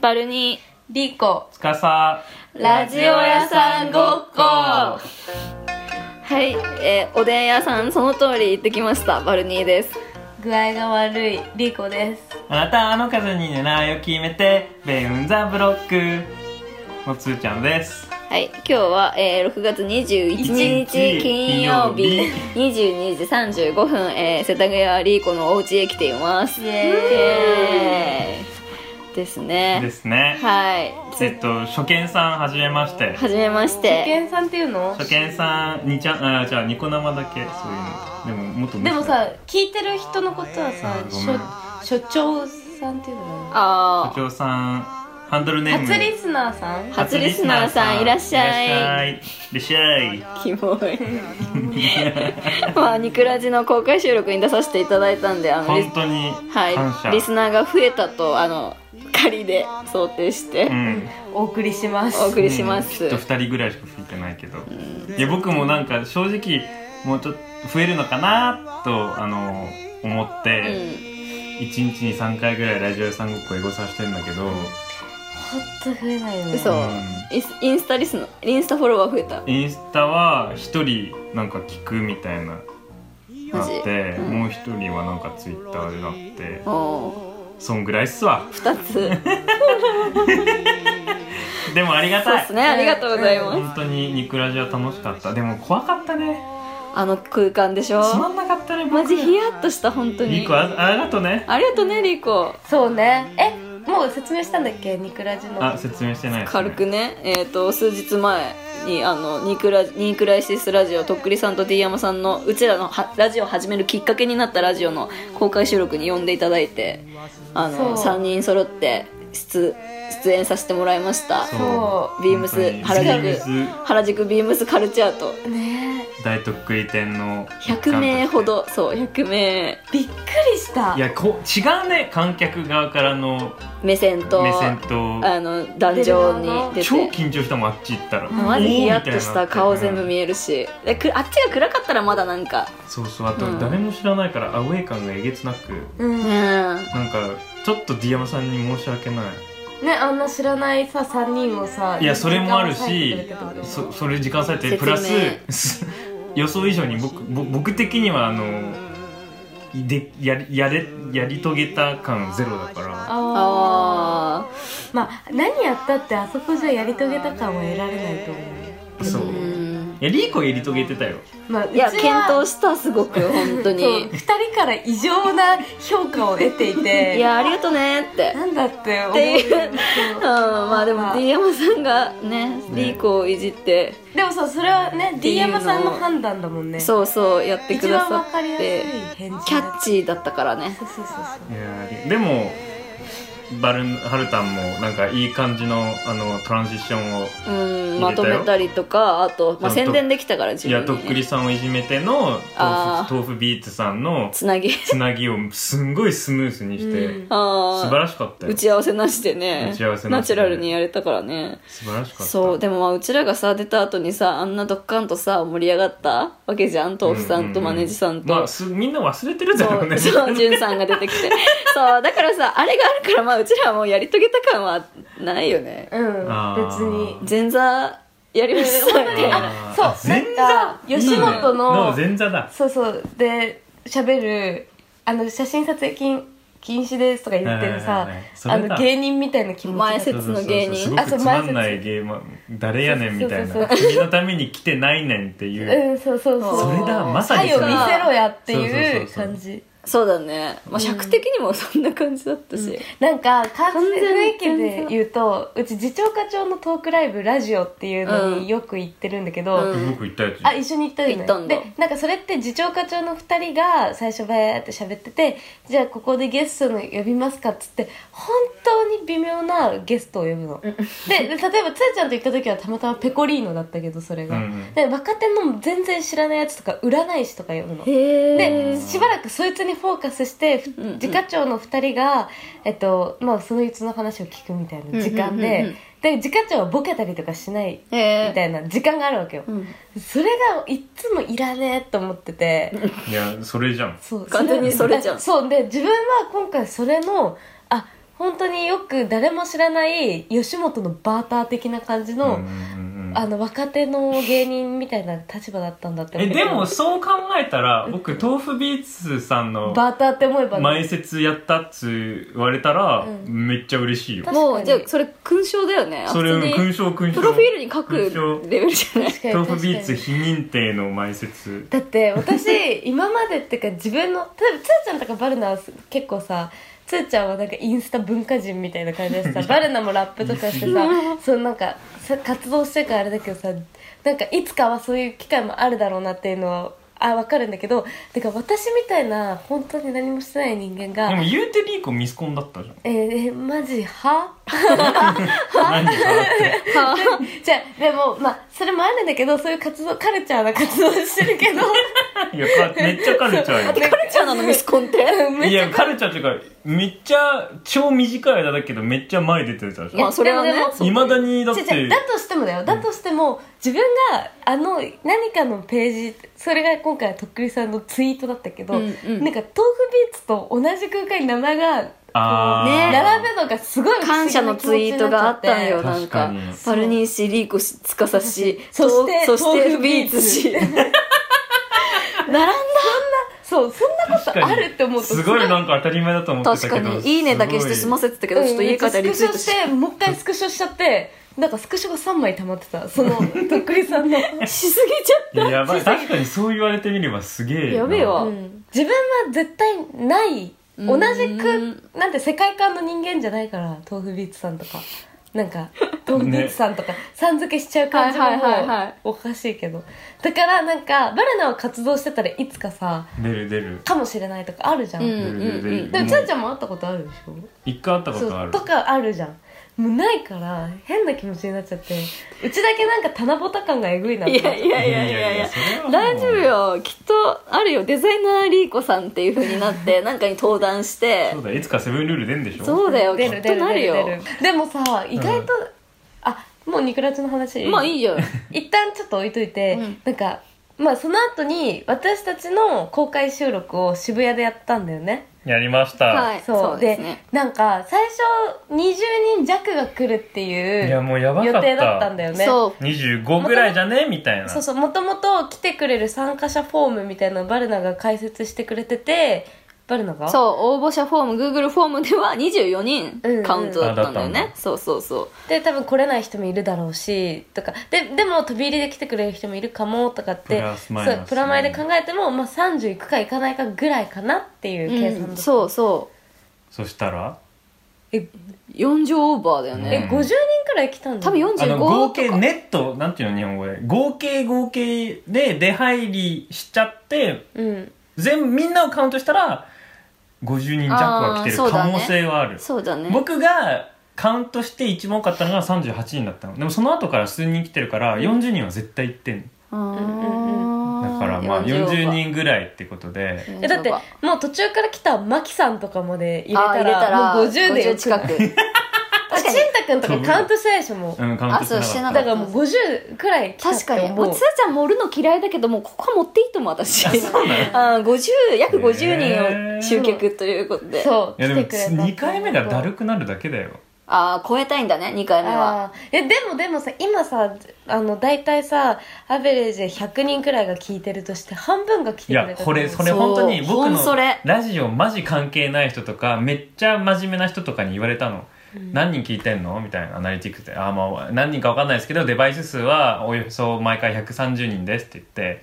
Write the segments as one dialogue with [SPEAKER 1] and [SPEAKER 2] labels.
[SPEAKER 1] パルニ
[SPEAKER 2] リコ
[SPEAKER 3] つかさ
[SPEAKER 2] ラジオ屋さんごっこ
[SPEAKER 3] は
[SPEAKER 1] はい、えーおでん屋さんその通り行ってきましたバルニーです
[SPEAKER 2] 具合が悪いリコです
[SPEAKER 3] あなたあの風に狙いを決めてベウンザブロックのつーちゃんです
[SPEAKER 1] はい今日は、えー6月21日
[SPEAKER 3] 一日
[SPEAKER 1] 金曜日
[SPEAKER 3] 金
[SPEAKER 1] 22時35分、えー世田谷リーコのお家へ来ています
[SPEAKER 2] イエーイ
[SPEAKER 1] イエーイですね
[SPEAKER 3] ですね
[SPEAKER 1] はい
[SPEAKER 3] えっと初見さんはじめまして
[SPEAKER 1] はじめまし
[SPEAKER 2] 保
[SPEAKER 1] て
[SPEAKER 2] 健さんっていうの
[SPEAKER 3] 初見さんにちゃんあじゃあニコ生だけそういうのでももっと
[SPEAKER 2] でもさ聞いてる人のことはさ
[SPEAKER 3] あごめん
[SPEAKER 2] 所所長さんっていうの
[SPEAKER 3] 社
[SPEAKER 1] あ
[SPEAKER 3] 長さんハンドルネーム
[SPEAKER 2] 初リスナーさん
[SPEAKER 1] 初リスナーさんいらっしゃい
[SPEAKER 3] いらっしゃいいらっしゃい
[SPEAKER 1] あキモい まあニクラジの公開収録に出させていただいたんであのリ
[SPEAKER 3] 本当に感謝、
[SPEAKER 1] はいリスナーが増えたとあの仮で想定して
[SPEAKER 3] うん
[SPEAKER 2] お送りします
[SPEAKER 1] お送りします、
[SPEAKER 3] うんきっと2人ぐらいしか吹いてないけど、いや僕もなんか正直もうちょっと増えるのかなとあの思っ
[SPEAKER 1] う
[SPEAKER 3] て、
[SPEAKER 1] ん、
[SPEAKER 3] 一1日に3回ぐらいラジオ屋さんごっこエゴサしてんだけど、
[SPEAKER 2] ほんと増えないよね
[SPEAKER 1] 嘘そう
[SPEAKER 3] うん
[SPEAKER 1] インスインスタリスのインスタフォロワー増えた
[SPEAKER 3] インスタは1人なんか聞くみたいなな
[SPEAKER 1] マジ
[SPEAKER 3] って、
[SPEAKER 1] うん
[SPEAKER 3] もう1人はなんかツイッターでなって
[SPEAKER 1] お
[SPEAKER 3] そんぐらいっすわ
[SPEAKER 1] 2つそう
[SPEAKER 3] でもありがた
[SPEAKER 1] で
[SPEAKER 3] い
[SPEAKER 1] すねありがとうございます、
[SPEAKER 3] 本当にニクラジは楽しかったでも怖かったね
[SPEAKER 1] あの空間でしょ
[SPEAKER 3] つまんなかったね僕
[SPEAKER 1] マジヒヤッとした本当
[SPEAKER 3] リ
[SPEAKER 1] に
[SPEAKER 3] コあありがとうね
[SPEAKER 1] ありがとうねリコ
[SPEAKER 2] そうねえもう説明したんだっけニクラジの
[SPEAKER 3] あ説明してないです、ね、
[SPEAKER 1] 軽くねえっ、と数日前にあのニクラニクライシスラジオとっくりさんと D 山さんのうちらのはラジオを始めるきっかけになったラジオの公開収録に呼んでいただいてあの
[SPEAKER 2] そう
[SPEAKER 1] 3人揃って出出演させてもらいました
[SPEAKER 3] そう
[SPEAKER 2] そう
[SPEAKER 1] ビームス
[SPEAKER 3] 本当に
[SPEAKER 1] 原宿
[SPEAKER 3] ビーム
[SPEAKER 1] 原宿ビームスカルチャーと
[SPEAKER 2] ね
[SPEAKER 3] ス大徳利店の
[SPEAKER 1] 100名ほどそう100名
[SPEAKER 2] えびっくりした
[SPEAKER 3] いやこ違うね観客側からの
[SPEAKER 1] 目線と
[SPEAKER 3] 目線と
[SPEAKER 1] あの壇上に出て
[SPEAKER 3] 超緊張したもんあっち行ったら
[SPEAKER 1] マジヒヤッとし
[SPEAKER 3] おーみい
[SPEAKER 1] た
[SPEAKER 3] な
[SPEAKER 1] 顔全部見えるしでくあっちが暗かったらまだなんか
[SPEAKER 3] そうそうあ
[SPEAKER 1] うん
[SPEAKER 3] と誰も知らないからアウェー感がえげつなく
[SPEAKER 2] うん
[SPEAKER 1] うん
[SPEAKER 2] ね
[SPEAKER 3] なんかちょっとディヤマさんに申し訳ない
[SPEAKER 2] あんな知らないさ3人をさ
[SPEAKER 3] いやそれもあるし
[SPEAKER 2] 時間を割いてくれてる
[SPEAKER 3] そそれ時間されて
[SPEAKER 1] 説明
[SPEAKER 3] プラス 予想以上に僕ぼ僕的にはあのでやりやれやり遂げた感ゼロだから
[SPEAKER 2] あ
[SPEAKER 1] あ
[SPEAKER 2] あまあ何やったってあそこじゃやり遂げた感は得られないと思
[SPEAKER 3] そう
[SPEAKER 1] ーうん
[SPEAKER 3] いやリーコやり遂げてたよ
[SPEAKER 2] うまあ
[SPEAKER 1] いや検討
[SPEAKER 2] し
[SPEAKER 1] したすごく本当に
[SPEAKER 2] 2人から異常な評価を得ていて
[SPEAKER 1] いやありがとうねって
[SPEAKER 2] なんだって思う
[SPEAKER 1] っていううん
[SPEAKER 2] そう
[SPEAKER 1] まあでも
[SPEAKER 2] まあ
[SPEAKER 1] D 山さんがね
[SPEAKER 3] ね
[SPEAKER 1] リーコをいじって
[SPEAKER 2] でもさそれはね
[SPEAKER 1] て
[SPEAKER 2] D
[SPEAKER 1] いうのを
[SPEAKER 2] 山さんの判断だもんねう
[SPEAKER 1] そうそうやってく
[SPEAKER 2] 一
[SPEAKER 1] だ
[SPEAKER 2] 番
[SPEAKER 1] さ
[SPEAKER 2] わかり
[SPEAKER 1] っ
[SPEAKER 2] やすい
[SPEAKER 1] て
[SPEAKER 2] 返事
[SPEAKER 1] キャッチーだったからね
[SPEAKER 2] そうそうそうそう
[SPEAKER 3] いやーでもバルンハルタンもなんかいい感じのあのトランジションを
[SPEAKER 1] うん
[SPEAKER 3] よ
[SPEAKER 1] まとめたりとかあと、まあ、
[SPEAKER 3] ちゃんと
[SPEAKER 1] 宣伝できたから自
[SPEAKER 3] いや
[SPEAKER 1] 分
[SPEAKER 3] とっ
[SPEAKER 1] に
[SPEAKER 3] く
[SPEAKER 1] ね、
[SPEAKER 3] りさんをいじめての
[SPEAKER 1] あー
[SPEAKER 3] 豆腐豆腐ビーツさんの
[SPEAKER 1] つなぎ
[SPEAKER 3] つなぎをすんごいスムースにして、
[SPEAKER 2] うん
[SPEAKER 1] あ
[SPEAKER 3] 素
[SPEAKER 1] あ
[SPEAKER 3] 晴らしかったよ
[SPEAKER 1] 打ち合わせなしでね
[SPEAKER 3] 打ち合わせなしで
[SPEAKER 1] ナチュラルにやれたからね
[SPEAKER 3] 素晴らしかった
[SPEAKER 1] そうでもまあうちらがさ出た後にさあんなドッカンとさ盛り上がったわけじゃん豆腐さんとマネジさんと、
[SPEAKER 3] まあ、すみんな忘れてるだ
[SPEAKER 1] そ
[SPEAKER 3] ろうね
[SPEAKER 1] う、そう、じゅんさんが出てき て。そう、だからさ、あれがあるから、まあ、うちらはもうやり遂げた感はないよね。
[SPEAKER 2] うん
[SPEAKER 3] あ
[SPEAKER 2] 別に
[SPEAKER 3] ー
[SPEAKER 1] 前座、やりましたよね。
[SPEAKER 3] あー
[SPEAKER 2] そう
[SPEAKER 3] 前座
[SPEAKER 2] なんか吉本の
[SPEAKER 3] いいね前座だ
[SPEAKER 2] そうそうで喋るあの写真撮影禁禁止ですとか言ってる
[SPEAKER 3] は
[SPEAKER 2] さ
[SPEAKER 3] いはいはいそ
[SPEAKER 2] あ
[SPEAKER 3] れだ
[SPEAKER 2] の芸人みたいな気持ち
[SPEAKER 1] 前説の芸人
[SPEAKER 3] そうそうそうすごくつまんな
[SPEAKER 2] あそう前
[SPEAKER 3] いゲーム誰やねんみたい
[SPEAKER 2] そうそう
[SPEAKER 3] な
[SPEAKER 2] そう
[SPEAKER 3] 君のために来てないねんっていううん
[SPEAKER 2] そうそうそう
[SPEAKER 3] それだまさに
[SPEAKER 2] 愛
[SPEAKER 3] そ
[SPEAKER 2] を
[SPEAKER 3] れ
[SPEAKER 2] 見
[SPEAKER 1] だ
[SPEAKER 2] せろやってい
[SPEAKER 3] そう
[SPEAKER 2] う
[SPEAKER 3] そうそうそう
[SPEAKER 2] 感じ
[SPEAKER 1] そうだね。まあ、尺的にもそんな感じだったし。
[SPEAKER 2] なんか完全雰囲気
[SPEAKER 1] 完全
[SPEAKER 2] で言うとうち次長課長のトークライブラジオっていうのによく行ってるんだけど、
[SPEAKER 1] うん
[SPEAKER 3] 僕行ったやつ
[SPEAKER 2] あ一緒に行ったよ
[SPEAKER 1] 行
[SPEAKER 2] ね
[SPEAKER 1] ったんだ
[SPEAKER 2] でなんかそれって次長課長の2人が最初バーって喋っててじゃあここでゲストの呼びますかっつって本当に微妙なゲストを呼ぶのでで例えばつーちゃんと行った時はたまたまペコリーノだったけどそれが、
[SPEAKER 3] うんうん
[SPEAKER 2] で若手の全然知らないやつとか占い師とか呼ぶの
[SPEAKER 1] へ
[SPEAKER 2] でしばらくそいつにフォーカスして、ふ
[SPEAKER 1] うんうん
[SPEAKER 2] 次課長の2人が、えっとまあ、そいつの話を聞くみたいな時
[SPEAKER 1] う
[SPEAKER 2] 間
[SPEAKER 1] んうんうんう
[SPEAKER 2] で
[SPEAKER 1] ん
[SPEAKER 2] で次課長はボケたりとかしないみ
[SPEAKER 1] へえ
[SPEAKER 2] たいな時間があるわけよ、
[SPEAKER 1] うん
[SPEAKER 2] それがいっつもいらねえと思ってて
[SPEAKER 3] いやそれじゃん
[SPEAKER 2] そう
[SPEAKER 1] 完全にそれじゃん
[SPEAKER 2] そうで自分は今回それのあ本当によく誰も知らない吉本のバーター的な感じの、
[SPEAKER 3] うんうんうん
[SPEAKER 2] あの若手の芸人みたいな立場だったんだって
[SPEAKER 3] えでも
[SPEAKER 2] バ
[SPEAKER 3] そう考えたら僕豆腐ビーツさんの
[SPEAKER 2] ーターって思えばね
[SPEAKER 3] 前説やったっつ言われたら
[SPEAKER 2] うん
[SPEAKER 3] めっちゃ嬉しいよ
[SPEAKER 2] 確かに
[SPEAKER 1] もうじゃあそれ勲章だよね
[SPEAKER 3] それ
[SPEAKER 1] 普通に
[SPEAKER 3] 勲章勲章
[SPEAKER 1] プロフィールに書くレベルじゃない
[SPEAKER 2] 確かに
[SPEAKER 3] 豆腐ビー
[SPEAKER 2] 確か
[SPEAKER 3] ツ
[SPEAKER 2] に
[SPEAKER 3] 非認定の前説
[SPEAKER 2] だって私今までっていうか自分の例えばつーちゃんとかバルナは結構さつーちゃんはなんかインスタ文化人みたいな感じ でさバルナもラップとかしてさそうなんかさ活動してるからあれだけどさなんかいつかはそういう機会もあるだろうなっていうのはあ分かるんだけどてか私みたいな本当に何もしてない人間が
[SPEAKER 3] でも言うてリーコミスコンだったじゃん
[SPEAKER 2] えー、えマジは
[SPEAKER 3] 何かあって
[SPEAKER 2] じゃあでもまあそれもあるんだけどそういう活動カルチャーな活動してるけど
[SPEAKER 3] いやかめっちゃカルチャ ー
[SPEAKER 1] カルチャーなのミスコンって
[SPEAKER 3] よいやカルチャーっていうかめっちゃ超短い間だけどめっちゃ前出てたじ
[SPEAKER 1] ま
[SPEAKER 3] ゃ
[SPEAKER 1] あそれはね
[SPEAKER 2] でもでも
[SPEAKER 3] んいまだにだっ
[SPEAKER 2] 違う違
[SPEAKER 3] て
[SPEAKER 2] うだとしてもだよだとしても自分があの何かのページそれが今回とっくりさんのツイートだったけど、
[SPEAKER 1] うんうん
[SPEAKER 2] なんか豆腐ビーツと同じ空間に名前がこ
[SPEAKER 3] あ
[SPEAKER 2] う
[SPEAKER 1] ー
[SPEAKER 2] 並ぶのがすごい不 思
[SPEAKER 1] 感
[SPEAKER 2] 議な
[SPEAKER 1] 謝
[SPEAKER 2] 気持
[SPEAKER 1] の
[SPEAKER 2] ち
[SPEAKER 1] ツイートがあったのよ
[SPEAKER 2] になっちゃって
[SPEAKER 1] なんか
[SPEAKER 3] 確かに
[SPEAKER 1] パルニー氏リーコ氏つかさし
[SPEAKER 2] そ
[SPEAKER 1] と
[SPEAKER 2] して
[SPEAKER 1] そし
[SPEAKER 2] 豆
[SPEAKER 1] て
[SPEAKER 2] 腐
[SPEAKER 1] ビ
[SPEAKER 2] ビ
[SPEAKER 1] ー
[SPEAKER 2] ー
[SPEAKER 1] ツ
[SPEAKER 2] ツ
[SPEAKER 1] 氏並んだ
[SPEAKER 2] そうそんなことあるって思うと
[SPEAKER 3] すごいなんか当たり前だと思って
[SPEAKER 1] 確
[SPEAKER 3] た
[SPEAKER 1] か
[SPEAKER 3] けど
[SPEAKER 1] に「いいね」だけして済ませてたけどちょっと家帰ったらリツイート
[SPEAKER 2] ス
[SPEAKER 1] し
[SPEAKER 2] クショしてもう一回スクショしちゃってなんかスクショが3枚溜まってた そのとっくりさんの
[SPEAKER 1] しすぎちゃっ
[SPEAKER 3] すごいや ばい確かにそう言われてみればすげえな
[SPEAKER 1] やべえわ
[SPEAKER 2] うん自分は絶対ない同じくなんて世界観の人間じゃないから豆腐ビーツさんとかな んか豆腐ビーツさんとかさん付けしちゃう感じも
[SPEAKER 1] はいはいはい
[SPEAKER 2] も
[SPEAKER 1] はいう
[SPEAKER 2] おかしいけどだからなんかバルナは活動してたらいつかさ
[SPEAKER 3] 出る出る
[SPEAKER 2] かもしれないとかあるじゃん、
[SPEAKER 1] うん
[SPEAKER 2] で
[SPEAKER 1] うんうん
[SPEAKER 2] もつーちゃんも会ったことあるでしょ
[SPEAKER 3] 一回会ったこ
[SPEAKER 2] そ
[SPEAKER 3] とあ
[SPEAKER 2] う
[SPEAKER 3] る
[SPEAKER 2] とかあるじゃんもうないから変な気持ちになっちゃってうちだけなんか棚ぼた感がえぐいなっ
[SPEAKER 1] い
[SPEAKER 2] て
[SPEAKER 1] やいやいやいやいや大丈夫よきっとあるよデザイナーリーコさんっていう風になってなんかに登壇して
[SPEAKER 3] そうだいつかセブンルール出んでしょ
[SPEAKER 1] そうだよき
[SPEAKER 2] 出る
[SPEAKER 1] っ
[SPEAKER 2] 出
[SPEAKER 1] と
[SPEAKER 2] る
[SPEAKER 1] なる
[SPEAKER 2] 出る
[SPEAKER 1] よ
[SPEAKER 2] 出るでもさ意外と、あもうニクラチの話
[SPEAKER 1] まあいい
[SPEAKER 2] い
[SPEAKER 1] よ
[SPEAKER 2] 一旦ちょっと置いといて、
[SPEAKER 1] うん
[SPEAKER 2] なんかまあその後に私たちの公開収録を渋谷でやったんだよね
[SPEAKER 3] やりました、
[SPEAKER 1] はい
[SPEAKER 2] そう
[SPEAKER 1] そうですね
[SPEAKER 2] なんか最初20人弱が来るってい
[SPEAKER 3] いや
[SPEAKER 2] う
[SPEAKER 3] もうやば
[SPEAKER 2] 予
[SPEAKER 3] かった
[SPEAKER 2] 定だったんだよね
[SPEAKER 1] そう
[SPEAKER 3] 25ぐらいじゃねみたいな
[SPEAKER 2] そうそうもともと来てくれる参加者フォームみたいなのをバルナが解説してくれててバルナが
[SPEAKER 1] そう応募者フォーム Google フォームでは24人カウントだったんだよね、
[SPEAKER 3] うんうんあだったんだ
[SPEAKER 1] そうそうそう
[SPEAKER 2] で多分来れない人もいるだろうしとかででも飛び入りで来てくれる人もいるかもとかって
[SPEAKER 3] プラスマイナス
[SPEAKER 2] そうプラマイで考えても、まあ、30いくかいかないかぐらいかなっていう計算だった、
[SPEAKER 1] うんそうそ
[SPEAKER 3] そしたら
[SPEAKER 2] え
[SPEAKER 1] う4乗オーバーだよ
[SPEAKER 2] え
[SPEAKER 1] ね、
[SPEAKER 3] うん
[SPEAKER 2] 50人くらい来たんだ
[SPEAKER 1] 多分45
[SPEAKER 3] あの合計
[SPEAKER 1] とか
[SPEAKER 3] ネットなんていうの日本語で合計合計で出入りしちゃって
[SPEAKER 2] うん
[SPEAKER 3] 全みんなをカウントしたら50人弱は来てる
[SPEAKER 1] あーそうだ
[SPEAKER 3] 可
[SPEAKER 1] ね
[SPEAKER 3] 能性はある
[SPEAKER 1] そうだね
[SPEAKER 3] 僕がカウントして一番多かったのが38人だったのでもその後から数人来てるから40人は絶対行ってん
[SPEAKER 1] あ
[SPEAKER 3] の
[SPEAKER 1] ー
[SPEAKER 3] だからまあ
[SPEAKER 1] 40
[SPEAKER 3] 40
[SPEAKER 1] オーバー
[SPEAKER 3] 人ぐらいってことで
[SPEAKER 2] えだってもう途中から来たマキさんとかまで入れ
[SPEAKER 1] あー
[SPEAKER 2] た
[SPEAKER 1] 入れた
[SPEAKER 2] ら
[SPEAKER 1] ら
[SPEAKER 2] もう50でよ
[SPEAKER 1] 50近く
[SPEAKER 2] あしんたくんとかカウントしたでしょもう
[SPEAKER 3] うんカウ
[SPEAKER 1] あ
[SPEAKER 3] ントしてなか
[SPEAKER 1] そうして
[SPEAKER 3] っ
[SPEAKER 1] な
[SPEAKER 3] た
[SPEAKER 1] かっ
[SPEAKER 2] だからもう50くらい来たっ て
[SPEAKER 1] 確
[SPEAKER 2] 思
[SPEAKER 1] か
[SPEAKER 2] う
[SPEAKER 1] にもうつーちゃん盛るの嫌いだけどもうここは持っていいと思う私
[SPEAKER 3] そうなの
[SPEAKER 1] あー50約50
[SPEAKER 3] へ
[SPEAKER 1] 人を
[SPEAKER 3] ー
[SPEAKER 1] 集客ということで、
[SPEAKER 2] そ
[SPEAKER 3] い
[SPEAKER 2] う
[SPEAKER 3] やでも
[SPEAKER 2] 来てくれた
[SPEAKER 3] 2回目がだるくなるだけだよ
[SPEAKER 1] ああ超えたいんだね2回目は
[SPEAKER 2] あーえでもでもさ今さあの大体さアベレージで100人くらいが聞いてるとして半分が来
[SPEAKER 3] い
[SPEAKER 2] てくれた
[SPEAKER 3] や
[SPEAKER 2] と
[SPEAKER 3] これそれ
[SPEAKER 1] そう
[SPEAKER 3] 本当に僕
[SPEAKER 1] ほんそ
[SPEAKER 3] の
[SPEAKER 1] れ
[SPEAKER 3] ラジオマジ関係ない人とかめっちゃ真面目な人とかに言われたの
[SPEAKER 2] うん
[SPEAKER 3] 何人聞いてんのみたいなアナリティクスであーまあ何人か分かんないですけどデバイス数はおよそ毎回130人ですって言って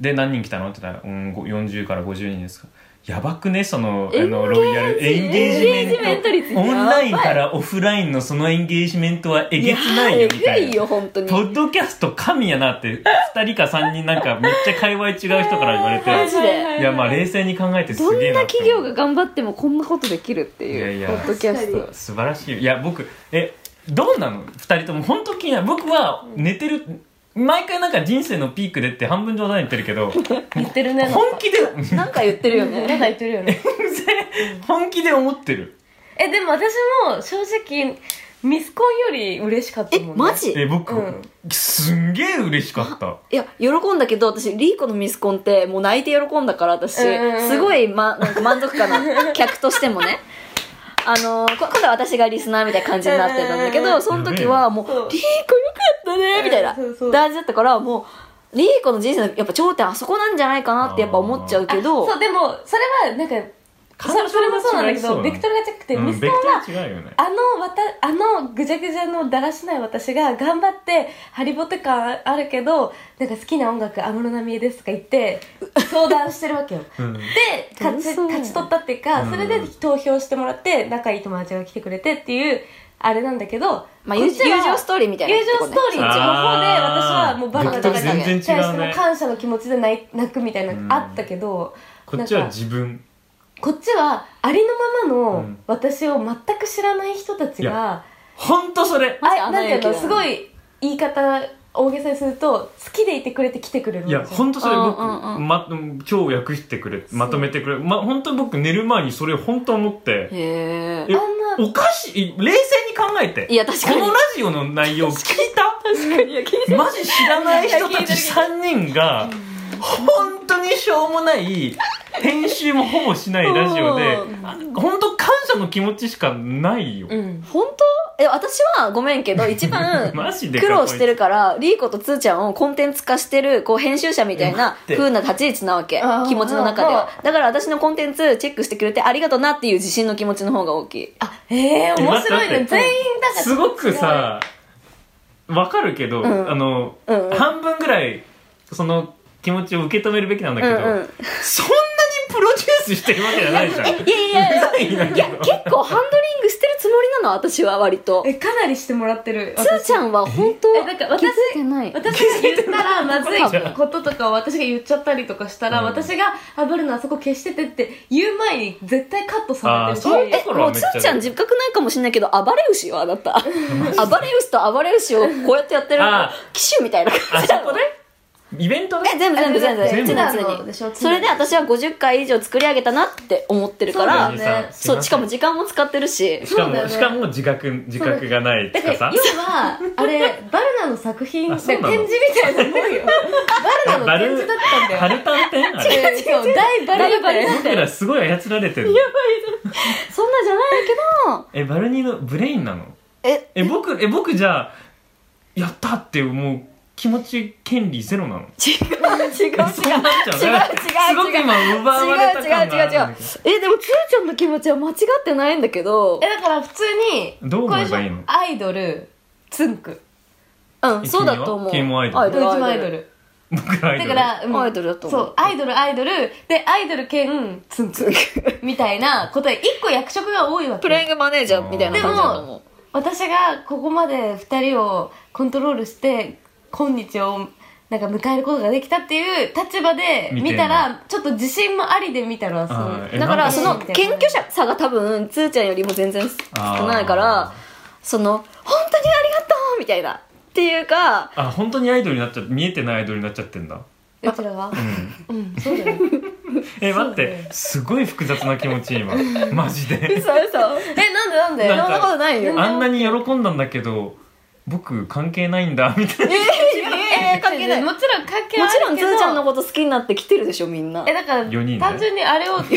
[SPEAKER 3] で何人来たのって言ったら、うん、ご40から50人ですかやばくねそのあのロイヤルエンゲー
[SPEAKER 1] エンゲー
[SPEAKER 3] ジメント
[SPEAKER 1] ジメント率やば
[SPEAKER 3] オ
[SPEAKER 1] い
[SPEAKER 3] ンラインからオフラインのそのエンゲージメントはえげつない
[SPEAKER 1] や
[SPEAKER 3] よ
[SPEAKER 1] ー
[SPEAKER 3] みた
[SPEAKER 1] え
[SPEAKER 3] い
[SPEAKER 1] ぐ
[SPEAKER 3] ない
[SPEAKER 1] よ本当に
[SPEAKER 3] ポッドキャスト神やなって2人か3人なんかめっちゃ界隈違う人から言われ
[SPEAKER 1] マジ
[SPEAKER 3] て
[SPEAKER 1] で
[SPEAKER 3] いやまあ冷静に考えてす
[SPEAKER 1] どん
[SPEAKER 3] げえな
[SPEAKER 1] な
[SPEAKER 3] って思
[SPEAKER 1] 企業
[SPEAKER 3] う
[SPEAKER 1] が頑張ってもこんなことできるって
[SPEAKER 3] いやい
[SPEAKER 1] いう
[SPEAKER 3] や
[SPEAKER 1] ポッドキャスト
[SPEAKER 3] 素晴らしいいや僕えどうなの2人とも本当気になる僕は寝てる毎回なんか人生のピークでって半分冗談言ってるけ ど
[SPEAKER 2] 言ってるねなんか
[SPEAKER 3] 本気で
[SPEAKER 1] なんか言ってるよ
[SPEAKER 2] うんなん
[SPEAKER 1] ね
[SPEAKER 2] か言ってるよね
[SPEAKER 3] 本気で思ってる
[SPEAKER 2] えでも私も正直ミスコンより嬉しかった
[SPEAKER 1] え
[SPEAKER 2] もん、ね、
[SPEAKER 1] マジ
[SPEAKER 3] え僕、
[SPEAKER 2] うん
[SPEAKER 3] すんげえ嬉しかった
[SPEAKER 1] いや喜んだけど私リーコのミスコンってもう泣いて喜んだから私
[SPEAKER 2] うんうんう ん
[SPEAKER 1] すごい、ま、なんか満足感な客としてもねあのーこ今度は私がリスナーみたいな感じになってたんだけ
[SPEAKER 2] うんうんう
[SPEAKER 1] ど
[SPEAKER 2] ん
[SPEAKER 1] その時はもう
[SPEAKER 2] そ
[SPEAKER 1] 「
[SPEAKER 2] う
[SPEAKER 1] リーコよかったね」みたいな
[SPEAKER 2] そうそう
[SPEAKER 1] 大事だったからもうリーコの人生のやっぱ頂点あそこなんじゃないかなってやっぱ思っちゃうけど
[SPEAKER 2] そうでもそれはなんかそ
[SPEAKER 3] 感情が
[SPEAKER 2] れそれもそうなんだけ
[SPEAKER 3] 違いそう
[SPEAKER 2] ど
[SPEAKER 3] な
[SPEAKER 2] ベクトルが違くて、
[SPEAKER 3] うん
[SPEAKER 2] ミスコ
[SPEAKER 3] ベ
[SPEAKER 2] ンは
[SPEAKER 3] クトル違うよね
[SPEAKER 2] あのわたあのぐちゃぐちゃのだらしない私が頑張ってハリボテ感あるけどなんか好きな音楽安室奈美恵ですとか言って相談してるわけよ
[SPEAKER 3] うん
[SPEAKER 2] で勝ち
[SPEAKER 1] そう
[SPEAKER 2] 勝ち取ったっていうか、
[SPEAKER 3] うん
[SPEAKER 2] それで投票してもらって仲いい友達が来てくれてっていうあれなんだけど、
[SPEAKER 1] まあ友情
[SPEAKER 2] こっちは
[SPEAKER 1] 友情ストーリーみたいな
[SPEAKER 2] 友情ストーリーの方で私
[SPEAKER 3] あー
[SPEAKER 2] はもうバカだから
[SPEAKER 1] ベクトル
[SPEAKER 3] 全然違うね
[SPEAKER 2] 対しての感謝の気持ちで泣い泣くみたいなのあったけど、
[SPEAKER 3] こっちは
[SPEAKER 2] なんか
[SPEAKER 3] 自分
[SPEAKER 2] こっちはありのまま
[SPEAKER 3] う
[SPEAKER 2] の
[SPEAKER 3] ん
[SPEAKER 2] 私を全く知らない人たち
[SPEAKER 3] い
[SPEAKER 2] が、
[SPEAKER 3] 本当それ
[SPEAKER 1] マジで
[SPEAKER 2] あ
[SPEAKER 1] あん
[SPEAKER 2] な
[SPEAKER 1] なん
[SPEAKER 2] ていうの
[SPEAKER 1] やけど
[SPEAKER 2] すごい言い方大げさにすると好きでいてくれて来てくれる
[SPEAKER 3] いや
[SPEAKER 2] ん
[SPEAKER 3] 本当それ
[SPEAKER 1] うん
[SPEAKER 3] 僕、
[SPEAKER 1] うんうん
[SPEAKER 3] ま、今日訳してくれ
[SPEAKER 2] そう
[SPEAKER 3] まとめてくれま本当に僕寝る前にそれ本当思って
[SPEAKER 1] へ
[SPEAKER 3] え
[SPEAKER 1] え
[SPEAKER 2] あんな
[SPEAKER 3] おかしい冷静に考えて
[SPEAKER 1] いや確かに
[SPEAKER 3] このラジオの内容聞いた
[SPEAKER 1] 確かにいや聞いて
[SPEAKER 3] マジ知らない人たち3人が本当にしょうもない編集もほぼしないラジオで
[SPEAKER 1] うん
[SPEAKER 3] あ本当感謝の気持ちしかないよ、
[SPEAKER 2] うん
[SPEAKER 1] 本当え私はごめんけ ど一番
[SPEAKER 3] マジで
[SPEAKER 1] 苦労してるからリーコとつーちゃんをコンテンツ化してるこう編集者みたいな
[SPEAKER 3] え待って
[SPEAKER 1] 風な立ち位置なわけ
[SPEAKER 2] あー
[SPEAKER 1] 気持ちの中では
[SPEAKER 2] あ
[SPEAKER 1] だから私のコンテンツチェックしてくれてありがとうなっていう自信の気持ちの方が大きい
[SPEAKER 2] あえー、面白
[SPEAKER 3] え待
[SPEAKER 2] いね
[SPEAKER 3] って待って
[SPEAKER 2] 全員だから
[SPEAKER 3] すごくさわかるけど、
[SPEAKER 1] ん
[SPEAKER 3] あの、
[SPEAKER 1] うんうん
[SPEAKER 3] 半分ぐらいその気持ちを受け止めるべきなんだ
[SPEAKER 1] う
[SPEAKER 3] け
[SPEAKER 1] ん
[SPEAKER 3] ど、
[SPEAKER 1] うん
[SPEAKER 3] そんなにプロデュースしてるわけじゃないじゃん
[SPEAKER 1] いやいやいや
[SPEAKER 3] い やいや
[SPEAKER 1] いや結構ハンドリングしてるつもりなの私は割と
[SPEAKER 2] えかなりしてもらってる
[SPEAKER 1] つーちゃんは本当
[SPEAKER 2] えなんか私
[SPEAKER 1] 気づいてない
[SPEAKER 2] 私 が言ったらまず
[SPEAKER 1] 多
[SPEAKER 2] い
[SPEAKER 1] 分
[SPEAKER 2] こととかを私が言っちゃったりとかしたら、
[SPEAKER 3] うん
[SPEAKER 2] 私が「あブルのあそこ消してて」って言う前に絶対カットされてるし
[SPEAKER 3] あーそう
[SPEAKER 1] え
[SPEAKER 3] 心
[SPEAKER 1] も
[SPEAKER 3] は
[SPEAKER 1] う
[SPEAKER 3] め
[SPEAKER 1] つ
[SPEAKER 3] っちゃ
[SPEAKER 1] ーちゃん自覚ないかもしれないけど暴れ牛よあな た暴れ牛と暴れ牛をこうやってやってる
[SPEAKER 3] あ
[SPEAKER 1] 騎手みたいな感
[SPEAKER 3] あ
[SPEAKER 1] じ
[SPEAKER 3] そ
[SPEAKER 1] なの
[SPEAKER 3] こでイベントで
[SPEAKER 1] え全部全部全部
[SPEAKER 3] 全部
[SPEAKER 1] 常に常にそれで私は50回以上作り上げたなって思ってるか
[SPEAKER 2] そうだよ
[SPEAKER 1] ら
[SPEAKER 2] ね
[SPEAKER 1] そう,、しかも
[SPEAKER 3] し
[SPEAKER 1] 時間も使ってるし
[SPEAKER 3] か
[SPEAKER 2] そうだよ
[SPEAKER 3] も
[SPEAKER 2] ね
[SPEAKER 3] しかも自覚自覚がない
[SPEAKER 2] だ
[SPEAKER 3] と
[SPEAKER 2] か
[SPEAKER 3] からさ
[SPEAKER 2] 要はあれバルナの作品
[SPEAKER 3] あ
[SPEAKER 2] だ
[SPEAKER 3] そう
[SPEAKER 2] から
[SPEAKER 3] なの
[SPEAKER 2] 展示みたいなもんよバルナの展示だったんだ
[SPEAKER 3] ハ
[SPEAKER 2] よ
[SPEAKER 3] ルタン店あれ
[SPEAKER 2] 違うそう大バルナバルナ
[SPEAKER 3] 僕らすごい操られてるの
[SPEAKER 1] そんなじゃない
[SPEAKER 3] えバルニーのブレインなの
[SPEAKER 1] けどえ
[SPEAKER 3] え僕え僕じゃあやったってもう気持ち権利ゼロなの
[SPEAKER 1] 違う違う違う違う違う違う違う違う違う
[SPEAKER 3] えそうなっちゃうねすごく今奪われた感があるんだけど
[SPEAKER 1] えでもつーちゃんの気持ちは間違ってないんだけど
[SPEAKER 2] えだから普通に
[SPEAKER 3] どう思えばいいの
[SPEAKER 2] これじゃんアイドルツンク
[SPEAKER 1] うんそうだと思う
[SPEAKER 3] 君もアイドル
[SPEAKER 2] うちもアイドル
[SPEAKER 3] 僕らアイド
[SPEAKER 2] だ
[SPEAKER 3] ル
[SPEAKER 2] から、うん
[SPEAKER 1] アイドルだと思う
[SPEAKER 2] そうアイドルアイドルでアイドル兼ツンツンみたいなことで一個役職が多いわけ
[SPEAKER 1] プレイングマネージャーみたいな感じだと思う
[SPEAKER 2] 私がここまで2人をコントロールして今日をなんか迎えることができたっていう立場で
[SPEAKER 3] 見てんの
[SPEAKER 2] 見たらちょっと自信もありで見たらそ
[SPEAKER 3] あー
[SPEAKER 2] の
[SPEAKER 3] え
[SPEAKER 1] だからそ
[SPEAKER 2] な
[SPEAKER 1] の
[SPEAKER 2] んで
[SPEAKER 1] 謙虚者さが多分つーちゃんよりも全然少ないから
[SPEAKER 3] あ
[SPEAKER 1] その本当にありがとうみたいなっていうか
[SPEAKER 3] あ本当にアイドルになっちゃ見えてないアイドルになっちゃってんだ
[SPEAKER 2] うちらは
[SPEAKER 3] うん
[SPEAKER 2] うんそうだよね
[SPEAKER 3] え待っ
[SPEAKER 2] そうだ
[SPEAKER 3] て
[SPEAKER 2] ね
[SPEAKER 3] すごい複雑な気持ち 今マジで
[SPEAKER 1] 嘘嘘
[SPEAKER 2] えなんでなんで
[SPEAKER 1] そん
[SPEAKER 3] なん
[SPEAKER 1] な
[SPEAKER 3] か
[SPEAKER 1] ことないよ
[SPEAKER 3] あんなに喜んだんだけど僕関係ないんだみたいな
[SPEAKER 1] えー、関係ないも
[SPEAKER 2] もちろん関係ある
[SPEAKER 1] ちろんつ
[SPEAKER 2] けど
[SPEAKER 1] ーちゃんのこと好きになってきてるでしょみんな
[SPEAKER 2] えだから
[SPEAKER 3] 四人ね
[SPEAKER 2] 単純にあれをそう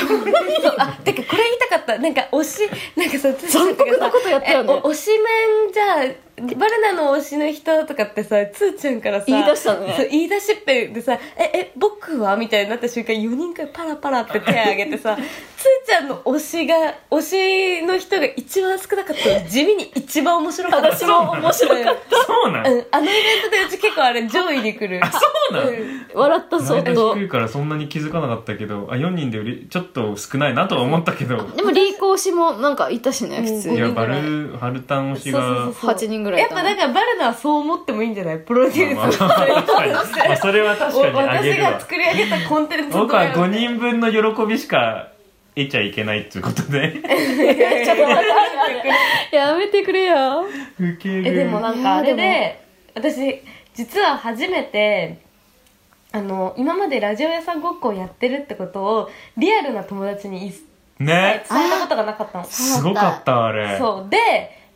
[SPEAKER 2] あてかこれ言いたかったなんか推しなんかさ
[SPEAKER 1] 残酷なことやったよね
[SPEAKER 2] えお推し面じゃあバルナの推しの人とかってさつーちゃんからさ
[SPEAKER 1] 言い出したのね
[SPEAKER 2] そう言い出しっぺでさ「ええ僕は?」みたいになった瞬間4人からパラパラって手挙げ てさつーちゃんの推しが推しの人が一番少なかったのに地味に一番面白かった
[SPEAKER 1] 私も面白かっ
[SPEAKER 3] そうなん
[SPEAKER 2] うん、あのイベントでうち結構あれ上位に来る
[SPEAKER 3] あそうなん
[SPEAKER 2] うん
[SPEAKER 1] た笑った相
[SPEAKER 3] 毎年
[SPEAKER 1] 当
[SPEAKER 3] 低いからそんなに気づかなかったけどあ4人でうれちょっと少ないなとは思ったけど
[SPEAKER 1] でもリーコ推しもなんかいたしね
[SPEAKER 2] うん
[SPEAKER 1] 普通
[SPEAKER 3] い
[SPEAKER 1] に
[SPEAKER 3] やバルハルタン推し
[SPEAKER 2] そうそう
[SPEAKER 3] が
[SPEAKER 2] そうそう
[SPEAKER 1] 8人ぐらいい
[SPEAKER 2] やったぱ
[SPEAKER 1] な
[SPEAKER 2] だからバルナはそう思ってもいいんじゃないプロデュ
[SPEAKER 3] まあ
[SPEAKER 2] ース
[SPEAKER 3] まあ確かにまあそれは確
[SPEAKER 2] お
[SPEAKER 3] かにあげ
[SPEAKER 2] 私
[SPEAKER 3] る
[SPEAKER 2] が
[SPEAKER 3] わ
[SPEAKER 2] 作り上げたコン テンツと
[SPEAKER 3] 僕
[SPEAKER 2] か
[SPEAKER 3] は5人分の喜びしか得ちゃいけないっていうことで
[SPEAKER 2] ちょっと待って
[SPEAKER 1] やめてくれよ
[SPEAKER 3] 受け
[SPEAKER 2] え
[SPEAKER 3] る
[SPEAKER 2] でもなんかあれ
[SPEAKER 1] いや
[SPEAKER 2] で私実は初めてあの今までラジオ屋さんごっこをやってるってことをリアルな友達にい伝え
[SPEAKER 3] ね
[SPEAKER 2] たことがなかったの
[SPEAKER 3] すごかったあれ
[SPEAKER 2] そうで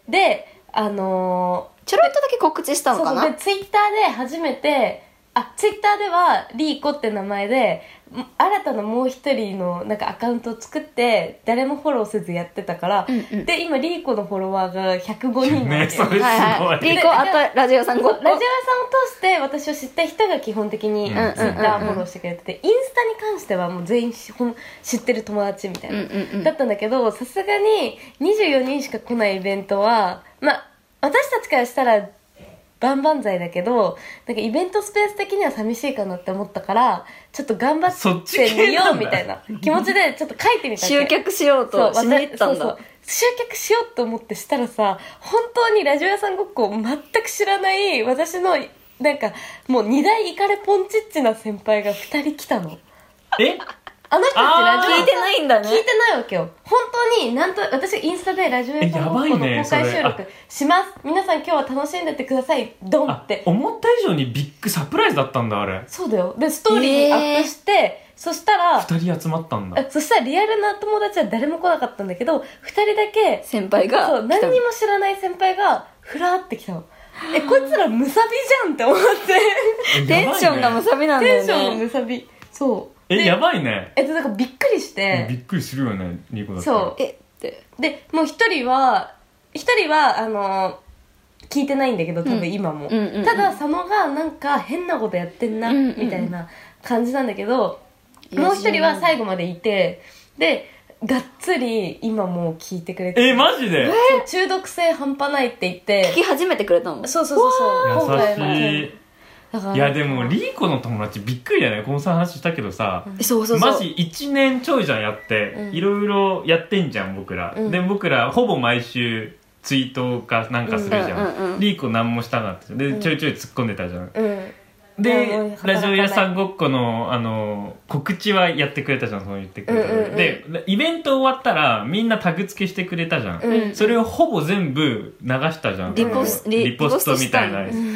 [SPEAKER 2] であのー
[SPEAKER 1] ちょろっとだけ告知した
[SPEAKER 2] そ
[SPEAKER 1] の
[SPEAKER 2] う
[SPEAKER 1] か
[SPEAKER 2] そう
[SPEAKER 1] な
[SPEAKER 2] でツイッターで初めてあツイッターではリーコって名前でも新たなもう一人のなんかアカウントを作って誰もフォローせずやってたから、
[SPEAKER 1] うんうん
[SPEAKER 2] で今リーコのフォロワーが105人な
[SPEAKER 3] ね
[SPEAKER 2] ん
[SPEAKER 3] それすごい、
[SPEAKER 1] はいはい。リコ、あと、ラジオさんごっこ
[SPEAKER 2] ラジオ屋さんを通して私を知った人が基本的に
[SPEAKER 3] うん
[SPEAKER 2] ツイッターフォローしてくれてて、インスタに関してはもう全員しほん知ってる友達みたいな、
[SPEAKER 1] うんうんうん
[SPEAKER 2] だったんだけどさすがに24人しか来ないイベントはまあ私たちからしたら万々歳だけどなんかイベントスペース的には寂しいかなって思ったからちょっと頑張
[SPEAKER 3] そっ
[SPEAKER 2] っ
[SPEAKER 3] ち系
[SPEAKER 2] て
[SPEAKER 3] なんだ
[SPEAKER 2] みようみたいな気持ちでちょっと書いてみたわけ
[SPEAKER 1] 集客しよう
[SPEAKER 2] そう
[SPEAKER 1] としに行ったん
[SPEAKER 2] わ
[SPEAKER 1] だ
[SPEAKER 2] た。集客しようと思ってしたらさ本当にラジオ屋さんごっこを全く知らない私のなんかもう二大イカレポンチッチな先輩が2人来たの
[SPEAKER 3] え
[SPEAKER 2] あの人たち
[SPEAKER 3] あ
[SPEAKER 2] ラ
[SPEAKER 3] ー
[SPEAKER 2] ジオ
[SPEAKER 1] 聞いてないんだね
[SPEAKER 2] 聞い。てないわけよ本当になんと私がインスタでラジオ屋さんごっこの公
[SPEAKER 3] えやばいねそれ
[SPEAKER 2] 開収録します、皆さん今日は楽しんでってくださいドン
[SPEAKER 3] あ
[SPEAKER 2] って
[SPEAKER 3] 思った以上にビッグサプライズだったんだあれ
[SPEAKER 2] そうだよでストーリーにアップして、そしたら
[SPEAKER 3] 二人集まったんだ
[SPEAKER 2] えそしたらリアルな友達は誰も来なかったんだけど2人だけ
[SPEAKER 1] 先輩が。
[SPEAKER 2] そう何にも知らない先輩がふらーってきたのえこいつらムサビじゃんって思って
[SPEAKER 3] え
[SPEAKER 1] テンションがむさびなんだ
[SPEAKER 2] テン
[SPEAKER 1] よ
[SPEAKER 2] ションの
[SPEAKER 1] ね。
[SPEAKER 2] ムサビそう
[SPEAKER 3] え
[SPEAKER 2] で
[SPEAKER 3] やばいね
[SPEAKER 2] えっとなんかびっくりし
[SPEAKER 3] び
[SPEAKER 2] て
[SPEAKER 3] っくりするよねリコだったら
[SPEAKER 2] そ
[SPEAKER 1] えって。
[SPEAKER 2] うでもう一人は一人はあの聞いてないんだけど多
[SPEAKER 1] うん
[SPEAKER 2] 分今も、
[SPEAKER 1] うんうんうん
[SPEAKER 2] ただ佐野がなんか変なことやってんな、
[SPEAKER 1] うんうんうん
[SPEAKER 2] みたいな感じなんだけど
[SPEAKER 1] いや
[SPEAKER 2] もう一人は最後までいてでがっつり今もう聞いてくれて
[SPEAKER 3] えマジで
[SPEAKER 2] そう中毒性半端ないって言って
[SPEAKER 1] 聞き始めてくれたの
[SPEAKER 2] そうそうそうそう今回は
[SPEAKER 3] 優しい
[SPEAKER 2] だから
[SPEAKER 3] いやでもリーコの友達びっくりだよねこのさ話したけどさ、
[SPEAKER 1] そうそうそう。
[SPEAKER 3] マジ1年ちょいじゃんやって、
[SPEAKER 2] うん
[SPEAKER 3] いろいろやってんじゃん僕ら、
[SPEAKER 2] うん
[SPEAKER 3] で僕らほぼ毎週ツイートかなんかするじゃん,、
[SPEAKER 1] うんうんうん
[SPEAKER 3] リーコ何もしたなってで、
[SPEAKER 2] ん
[SPEAKER 3] ちょいちょい突っ込んでたじゃん
[SPEAKER 2] うんいやもう
[SPEAKER 3] で
[SPEAKER 2] 働かない
[SPEAKER 3] ラジオ屋さんごっこのあの告知はやってくれたじゃんそう言ってくれた、
[SPEAKER 2] うんうんうん
[SPEAKER 3] でイベント終わったらみんなタグ付けしてくれたじゃん、
[SPEAKER 2] うん
[SPEAKER 3] それをほぼ全部流したじゃん
[SPEAKER 1] リポス
[SPEAKER 3] あの
[SPEAKER 1] リ
[SPEAKER 3] リポストみたいな
[SPEAKER 1] リポスト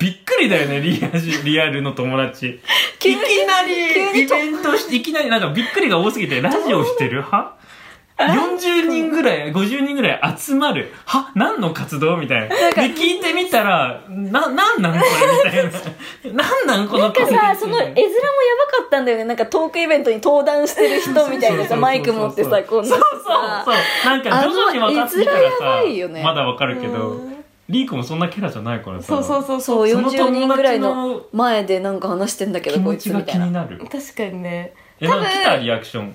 [SPEAKER 3] びっくりだよねリアルリアルの友達
[SPEAKER 1] 急に
[SPEAKER 3] いきな
[SPEAKER 1] 急
[SPEAKER 3] り
[SPEAKER 1] に
[SPEAKER 3] イベントしていきなりなんかびっくりが多すぎてラジオしてるは40人ぐらい50人ぐらい集まるは何の活動みたいなで聞いてみたらななんなんこれみたいななんなんこの
[SPEAKER 1] なんかさ、その絵面も
[SPEAKER 3] みたい
[SPEAKER 1] やばかったんだよね。なんかトークイベントに登壇してる人みたいなさ、
[SPEAKER 3] そうそうそうそう
[SPEAKER 1] マイク持ってさ、こうな
[SPEAKER 3] そ
[SPEAKER 1] ん
[SPEAKER 3] う
[SPEAKER 1] か
[SPEAKER 3] そう
[SPEAKER 1] さ
[SPEAKER 3] そうなんか徐々に分かってきた
[SPEAKER 1] あの絵面やば
[SPEAKER 3] ら
[SPEAKER 1] いよ
[SPEAKER 3] さ
[SPEAKER 1] ね
[SPEAKER 3] まだわかるけどリーコもそんなキャラじゃないからさ
[SPEAKER 2] そうそうそう
[SPEAKER 1] そう、
[SPEAKER 3] その友達の
[SPEAKER 1] 40人ぐらいの前でなんか話してんだけど、
[SPEAKER 3] 気
[SPEAKER 1] こ
[SPEAKER 3] 持
[SPEAKER 1] い
[SPEAKER 3] ち
[SPEAKER 1] つ
[SPEAKER 3] が
[SPEAKER 1] みた
[SPEAKER 3] 気
[SPEAKER 1] いな
[SPEAKER 3] に。なる
[SPEAKER 2] 確かにね
[SPEAKER 3] えなんか来たリアクション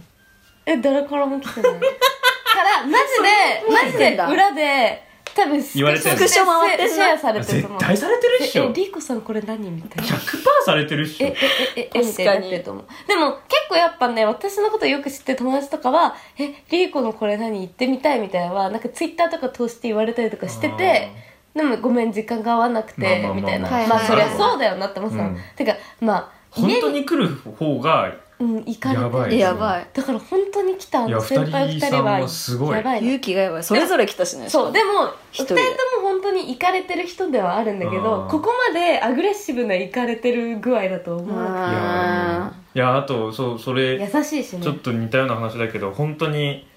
[SPEAKER 2] え誰からも来てないからマジでマジ
[SPEAKER 1] 言ってん
[SPEAKER 2] で
[SPEAKER 1] だ
[SPEAKER 2] 裏で多分ス
[SPEAKER 3] 言われてんの
[SPEAKER 2] スクショ回って
[SPEAKER 1] スクショ
[SPEAKER 2] シェアされてると思
[SPEAKER 3] 絶
[SPEAKER 2] う
[SPEAKER 3] 対されてるっし
[SPEAKER 2] え
[SPEAKER 3] ょ
[SPEAKER 2] えリーコさんこれ何みたいな
[SPEAKER 3] 100%されてるっし
[SPEAKER 2] え
[SPEAKER 3] ょ
[SPEAKER 2] ええええみたいになってると思うでも結構やっぱね私のことよく知ってる友達とかは「えリーコのこれ何行ってみたい」みたいなのはなんかツイッターとか通して言われたりとかしててでもごめん時間が合わなくて、
[SPEAKER 3] まあまあまあまあ
[SPEAKER 2] みたいな、
[SPEAKER 1] はいはい
[SPEAKER 2] まあそりゃそうだよなって思ってたの、
[SPEAKER 3] うん
[SPEAKER 2] てかまあ
[SPEAKER 3] 本
[SPEAKER 2] 家
[SPEAKER 3] 当
[SPEAKER 2] に、
[SPEAKER 3] に来る方が
[SPEAKER 2] うん、行かれて
[SPEAKER 3] やばい
[SPEAKER 1] えやばい。
[SPEAKER 2] だから本当に来たあ
[SPEAKER 3] いや
[SPEAKER 2] の先輩
[SPEAKER 3] 二
[SPEAKER 2] 2
[SPEAKER 3] 人
[SPEAKER 2] 人
[SPEAKER 3] さ
[SPEAKER 2] は
[SPEAKER 3] んはすごい
[SPEAKER 2] やばいの
[SPEAKER 1] 勇気がやばい。それぞれ来たしね。
[SPEAKER 2] そうでも
[SPEAKER 1] 一
[SPEAKER 2] 2
[SPEAKER 1] 人
[SPEAKER 2] 人と
[SPEAKER 1] で
[SPEAKER 2] も本当に行かれてる人ではあるんだけ
[SPEAKER 3] う
[SPEAKER 2] ど
[SPEAKER 3] ん
[SPEAKER 2] ここまでアグレッシブな行かれてる具合だと思う
[SPEAKER 3] いや
[SPEAKER 1] あ
[SPEAKER 3] ーいやあとそうそれ
[SPEAKER 2] 優しいしね
[SPEAKER 3] ちょっと似たような話だけど本当に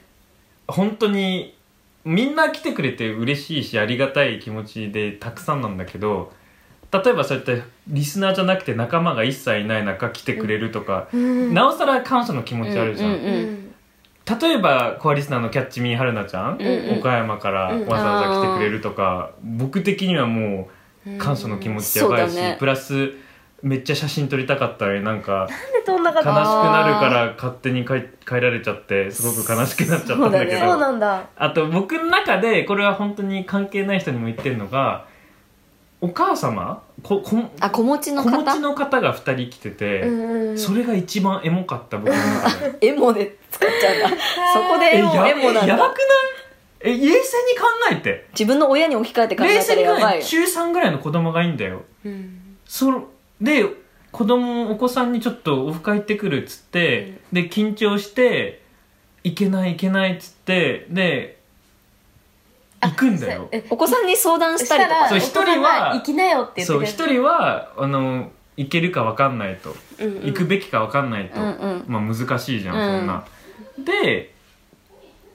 [SPEAKER 3] 本当にみんな来てくれて嬉しいしありがたい気持ちでたくさんなんだけど例えばそうやってリスナーじゃなくて仲間が一切いない中来てくれるとか、
[SPEAKER 2] うん
[SPEAKER 3] なおさら感謝の気持
[SPEAKER 1] ー
[SPEAKER 3] ちあるじゃ
[SPEAKER 1] う
[SPEAKER 3] ん、
[SPEAKER 1] んう
[SPEAKER 2] うん
[SPEAKER 1] うん
[SPEAKER 2] ん
[SPEAKER 3] 例えばコアリスナーのキャッチミー春菜ちゃん、
[SPEAKER 1] うんうん
[SPEAKER 3] 岡山からわざわざ来てくれるとか、僕的にはもう感謝の気持ちやばいし、
[SPEAKER 1] そうだね
[SPEAKER 3] プラスめっちゃ写真撮りたかったのになんか
[SPEAKER 2] なんで飛んなか
[SPEAKER 3] 悲し
[SPEAKER 2] っ
[SPEAKER 3] くな
[SPEAKER 2] たの
[SPEAKER 3] るから勝手に帰帰られちゃってすごく悲しくなっちゃったんだ
[SPEAKER 1] 悲
[SPEAKER 3] け
[SPEAKER 1] しくな
[SPEAKER 3] ど
[SPEAKER 1] る
[SPEAKER 2] そうなんだ
[SPEAKER 3] あと僕の中でこれは本当に関係ない人にも言ってるのがお母様ここん
[SPEAKER 1] あ、子持ちの
[SPEAKER 3] 子持
[SPEAKER 1] 方
[SPEAKER 3] ちの方が2人来てて、
[SPEAKER 2] うんうん
[SPEAKER 3] それが一番エモかった僕の中で
[SPEAKER 1] エモで使っちゃ うんだ。そこ でエ
[SPEAKER 3] え
[SPEAKER 1] モ、
[SPEAKER 3] や
[SPEAKER 1] エモなん
[SPEAKER 3] やば
[SPEAKER 1] だ
[SPEAKER 3] く。ないえ冷静に考えて
[SPEAKER 1] 自分の親に置き換えて考え
[SPEAKER 3] 冷
[SPEAKER 1] た
[SPEAKER 3] 静
[SPEAKER 1] ら
[SPEAKER 3] に考
[SPEAKER 1] やば
[SPEAKER 3] え
[SPEAKER 1] い
[SPEAKER 3] て
[SPEAKER 1] よ。
[SPEAKER 3] 中3ぐらいの子供がいいんだよ
[SPEAKER 2] うん
[SPEAKER 3] そので子供お子さんにちょっとオフ会行ってくるっつって、で緊張して行けない行けないっつってで行くんだよ
[SPEAKER 2] え
[SPEAKER 1] お子さんに相談したりと
[SPEAKER 3] そ
[SPEAKER 1] か
[SPEAKER 3] う。
[SPEAKER 2] した
[SPEAKER 3] 一
[SPEAKER 2] ら
[SPEAKER 3] 人は
[SPEAKER 2] 大人が行きなよって言って
[SPEAKER 3] そう
[SPEAKER 2] くれる
[SPEAKER 3] 一人はあの行けるか分かんないと、
[SPEAKER 2] うんうん
[SPEAKER 3] 行くべきか分かんないと、
[SPEAKER 1] うんうん
[SPEAKER 3] まあ難しいじゃん、
[SPEAKER 1] うん
[SPEAKER 3] そんなで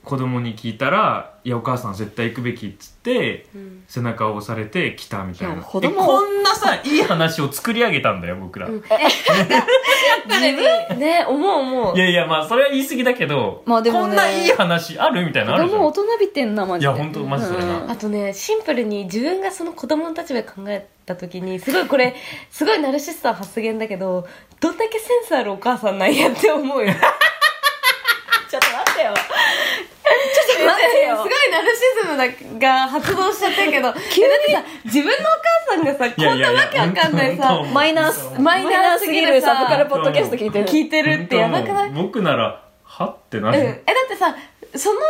[SPEAKER 3] 子供に聞いたら「いやお母さん絶対行くべき」っつって背中を押されて来たみたい
[SPEAKER 1] い
[SPEAKER 3] な
[SPEAKER 1] や子
[SPEAKER 3] え
[SPEAKER 1] 供を
[SPEAKER 3] こんなさいい話を作り上げたんだよ僕ら、
[SPEAKER 2] うん
[SPEAKER 3] い
[SPEAKER 2] ねね思う思う
[SPEAKER 3] やいやまあそれは言い過ぎだけど、
[SPEAKER 1] まあでもね
[SPEAKER 3] こんないい話あるみたいな
[SPEAKER 1] 子
[SPEAKER 3] のあるじゃ
[SPEAKER 1] 供大
[SPEAKER 3] ん
[SPEAKER 1] 人びてんなマジで
[SPEAKER 3] いやほんとマジそれな
[SPEAKER 1] うん
[SPEAKER 2] あとねシンプルに自分がその子供の立場で考えた時にすごいこれすごいナルシストな発言だけどどんだけセンスあるお母さんなんやって思うよ
[SPEAKER 1] ちょっと待ってよちょっと
[SPEAKER 2] すご
[SPEAKER 1] 待って
[SPEAKER 2] い
[SPEAKER 1] よ
[SPEAKER 2] ナルシズムだが発動しちゃってるけど
[SPEAKER 1] 急に
[SPEAKER 2] えだってさ自分のお母さんがさこんなわけわかんない
[SPEAKER 3] やや
[SPEAKER 2] さ
[SPEAKER 3] 本当
[SPEAKER 1] マイナス
[SPEAKER 2] マイナーすぎるさ
[SPEAKER 1] マイナーすぎサブカルポッドキャスト聞いてる
[SPEAKER 2] 聞いてるってやばくない
[SPEAKER 3] 本当もう僕なら「は?」ってな
[SPEAKER 2] うん、
[SPEAKER 3] る、
[SPEAKER 2] えだってさその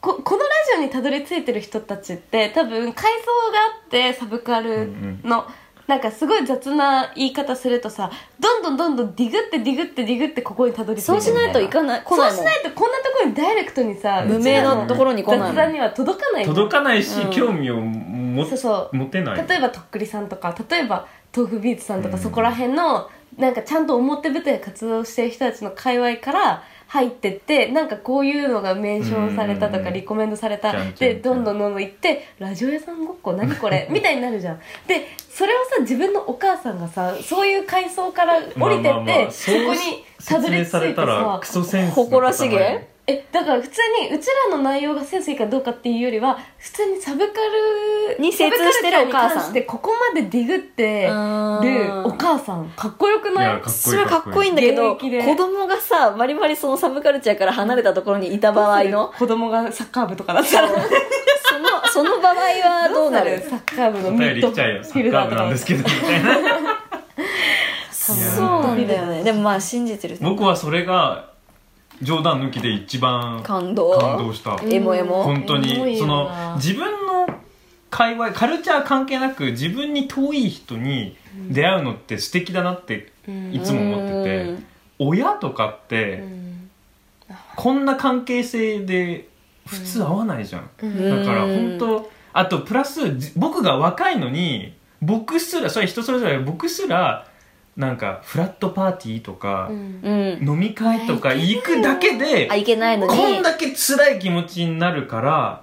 [SPEAKER 2] ここのラジオにたどり着いてる人たちって多分階層があってサブカルの、なんかすごい雑な言い方するとさどんどんどんどんディグってディグってディグってここにたどり着いて
[SPEAKER 1] そうしないといか
[SPEAKER 2] な
[SPEAKER 1] な
[SPEAKER 2] い
[SPEAKER 1] い来
[SPEAKER 2] そ
[SPEAKER 1] な
[SPEAKER 2] う
[SPEAKER 1] いも
[SPEAKER 2] し
[SPEAKER 1] ん
[SPEAKER 2] ないとこんなところにダイレクトにさ
[SPEAKER 1] 無名のところに来ないう
[SPEAKER 2] ちらの雑談には届かない
[SPEAKER 3] 届かないし、
[SPEAKER 1] うん
[SPEAKER 3] 興味をも
[SPEAKER 2] そうそう
[SPEAKER 3] 持てない
[SPEAKER 2] 例えばとっくりさんとか例えば豆腐ビーツさんとか、
[SPEAKER 3] うん
[SPEAKER 2] そこら辺のなんかちゃんと表舞台で活動してる人たちの界隈から入ってってなんかこういうのがメンションされたと
[SPEAKER 3] うんうん
[SPEAKER 2] か
[SPEAKER 3] うん
[SPEAKER 2] リコメンドされた
[SPEAKER 3] ちゃんちゃん
[SPEAKER 2] でどんどんどんどん行ってラジオ屋さんごっこ何こ れみたいになるじゃんでそれをさ自分のお母さんがさそういう階層から降りてっ
[SPEAKER 3] ま
[SPEAKER 2] て、
[SPEAKER 3] あまあまあ
[SPEAKER 2] そこにたどり
[SPEAKER 3] 説明
[SPEAKER 2] 着
[SPEAKER 3] され
[SPEAKER 2] いて
[SPEAKER 3] たら
[SPEAKER 2] さ
[SPEAKER 3] クソセンスの塊
[SPEAKER 1] 誇らしげ
[SPEAKER 2] えだから普通にうちらの内容がセンスいいかどうかっていうよりは普通にサブカル
[SPEAKER 1] に精通してるお母さん
[SPEAKER 2] サブカルチャーに関してここまでディグって
[SPEAKER 1] う
[SPEAKER 2] る
[SPEAKER 1] ん
[SPEAKER 2] お母さんかっこよく
[SPEAKER 3] い
[SPEAKER 2] ない
[SPEAKER 3] やかっ
[SPEAKER 1] それはかっこいいんだけど
[SPEAKER 2] 現役で
[SPEAKER 1] 子供がさバリバリそのサブカルチャーから離れたところにいた場合の
[SPEAKER 2] 子供がサッカー部とかだったら
[SPEAKER 1] そのその場合はどうなる
[SPEAKER 2] サッカー部の
[SPEAKER 3] お
[SPEAKER 2] ミ
[SPEAKER 3] 便
[SPEAKER 2] ッ
[SPEAKER 3] り
[SPEAKER 2] ド
[SPEAKER 3] 来
[SPEAKER 2] フ
[SPEAKER 3] ちゃうよサ
[SPEAKER 2] ィ
[SPEAKER 3] ッ
[SPEAKER 2] ル
[SPEAKER 3] カー
[SPEAKER 2] ダー
[SPEAKER 3] 部
[SPEAKER 2] と
[SPEAKER 3] な
[SPEAKER 2] か
[SPEAKER 3] んですけどみたいな
[SPEAKER 1] そうう
[SPEAKER 3] いや
[SPEAKER 1] なんだよねでもまあ信じてる
[SPEAKER 3] 僕はそれが冗談抜きで一番
[SPEAKER 1] 感
[SPEAKER 3] 感
[SPEAKER 1] 動
[SPEAKER 3] 動した
[SPEAKER 1] エモエモ
[SPEAKER 3] 本当
[SPEAKER 2] エモ
[SPEAKER 3] に
[SPEAKER 2] いよ
[SPEAKER 3] その
[SPEAKER 2] な
[SPEAKER 3] 自分の界隈カルチャー関係なく自分に遠い人に出会うのって素敵だなって
[SPEAKER 2] うん
[SPEAKER 3] いつも思って
[SPEAKER 1] う
[SPEAKER 3] て
[SPEAKER 1] ん
[SPEAKER 3] 親とかっ
[SPEAKER 2] う
[SPEAKER 3] て
[SPEAKER 2] ん
[SPEAKER 3] こんな関係性で普通合わないじゃん
[SPEAKER 2] うん
[SPEAKER 1] うん
[SPEAKER 3] だから本当あとプラスじ僕が若いのに僕すらそれ人それぞれ僕すらなんかフラットパーティーとか、
[SPEAKER 2] うん
[SPEAKER 1] うん
[SPEAKER 3] 飲み会とか行くだけで
[SPEAKER 1] あいけないのに
[SPEAKER 3] こんだけ辛い気持ちになるから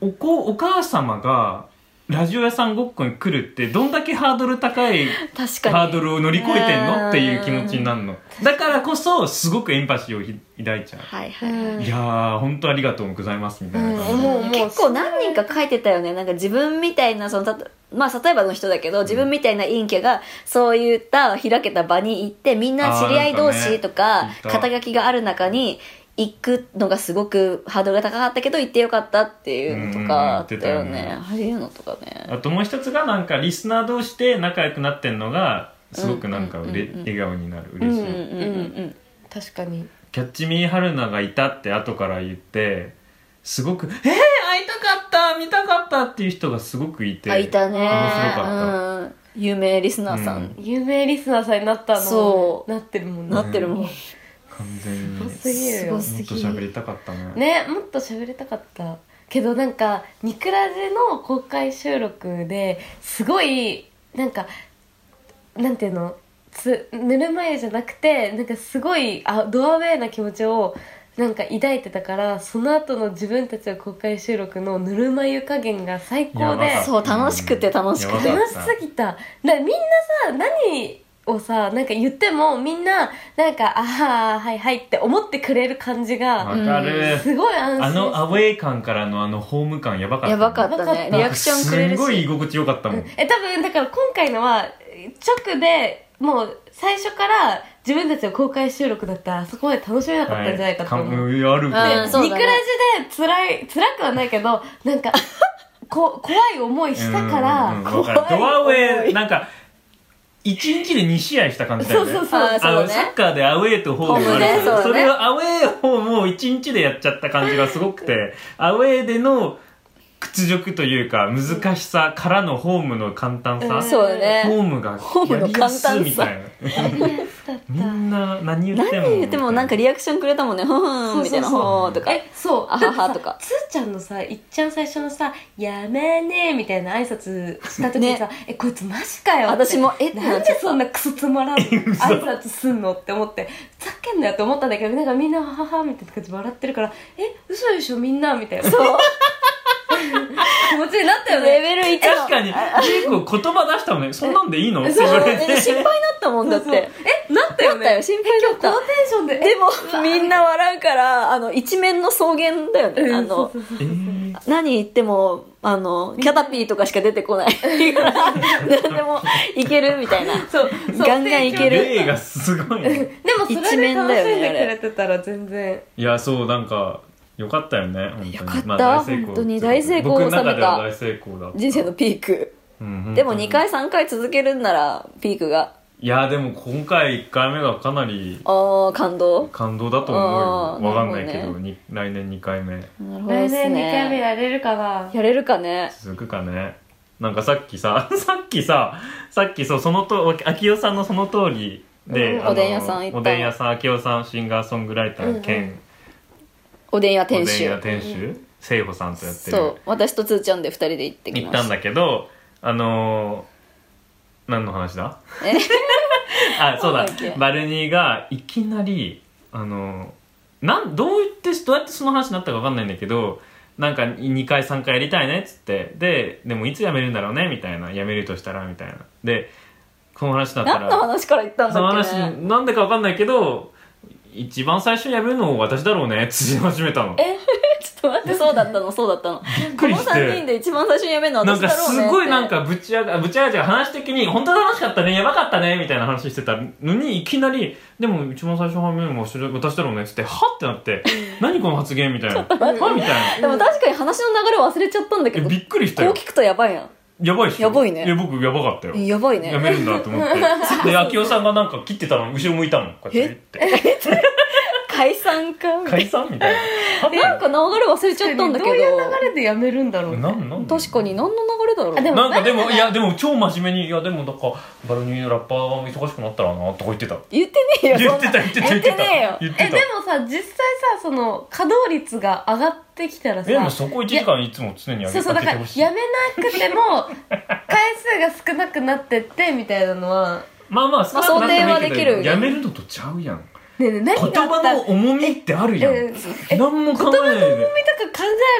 [SPEAKER 3] お子お母様がラジオ屋さんごっこに来るってどんだけハードル高い
[SPEAKER 1] 確かに
[SPEAKER 3] ハードルを乗り越えてん
[SPEAKER 1] うん
[SPEAKER 3] のっていう気持ちになるのだからこそすごくエンパシーをひ抱いちゃ
[SPEAKER 1] はいはいはい、
[SPEAKER 3] ういやー本当ありがとうございますみたいな感じ
[SPEAKER 2] うん
[SPEAKER 3] で
[SPEAKER 2] 思う思う
[SPEAKER 1] 結構何人か書いてたよねなんか自分みたいなそのたとまあ例えばの人だけど自分みたいな陰キャがそういった開けた場に行ってみんな知り合い同士とか
[SPEAKER 3] あーなんかね
[SPEAKER 1] 肩書きがある中に行くのがすごくハードルが高かったけど行ってよかったっていうのとかあったよ
[SPEAKER 3] うんうん言っ
[SPEAKER 1] ね
[SPEAKER 3] てたよね
[SPEAKER 1] ああいうのとかね
[SPEAKER 3] あともう一つがなんかリスナー同士で仲良くなってんのがすごくなんかうれ
[SPEAKER 1] うんうんうんうん
[SPEAKER 3] 笑顔になる
[SPEAKER 1] うん
[SPEAKER 3] 嬉
[SPEAKER 1] う
[SPEAKER 3] し
[SPEAKER 1] ん
[SPEAKER 3] い、
[SPEAKER 1] うんうん
[SPEAKER 2] 確かに
[SPEAKER 3] キャッチミーハルナがいたって後から言って、すごく、えー、会いたかった見たかったっていう人がすごくいて。
[SPEAKER 1] あいたね
[SPEAKER 3] 面白かっ
[SPEAKER 1] うん有名リスナーさん、
[SPEAKER 2] 有名リスナーさんになったの
[SPEAKER 1] そう
[SPEAKER 2] なってるもん
[SPEAKER 1] なってるもん、
[SPEAKER 3] た。完全に。
[SPEAKER 2] す
[SPEAKER 3] も
[SPEAKER 2] ご
[SPEAKER 3] っ
[SPEAKER 2] すぎるよ
[SPEAKER 1] すご
[SPEAKER 3] と喋りたかったね。
[SPEAKER 2] ねもっと喋れたかったけどなんか「ニクラジ」の公開収録ですごいなんかなんていうのつぬるま湯じゃなくてなんかすごいあドアウェイな気持ちをなんか抱いてたからその後の自分たちの公開収録のぬるま湯加減が最高で
[SPEAKER 3] やばかった
[SPEAKER 1] そう楽しくて楽しくて
[SPEAKER 3] やばか
[SPEAKER 2] 楽
[SPEAKER 3] っ
[SPEAKER 2] したすぎただみんなさ何をさなんか言ってもみんななんか「ああはいはい」って思ってくれる感じが
[SPEAKER 3] わかる。
[SPEAKER 2] すごい安心
[SPEAKER 3] あ
[SPEAKER 2] した
[SPEAKER 3] のアウェイ感からのあのホーム感やばかった。
[SPEAKER 1] やばかったねリアクションくれる
[SPEAKER 3] すごい居
[SPEAKER 1] し
[SPEAKER 3] 心地よかったもん。
[SPEAKER 2] え多分だから今回のは直でもう最初から自分たちの公開収録だったらあそこまで楽しめなかったんじゃないかと思う、
[SPEAKER 3] はいかあるか
[SPEAKER 1] うん
[SPEAKER 3] も
[SPEAKER 1] そう
[SPEAKER 2] ニクラジで辛い辛くはないけどなんか こ怖い思いしたから、
[SPEAKER 3] うんうん
[SPEAKER 2] 怖
[SPEAKER 3] わか
[SPEAKER 2] い
[SPEAKER 3] るドアウ
[SPEAKER 2] 思
[SPEAKER 3] ェイ、
[SPEAKER 2] い
[SPEAKER 3] なんか、1日で2試合した感じだ
[SPEAKER 2] そ
[SPEAKER 3] よ
[SPEAKER 2] う
[SPEAKER 3] ね。
[SPEAKER 2] そうそう
[SPEAKER 1] あー
[SPEAKER 3] あ
[SPEAKER 1] そ
[SPEAKER 3] の
[SPEAKER 1] う
[SPEAKER 3] サ
[SPEAKER 1] ね
[SPEAKER 3] ッカーでアウェーとホームが
[SPEAKER 1] ホー
[SPEAKER 3] ある
[SPEAKER 1] ムねそうね
[SPEAKER 3] それをアウェーをもう1日でやっちゃった感じがすごくてアウェーでの屈辱というか難しさからのホームの簡単さ、
[SPEAKER 2] うん
[SPEAKER 1] そうだね
[SPEAKER 3] ホームが
[SPEAKER 1] ホームの
[SPEAKER 3] やりやすいみたいな
[SPEAKER 2] だっ
[SPEAKER 3] みんな何言っ
[SPEAKER 1] 何
[SPEAKER 3] ても
[SPEAKER 1] 言ってもなんか
[SPEAKER 3] み
[SPEAKER 1] リアクションくれたもんね「ふーん」みたいな「
[SPEAKER 2] そうそうそう
[SPEAKER 1] ほー」とか
[SPEAKER 2] えそう
[SPEAKER 1] あはは
[SPEAKER 2] だってさ
[SPEAKER 1] とか
[SPEAKER 2] つーちゃんのさいっちゃん最初のさ「やめねえ」みたいな挨拶した時にさ「えこいつマジかよ」
[SPEAKER 1] 私もえって
[SPEAKER 2] な
[SPEAKER 1] なっ
[SPEAKER 2] ん
[SPEAKER 1] ちゃ
[SPEAKER 2] で
[SPEAKER 1] った
[SPEAKER 2] そんなクソつまらん挨拶すんのって思ってさっけんなよって思ったんだけどなんかみんなはははみたいな感じで笑ってるからえ嘘でしょみんなみたいな
[SPEAKER 1] そう
[SPEAKER 2] 気持ちになったよ
[SPEAKER 1] レベ
[SPEAKER 2] ね
[SPEAKER 1] ル1の
[SPEAKER 3] 確かに結構言葉出したもんねそんなんでいいのって
[SPEAKER 1] そ
[SPEAKER 3] 言わ
[SPEAKER 1] う
[SPEAKER 3] れて
[SPEAKER 1] で心配になったもんだっ
[SPEAKER 2] そうそう
[SPEAKER 1] て
[SPEAKER 2] えなったよ
[SPEAKER 1] な
[SPEAKER 2] ね
[SPEAKER 1] ったよ心配だった
[SPEAKER 2] え今日このテンションで
[SPEAKER 1] でもみんな笑うからあの一面の草原だよね、
[SPEAKER 2] えうん
[SPEAKER 1] あ
[SPEAKER 2] そ
[SPEAKER 1] の
[SPEAKER 2] うそうそう
[SPEAKER 3] えー
[SPEAKER 1] 何言ってもあのキャタピーとかしか出てこない何でもいけるみたいな
[SPEAKER 2] そうそう
[SPEAKER 1] ガンガンいける
[SPEAKER 3] 例がすごいね
[SPEAKER 2] でもそれ
[SPEAKER 1] 一
[SPEAKER 2] で
[SPEAKER 1] 面
[SPEAKER 2] 楽
[SPEAKER 1] だよ
[SPEAKER 2] し
[SPEAKER 1] ね
[SPEAKER 2] ん
[SPEAKER 1] あ
[SPEAKER 2] で
[SPEAKER 1] れ
[SPEAKER 2] くれてたら全然
[SPEAKER 3] いやそうなんかよかったよね本当に
[SPEAKER 1] よかった
[SPEAKER 3] まあ大成功
[SPEAKER 1] 本当に大成功を収めた
[SPEAKER 3] 僕の中では大成功だった
[SPEAKER 1] 人生のピーク
[SPEAKER 3] うん
[SPEAKER 1] でも
[SPEAKER 3] 本当に
[SPEAKER 1] 2回3回続けるんならピークが
[SPEAKER 3] いやでも今回1回目がかなり
[SPEAKER 1] ああ感動
[SPEAKER 3] 感動だと思
[SPEAKER 1] あ
[SPEAKER 3] う
[SPEAKER 1] ー
[SPEAKER 3] よわかんないけ
[SPEAKER 1] なる
[SPEAKER 3] ど
[SPEAKER 1] ほ
[SPEAKER 3] に来年2回目
[SPEAKER 1] なるほどで
[SPEAKER 2] 来
[SPEAKER 1] す
[SPEAKER 2] 年2回目
[SPEAKER 1] ね
[SPEAKER 2] やれるかな
[SPEAKER 1] やれるかね
[SPEAKER 3] 続くかねなんかさっきさ さっきささっきそうそのと秋代さんのその通りで、
[SPEAKER 2] うん
[SPEAKER 3] あの
[SPEAKER 1] おでん屋さん行った
[SPEAKER 3] おでん屋さん秋代さんシンガーソングライター
[SPEAKER 2] うんう
[SPEAKER 3] 兼、
[SPEAKER 1] おでん屋店
[SPEAKER 3] おでん
[SPEAKER 1] 主
[SPEAKER 3] 屋店主聖保さんとやってる
[SPEAKER 1] そう私とつーちゃんで2人で行ってき
[SPEAKER 3] 行っ
[SPEAKER 1] ま
[SPEAKER 3] た
[SPEAKER 1] し
[SPEAKER 3] ん
[SPEAKER 1] た
[SPEAKER 3] だけどあのー何の話だ
[SPEAKER 1] え
[SPEAKER 3] あそうだ
[SPEAKER 1] なんだっけ
[SPEAKER 3] バルニーがいきなりあのーなんどう言ってどうやってその話になったか分かんないんだけどなんか2回3回やりたいねっつってででもいつ辞めるんだろうねみたいな辞めるとしたらみたいなでこの話だった
[SPEAKER 1] 何
[SPEAKER 3] ら
[SPEAKER 1] の話から行ったん
[SPEAKER 3] その
[SPEAKER 1] だっ
[SPEAKER 3] 話
[SPEAKER 1] け、ね、
[SPEAKER 3] なんでか分かんないけど一番最初に辞めるの私だろうねっつって始めたの
[SPEAKER 2] え
[SPEAKER 1] ちょっと待ってそうだったのそうだったの
[SPEAKER 3] びっ
[SPEAKER 1] こ
[SPEAKER 3] くり
[SPEAKER 1] の
[SPEAKER 3] して
[SPEAKER 1] 3人で一番最初にやめるのは
[SPEAKER 3] なん
[SPEAKER 1] 私
[SPEAKER 3] か
[SPEAKER 1] だろうね
[SPEAKER 3] す
[SPEAKER 1] って
[SPEAKER 3] ごいなんかぶち上が、ぶち上がじゃない話的に、本当楽しかったね、やばかったね、みたいな話してたのに、いきなり、でも一番最初の反面も私だろうね、っつって、はってなって、何この発言みたいな。はみたいな。
[SPEAKER 1] でも確かに話の流れ忘れちゃったんだけ
[SPEAKER 3] え
[SPEAKER 1] ど
[SPEAKER 3] びっくりした
[SPEAKER 1] こう
[SPEAKER 3] よ。
[SPEAKER 1] 聞くとやばいや
[SPEAKER 3] やばいっしょ。
[SPEAKER 1] やばいね
[SPEAKER 3] いや、僕やばかったよ。
[SPEAKER 1] んやばいね
[SPEAKER 3] やめるんだと 思って。で、秋夫さんがなんか切ってたの、後ろ向いたの。こうやって言って。
[SPEAKER 1] 解散かみたい
[SPEAKER 3] 解散みたいな。はって
[SPEAKER 1] ななんか流れ忘れちゃったんだけど
[SPEAKER 2] どういう流れでやめるんだろうね
[SPEAKER 3] なんなん
[SPEAKER 1] 確かに何の流れだろう
[SPEAKER 2] あでも
[SPEAKER 3] なんかでも、いや、でも超真面目に、いや、でもなんか、バルニーのラッパーが忙しくなったらな、とか言ってた。
[SPEAKER 1] 言ってねえよ
[SPEAKER 3] 言
[SPEAKER 1] そ
[SPEAKER 3] っ
[SPEAKER 1] ん
[SPEAKER 3] て
[SPEAKER 1] な
[SPEAKER 3] た言ってた言ってた
[SPEAKER 1] 言ってねえよ
[SPEAKER 3] 言って
[SPEAKER 2] えで
[SPEAKER 3] た
[SPEAKER 2] もさ実際さその稼働率が上がってきたらさ
[SPEAKER 3] えでもそこ1時間いつも常に上
[SPEAKER 2] そ
[SPEAKER 3] げ
[SPEAKER 2] うそうだ
[SPEAKER 3] 上げ
[SPEAKER 2] か
[SPEAKER 3] てほ
[SPEAKER 2] ら
[SPEAKER 3] しい
[SPEAKER 2] やめなくて も回数が少なくなってってみたいなのは
[SPEAKER 3] まあま
[SPEAKER 1] ま
[SPEAKER 3] あ、
[SPEAKER 1] あ想定はできる
[SPEAKER 3] やめるのとちゃうやん
[SPEAKER 2] ねえ
[SPEAKER 3] 言
[SPEAKER 2] ねえ何があった
[SPEAKER 3] 葉の重みってあるやん
[SPEAKER 2] ええ
[SPEAKER 3] 何も考えないで
[SPEAKER 2] とか考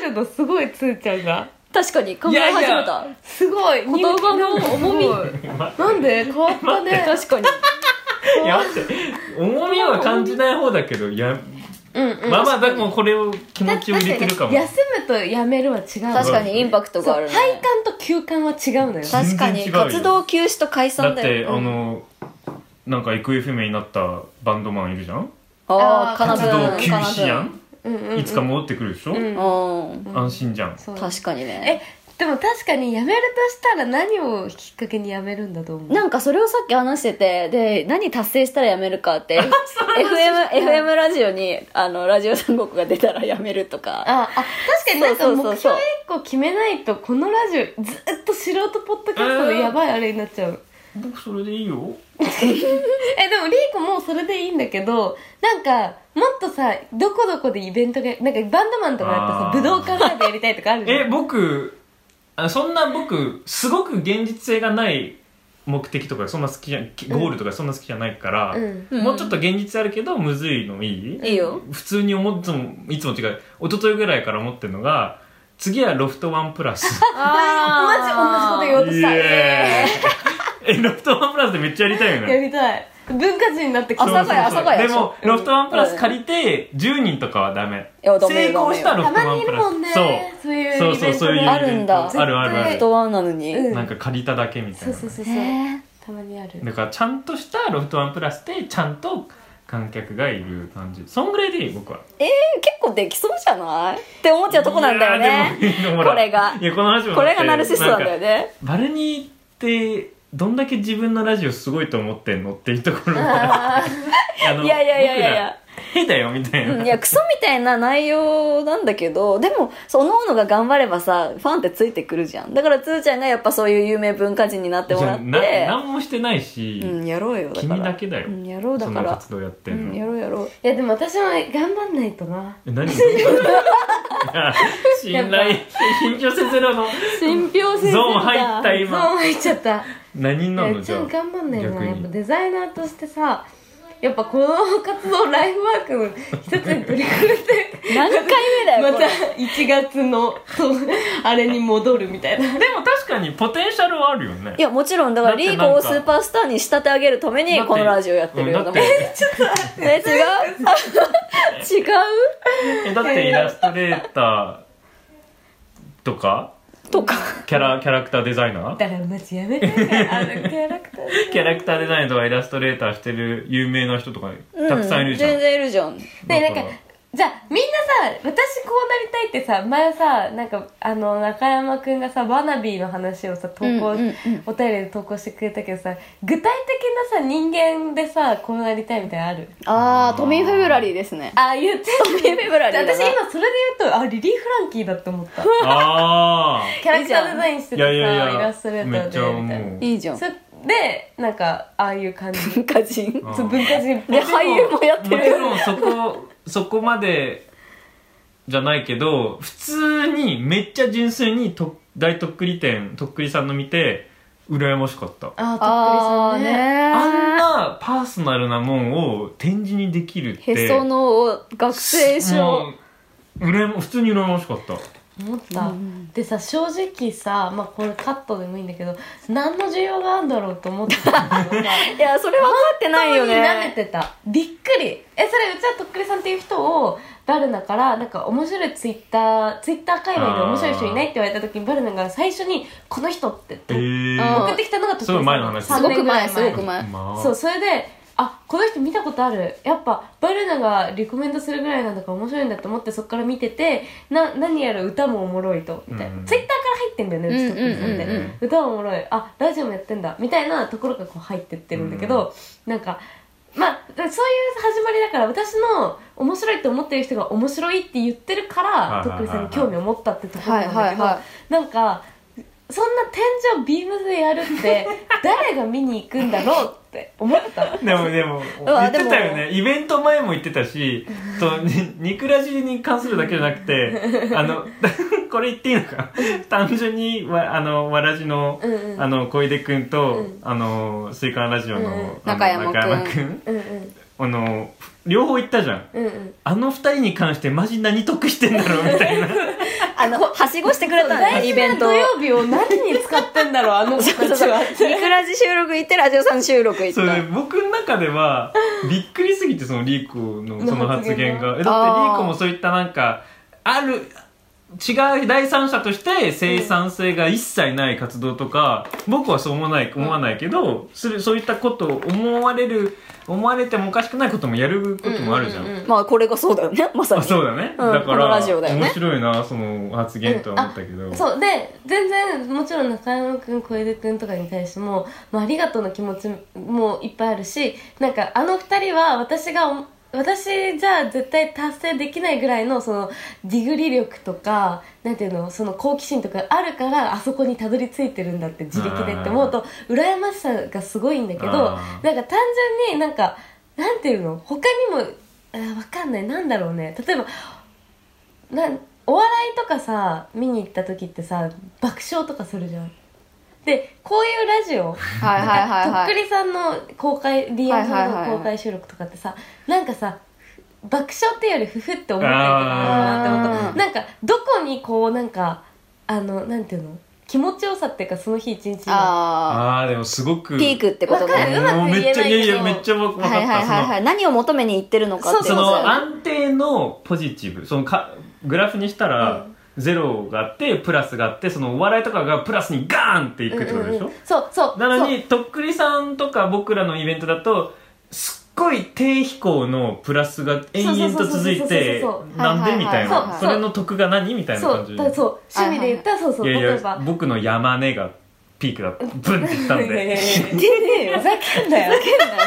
[SPEAKER 2] えるのすごいつーちゃんが
[SPEAKER 1] 確かに考え始めた
[SPEAKER 2] すごい
[SPEAKER 1] 言葉の重み
[SPEAKER 2] 人気の重み なんで変わったね
[SPEAKER 1] 確かに
[SPEAKER 3] いや待って重みは感じない方だけどいや
[SPEAKER 2] うんうん
[SPEAKER 3] まあまあでもこれを気持ちを入れてるかも
[SPEAKER 2] 休むとやめるは違う
[SPEAKER 1] 確かにインパクト
[SPEAKER 2] そ
[SPEAKER 1] があ
[SPEAKER 2] う
[SPEAKER 1] るね
[SPEAKER 2] 配管と休管は違うのよ
[SPEAKER 1] 確か
[SPEAKER 3] 全然違
[SPEAKER 1] に
[SPEAKER 3] うよ
[SPEAKER 1] 活動休止と解
[SPEAKER 3] だ
[SPEAKER 1] 散
[SPEAKER 3] っ
[SPEAKER 1] だ
[SPEAKER 3] て
[SPEAKER 1] よ
[SPEAKER 3] あのなんか行方不明になったバンドマンいるじゃん
[SPEAKER 1] ああ
[SPEAKER 2] あー
[SPEAKER 1] 金
[SPEAKER 3] 活動
[SPEAKER 1] 沢
[SPEAKER 3] 休止やん
[SPEAKER 2] うんうんうん
[SPEAKER 3] いつか戻ってくるでしょ
[SPEAKER 2] うん
[SPEAKER 1] うん
[SPEAKER 3] 安心じゃん
[SPEAKER 2] そう
[SPEAKER 1] 確かにね
[SPEAKER 2] えでも確かに辞めるとしたら何をきっかけに辞めるんだと思う
[SPEAKER 1] なんかそれをさっき話しててで何達成したらやめるかって FM, FM ラジオにあのラジオ三国が出たらやめるとか
[SPEAKER 2] ああ確かになんか
[SPEAKER 1] そう
[SPEAKER 2] 目
[SPEAKER 1] そうそ
[SPEAKER 2] 標
[SPEAKER 1] う
[SPEAKER 2] 一
[SPEAKER 1] そう
[SPEAKER 2] 個決めないとこのラジオずっと素人ポッドキャストのやばいあれになっちゃう、
[SPEAKER 3] 僕それでいいよ
[SPEAKER 2] えでもリーコもそれでいいんだけどなんかもっとさどこどこでイベントがなんかバンドマンとかやったらさ
[SPEAKER 3] あー
[SPEAKER 2] 武道館ライブやりたいとかあるじゃん
[SPEAKER 3] え僕あそんな僕すごく現実性がない目的とかそんな好きじゃゴールとかそんな好きじゃないから、
[SPEAKER 2] うん
[SPEAKER 1] うん
[SPEAKER 3] もうちょっと現実性あるけどむずいのいい
[SPEAKER 1] いいよ
[SPEAKER 3] 普通に思ってもいつも違う一昨日ぐらいから思ってるのが次はロフトワンプ ラス
[SPEAKER 1] あー
[SPEAKER 2] マジ同じこと言おうと
[SPEAKER 3] イ
[SPEAKER 2] した
[SPEAKER 3] エーイえロフトワンプラスでめっちゃやりたいよ
[SPEAKER 2] や
[SPEAKER 3] ね
[SPEAKER 2] りたい文化人になってき
[SPEAKER 1] 朝
[SPEAKER 2] た
[SPEAKER 1] 霞ヶ谷朝霞
[SPEAKER 3] で
[SPEAKER 1] 谷
[SPEAKER 3] も
[SPEAKER 1] うん
[SPEAKER 3] ロフトワンプラス借りて10人とかはダメ
[SPEAKER 1] いやダメ
[SPEAKER 3] 成功した
[SPEAKER 1] ダ
[SPEAKER 3] ロ
[SPEAKER 2] た
[SPEAKER 3] フト
[SPEAKER 2] ま
[SPEAKER 3] ワ
[SPEAKER 2] に
[SPEAKER 3] ン
[SPEAKER 2] い
[SPEAKER 3] プ
[SPEAKER 2] る
[SPEAKER 3] ラス
[SPEAKER 2] もんねそういう
[SPEAKER 3] そうそ
[SPEAKER 2] イ
[SPEAKER 3] う
[SPEAKER 2] ベント
[SPEAKER 3] そういうイベント
[SPEAKER 2] も
[SPEAKER 1] あるんだ
[SPEAKER 3] あるあるあ
[SPEAKER 1] ロ
[SPEAKER 3] る
[SPEAKER 1] フトワンなのに、
[SPEAKER 2] うん
[SPEAKER 3] なんか借りただけみたい
[SPEAKER 2] そう
[SPEAKER 3] な
[SPEAKER 2] そうそうそう
[SPEAKER 1] へー
[SPEAKER 2] たまにある
[SPEAKER 3] だからちゃんとしたロフトワンプラスでちゃんと観客がいる感じそんぐらいでいい僕は
[SPEAKER 1] えー、結構できそうじゃないって思っちゃうとこなんだよ
[SPEAKER 3] いや
[SPEAKER 1] ね
[SPEAKER 3] ーでもでもほら
[SPEAKER 1] これが
[SPEAKER 3] いやこの話も
[SPEAKER 1] これがナルシストなんだよ
[SPEAKER 3] ね
[SPEAKER 1] ね
[SPEAKER 3] バルニーってどんだけ自分のラジオすごいと思ってんのっていうところが
[SPEAKER 2] あ
[SPEAKER 3] あの
[SPEAKER 1] いやいやいやいやいや
[SPEAKER 3] 僕らへだよみたい な、
[SPEAKER 1] うんいやクソみたいな内容なんだけどでもそのおのが頑張ればさファンってついてくるじゃんだからつーちゃんがやっぱそういう有名文化人になってもらっ
[SPEAKER 3] いや
[SPEAKER 1] て
[SPEAKER 3] な何もしてないし、
[SPEAKER 1] うんやろうよだから
[SPEAKER 3] 君だけだよ
[SPEAKER 1] うんやろうだ
[SPEAKER 3] そ
[SPEAKER 1] か
[SPEAKER 3] の
[SPEAKER 1] ら
[SPEAKER 3] 活動やって
[SPEAKER 1] うん
[SPEAKER 3] の、
[SPEAKER 1] んやろうやろう
[SPEAKER 2] ーいやでも私も頑張んないとな
[SPEAKER 3] え何 信頼緊張せずらの
[SPEAKER 1] 信憑性
[SPEAKER 3] ゾーン入った
[SPEAKER 2] そう
[SPEAKER 3] 今
[SPEAKER 2] 入っちゃった
[SPEAKER 3] 何になるの
[SPEAKER 2] いや
[SPEAKER 3] じ
[SPEAKER 2] ち
[SPEAKER 3] ゃ
[SPEAKER 2] ょっ
[SPEAKER 3] あ
[SPEAKER 2] と頑張んないな
[SPEAKER 3] 逆に
[SPEAKER 2] やっぱデザイナーとしてさやっぱこの活動ライフワークの一つに 取り組んで
[SPEAKER 1] 何回目だよ
[SPEAKER 2] ま
[SPEAKER 1] こ
[SPEAKER 2] た
[SPEAKER 1] れ
[SPEAKER 2] 1月のそうあれに戻るみたいな
[SPEAKER 3] でも確かにポテンシャルはあるよね
[SPEAKER 1] いやもちろんだからリーコをスーパースターに仕立て上げるためにこのラジオやってるようなもん、
[SPEAKER 3] だってうんだっ て
[SPEAKER 1] え違う違う
[SPEAKER 3] えだってイラストレーターとか
[SPEAKER 1] とか
[SPEAKER 3] キャラキャラクターデザイナー
[SPEAKER 2] だからマジやめてあのキャラクターで
[SPEAKER 3] キャラクターデザイナーとかイラストレーターしてる有名な人とかたくさんいるじゃん、
[SPEAKER 1] う全然いるじゃん
[SPEAKER 2] ね
[SPEAKER 3] だ
[SPEAKER 2] なん
[SPEAKER 3] か
[SPEAKER 2] からじゃあみんなさ私こうなりたいってさ前さなんかあの中山くんがさ「ワナビー」の話をさ投稿、
[SPEAKER 1] うんうんうん
[SPEAKER 2] お便りで投稿してくれたけどさ具体的なさ人間でさこうなりたいみたいなのある
[SPEAKER 1] ああトミー・フェブラリーですね
[SPEAKER 2] あ言って
[SPEAKER 1] トミー・フェブラリーだな
[SPEAKER 2] 私今それで言うとあリリー・フランキーだと思った
[SPEAKER 3] ああ
[SPEAKER 2] キャラクターデザインして
[SPEAKER 3] い
[SPEAKER 2] てさ
[SPEAKER 3] やいやい
[SPEAKER 2] イ
[SPEAKER 3] や
[SPEAKER 2] ラストレータ
[SPEAKER 3] めっ
[SPEAKER 2] ー
[SPEAKER 3] ちゃ
[SPEAKER 2] でみたいない
[SPEAKER 3] 思う
[SPEAKER 1] いいじゃん
[SPEAKER 2] そでなんかああいう 感じ
[SPEAKER 1] 文化人
[SPEAKER 3] うん
[SPEAKER 2] そう文化人っぽい
[SPEAKER 1] で俳優もやって
[SPEAKER 3] もち
[SPEAKER 1] る
[SPEAKER 3] ろんそこ そこまでじゃないけど普通にめっちゃ純粋にと大とっくり店とっくりさんの見て羨ましかった
[SPEAKER 2] ああとっくりさんね
[SPEAKER 3] あん
[SPEAKER 1] ね
[SPEAKER 3] なパーソナルなもんを展示にできるって
[SPEAKER 1] へその緒を学生
[SPEAKER 3] も
[SPEAKER 1] 証
[SPEAKER 3] う羨ま普通に羨ましかった
[SPEAKER 2] 思った、
[SPEAKER 1] うん
[SPEAKER 2] でさ正直さまあこれカットでもいいんだけど何の需要があるんだろうと思ってたん だけどさ
[SPEAKER 1] いやそれ分かってないよ
[SPEAKER 2] 本当に舐め
[SPEAKER 1] ね
[SPEAKER 2] てたびっくりえそれうちはとっくりさんっていう人をバルナからなんか面白いツイッターツイッター界隈で面白い人いないって言われた時にバルナが最初に「この人」って
[SPEAKER 3] えー、
[SPEAKER 1] あ
[SPEAKER 2] 送ってきたのがとっくり
[SPEAKER 3] す
[SPEAKER 2] さん
[SPEAKER 3] ごい前の話
[SPEAKER 1] すごく前す
[SPEAKER 2] 三
[SPEAKER 1] ご
[SPEAKER 2] 年
[SPEAKER 1] く
[SPEAKER 2] ぐら
[SPEAKER 1] 前
[SPEAKER 2] い
[SPEAKER 3] まあ
[SPEAKER 2] そうそれであこの人見たことあるやっぱバルナがリコメンドするぐらいなんだから面白いんだと思ってそこから見ててな何やら歌もおもろいとみたいな、
[SPEAKER 3] うん
[SPEAKER 2] ツイッターから入ってんだよねうちとっくりさんって、
[SPEAKER 1] うん
[SPEAKER 3] うんうん
[SPEAKER 2] 歌もおもろいあラジオもやってんだみたいなところがこう入ってってるんだけど、なんかまあそういう始まりだから私の面白いと思ってる人が面白いって言ってるか
[SPEAKER 3] い
[SPEAKER 2] ら
[SPEAKER 3] はい
[SPEAKER 2] とっ
[SPEAKER 3] はいはい
[SPEAKER 2] くりさんに興味を持ったってところ
[SPEAKER 1] は
[SPEAKER 2] ないんだ
[SPEAKER 1] は
[SPEAKER 2] け
[SPEAKER 1] い
[SPEAKER 2] ど、
[SPEAKER 1] は
[SPEAKER 2] なんかそんな天井ビームでやるって 誰が見に行くんだろうって思ったの
[SPEAKER 3] でもでも
[SPEAKER 1] わ
[SPEAKER 3] 言ってたよ
[SPEAKER 1] で
[SPEAKER 3] ねイベント前も言ってたしとに肉ラジに関するだけじゃなくてあの これ言っていいのか単純にわあのわらじの,、
[SPEAKER 2] うんうん
[SPEAKER 3] あの小出君と、
[SPEAKER 2] うん
[SPEAKER 3] あのスイカラジオの,、
[SPEAKER 2] うんうん
[SPEAKER 3] あの
[SPEAKER 1] 中山君
[SPEAKER 3] 君
[SPEAKER 2] うんうん
[SPEAKER 3] あの両方行ったじゃん
[SPEAKER 2] うんうん
[SPEAKER 3] あの二人に関してマジ何得してんだろうみたいな
[SPEAKER 1] あのはしごしてくれたの
[SPEAKER 2] 大
[SPEAKER 1] イ
[SPEAKER 2] 事
[SPEAKER 1] ベ
[SPEAKER 2] な
[SPEAKER 1] ント
[SPEAKER 2] 土曜日を何に使ってんだろうあの子
[SPEAKER 1] そうそ
[SPEAKER 2] た
[SPEAKER 1] う
[SPEAKER 2] ち
[SPEAKER 1] そう
[SPEAKER 2] は
[SPEAKER 1] ニクラジ収録行ってラジオさん収録行っ
[SPEAKER 3] それ
[SPEAKER 1] た
[SPEAKER 3] 僕の中ではびっくりすぎてそのリーコのその発言が
[SPEAKER 2] の
[SPEAKER 3] えだってリ
[SPEAKER 1] あー
[SPEAKER 3] ーコもそういったなんかある違う第三者として生産性が一切ない活動とか、僕はそう思わない思わないけど、するそういったことを思われる思われてもおかしくないこともやることもあるじゃん,、
[SPEAKER 2] ううう
[SPEAKER 1] まあこれがそうだよねまさ
[SPEAKER 3] あ
[SPEAKER 1] に
[SPEAKER 3] そうだね、
[SPEAKER 1] うん
[SPEAKER 3] だか
[SPEAKER 1] この
[SPEAKER 3] ら
[SPEAKER 1] ラジオだよね
[SPEAKER 3] 面白いなその発言とは思ったけど、
[SPEAKER 2] あそうで全然もちろん中山君小出君とかに対しても、まあ、ありがとうの気持ちもいっぱいあるしなんかあの二人は私がお私じゃ絶対達成できないぐらいのそのディグリ力とかなんていうのその好奇心とかあるからあそこにたどり着いてるんだって自力でって思うと羨ましさがすごいんだけ
[SPEAKER 3] あ
[SPEAKER 2] どなんか
[SPEAKER 3] ー
[SPEAKER 2] 単純になんかなんていうの他にもあーわかんないなんだろうね例えばなお笑いとかさ見に行った時ってさ爆笑とかするじゃんでこういうラジオ
[SPEAKER 1] はいはいはい
[SPEAKER 2] とっ
[SPEAKER 1] は
[SPEAKER 2] く
[SPEAKER 1] い
[SPEAKER 2] りさんの公開リア
[SPEAKER 1] はい
[SPEAKER 2] さ
[SPEAKER 1] はい
[SPEAKER 2] ん
[SPEAKER 1] はい
[SPEAKER 2] の
[SPEAKER 1] はい
[SPEAKER 2] 公開収録とかってさなんかさ爆笑っていうよりふふって思ったりとかあるなって思う
[SPEAKER 1] あー
[SPEAKER 2] となんかどこにこうなんかあのなんていうの気持ちよさっていうかその日一日の
[SPEAKER 1] あ
[SPEAKER 3] あーでもすご
[SPEAKER 1] あ
[SPEAKER 3] く
[SPEAKER 1] ピークってこと
[SPEAKER 2] わかる
[SPEAKER 1] ね
[SPEAKER 2] うまく
[SPEAKER 3] もうめっちゃいや
[SPEAKER 2] 言えない
[SPEAKER 3] い
[SPEAKER 2] けど
[SPEAKER 3] やめっちゃ僕分か
[SPEAKER 1] は
[SPEAKER 3] っ
[SPEAKER 1] い
[SPEAKER 3] た、
[SPEAKER 1] はいはいはい何を求めに行ってるのかって
[SPEAKER 3] そ
[SPEAKER 1] こと
[SPEAKER 3] の
[SPEAKER 1] だよね
[SPEAKER 3] 安定のポジティブそのかグラフにしたら、ゼロがあってプラスがあってそのお笑いとかがプラスにガーンっていくってことでしょ、
[SPEAKER 2] うんうんうんそうそう
[SPEAKER 3] なのにとっくりさんとか僕らのイベントだとすっごい低飛行のプラスが延々と続いて
[SPEAKER 2] そうそうそうそうそうそう
[SPEAKER 3] なんでみたい
[SPEAKER 2] はいはい
[SPEAKER 3] な
[SPEAKER 2] はい
[SPEAKER 3] それの得が何みたいな
[SPEAKER 2] そ
[SPEAKER 3] 感
[SPEAKER 2] う
[SPEAKER 3] じ
[SPEAKER 2] だそう趣味で言ったらそうそう
[SPEAKER 3] い
[SPEAKER 2] 例
[SPEAKER 3] や
[SPEAKER 2] え
[SPEAKER 3] いや
[SPEAKER 2] ば
[SPEAKER 3] 僕の山根がピークだブンっていったん
[SPEAKER 2] いやい
[SPEAKER 3] で
[SPEAKER 2] やいや
[SPEAKER 1] 言ってねえよ
[SPEAKER 2] ふざけんなよ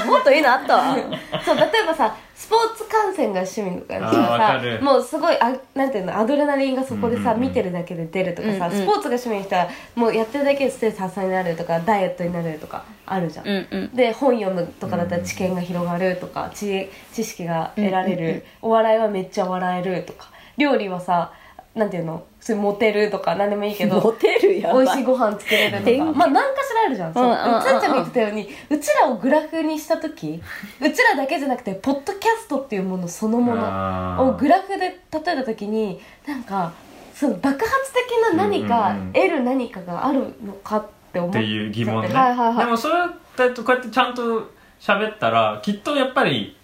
[SPEAKER 1] もっといいのあったわ
[SPEAKER 2] そう例えばさスポーツ観戦が趣味とか
[SPEAKER 3] あーわか
[SPEAKER 2] さ
[SPEAKER 3] る
[SPEAKER 2] もうすごいあなんていうのアドレナリンがそこでさ、
[SPEAKER 3] うんうんうん
[SPEAKER 2] 見てるだけで出るとかさ、
[SPEAKER 1] うんうん
[SPEAKER 2] スポーツが趣味の人はもうやってるだけでストレス発散になるとかダイエットになるとかあるじゃん、
[SPEAKER 1] うんうん
[SPEAKER 2] で本読むとかだった
[SPEAKER 3] うんう
[SPEAKER 2] ら
[SPEAKER 3] ん
[SPEAKER 2] 知見が広がるとか知恵知識が得られる、
[SPEAKER 1] うんうんうん
[SPEAKER 2] お笑いはめっちゃ笑えるとか料理はさなんていうのそれモテるとか何でもいいけ ど
[SPEAKER 1] モテるやば
[SPEAKER 2] 美味しいご飯作れると
[SPEAKER 1] 天
[SPEAKER 2] か
[SPEAKER 1] 気
[SPEAKER 2] まあ何かしらあるじゃんそう
[SPEAKER 1] うん
[SPEAKER 2] つ
[SPEAKER 1] うんうんうん
[SPEAKER 2] ーちゃんが言ってたようにうちらをグラフにした時うちらだけじゃなくてポッドキャストっていうものそのも の
[SPEAKER 3] あ
[SPEAKER 2] を
[SPEAKER 3] ー
[SPEAKER 2] グラフで例えた時になんかその爆発的な何か
[SPEAKER 3] うんうんうん
[SPEAKER 2] 得る何かがあるのかって思
[SPEAKER 3] っ
[SPEAKER 2] って
[SPEAKER 3] いう疑問ね、
[SPEAKER 2] はいはいはい
[SPEAKER 3] でもそれだとこうやってちゃんと喋ったらきっとやっぱり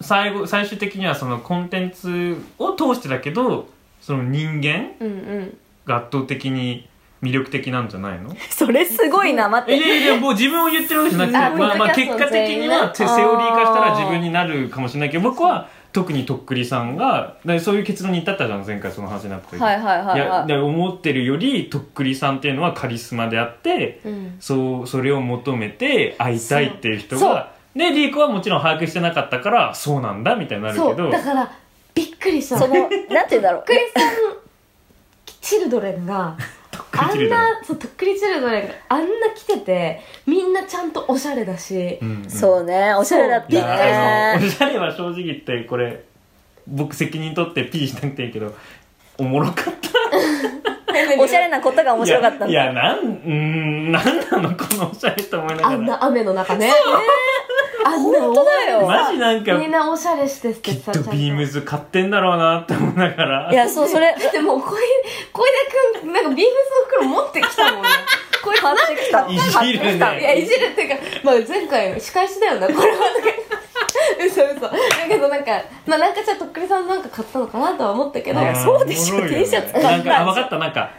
[SPEAKER 3] 最後最終的にはそのコンテンツを通してだけどその人間
[SPEAKER 2] うんうん
[SPEAKER 3] が圧倒的に魅力的なんじゃないの
[SPEAKER 1] それすごいな待
[SPEAKER 3] えい
[SPEAKER 1] って
[SPEAKER 3] やいやもう自分を言ってるわけじゃなくて
[SPEAKER 2] あ
[SPEAKER 3] まあ、まあ
[SPEAKER 2] ポッ
[SPEAKER 3] 結
[SPEAKER 2] ドキ
[SPEAKER 3] 果
[SPEAKER 2] ャスト
[SPEAKER 3] 的には
[SPEAKER 2] 全
[SPEAKER 3] セ
[SPEAKER 1] 員ね
[SPEAKER 3] セオリー化したら
[SPEAKER 1] あー
[SPEAKER 3] 自分になるかもしれないけど僕は特にとっくりさんがだからそういう結論に至ったじゃん前回その話になった時、
[SPEAKER 1] はいはいはいい
[SPEAKER 3] やだ
[SPEAKER 1] は
[SPEAKER 3] か
[SPEAKER 1] い
[SPEAKER 3] ら思ってるよりとっくりさんっていうのはカリスマであって
[SPEAKER 2] うん
[SPEAKER 3] そうそれを求めて会いたいっていう人
[SPEAKER 2] そう
[SPEAKER 3] がでリーコはもちろん把握してなかったからそうなんだみたいになるけ
[SPEAKER 2] そ
[SPEAKER 3] ど
[SPEAKER 2] うだからびっくりした
[SPEAKER 1] そのなんて言うんだろう
[SPEAKER 2] とっくりさんチルドレンが
[SPEAKER 3] とっくり
[SPEAKER 2] あ
[SPEAKER 3] チ
[SPEAKER 2] ん
[SPEAKER 3] ルド
[SPEAKER 2] なそうとっくりチルドレンがあんな来ててみんなちゃんとおしゃれだし、
[SPEAKER 3] レンうんうん
[SPEAKER 1] そうねおしゃれだった
[SPEAKER 3] いやあ
[SPEAKER 1] ね
[SPEAKER 3] のおしゃれは正直言ってこれ僕責任取って P しなくていいけどおもろかった
[SPEAKER 1] おしゃれなことが面白かったん
[SPEAKER 3] い
[SPEAKER 1] だ
[SPEAKER 3] やいやなんうーんなんなのこのおしゃれと思いな
[SPEAKER 2] あ
[SPEAKER 3] が
[SPEAKER 2] ん
[SPEAKER 3] ら
[SPEAKER 2] な雨の中ねえーあんな
[SPEAKER 1] 本当だよ
[SPEAKER 3] マジなんか
[SPEAKER 2] みんなおしゃれして
[SPEAKER 3] き
[SPEAKER 2] て
[SPEAKER 3] っ
[SPEAKER 2] さ
[SPEAKER 3] とビームズ買ってんだろうなって思いながら
[SPEAKER 1] いやそうそれ
[SPEAKER 2] でも小出小出君なんかビームスの袋持ってきたもんねこれ
[SPEAKER 1] 買ってきた
[SPEAKER 3] いじるね
[SPEAKER 1] 買ってき
[SPEAKER 2] いやいじるっていうか、まあ、前回仕返しだよなこれはとか言って嘘嘘だけどなんかまあなんかじゃあとっくりさんなんか買ったのかなとは思ったけど
[SPEAKER 3] あー
[SPEAKER 1] そうでしょ
[SPEAKER 3] おもろいよ
[SPEAKER 1] T シャツ買った
[SPEAKER 3] なんかあ分かったなんか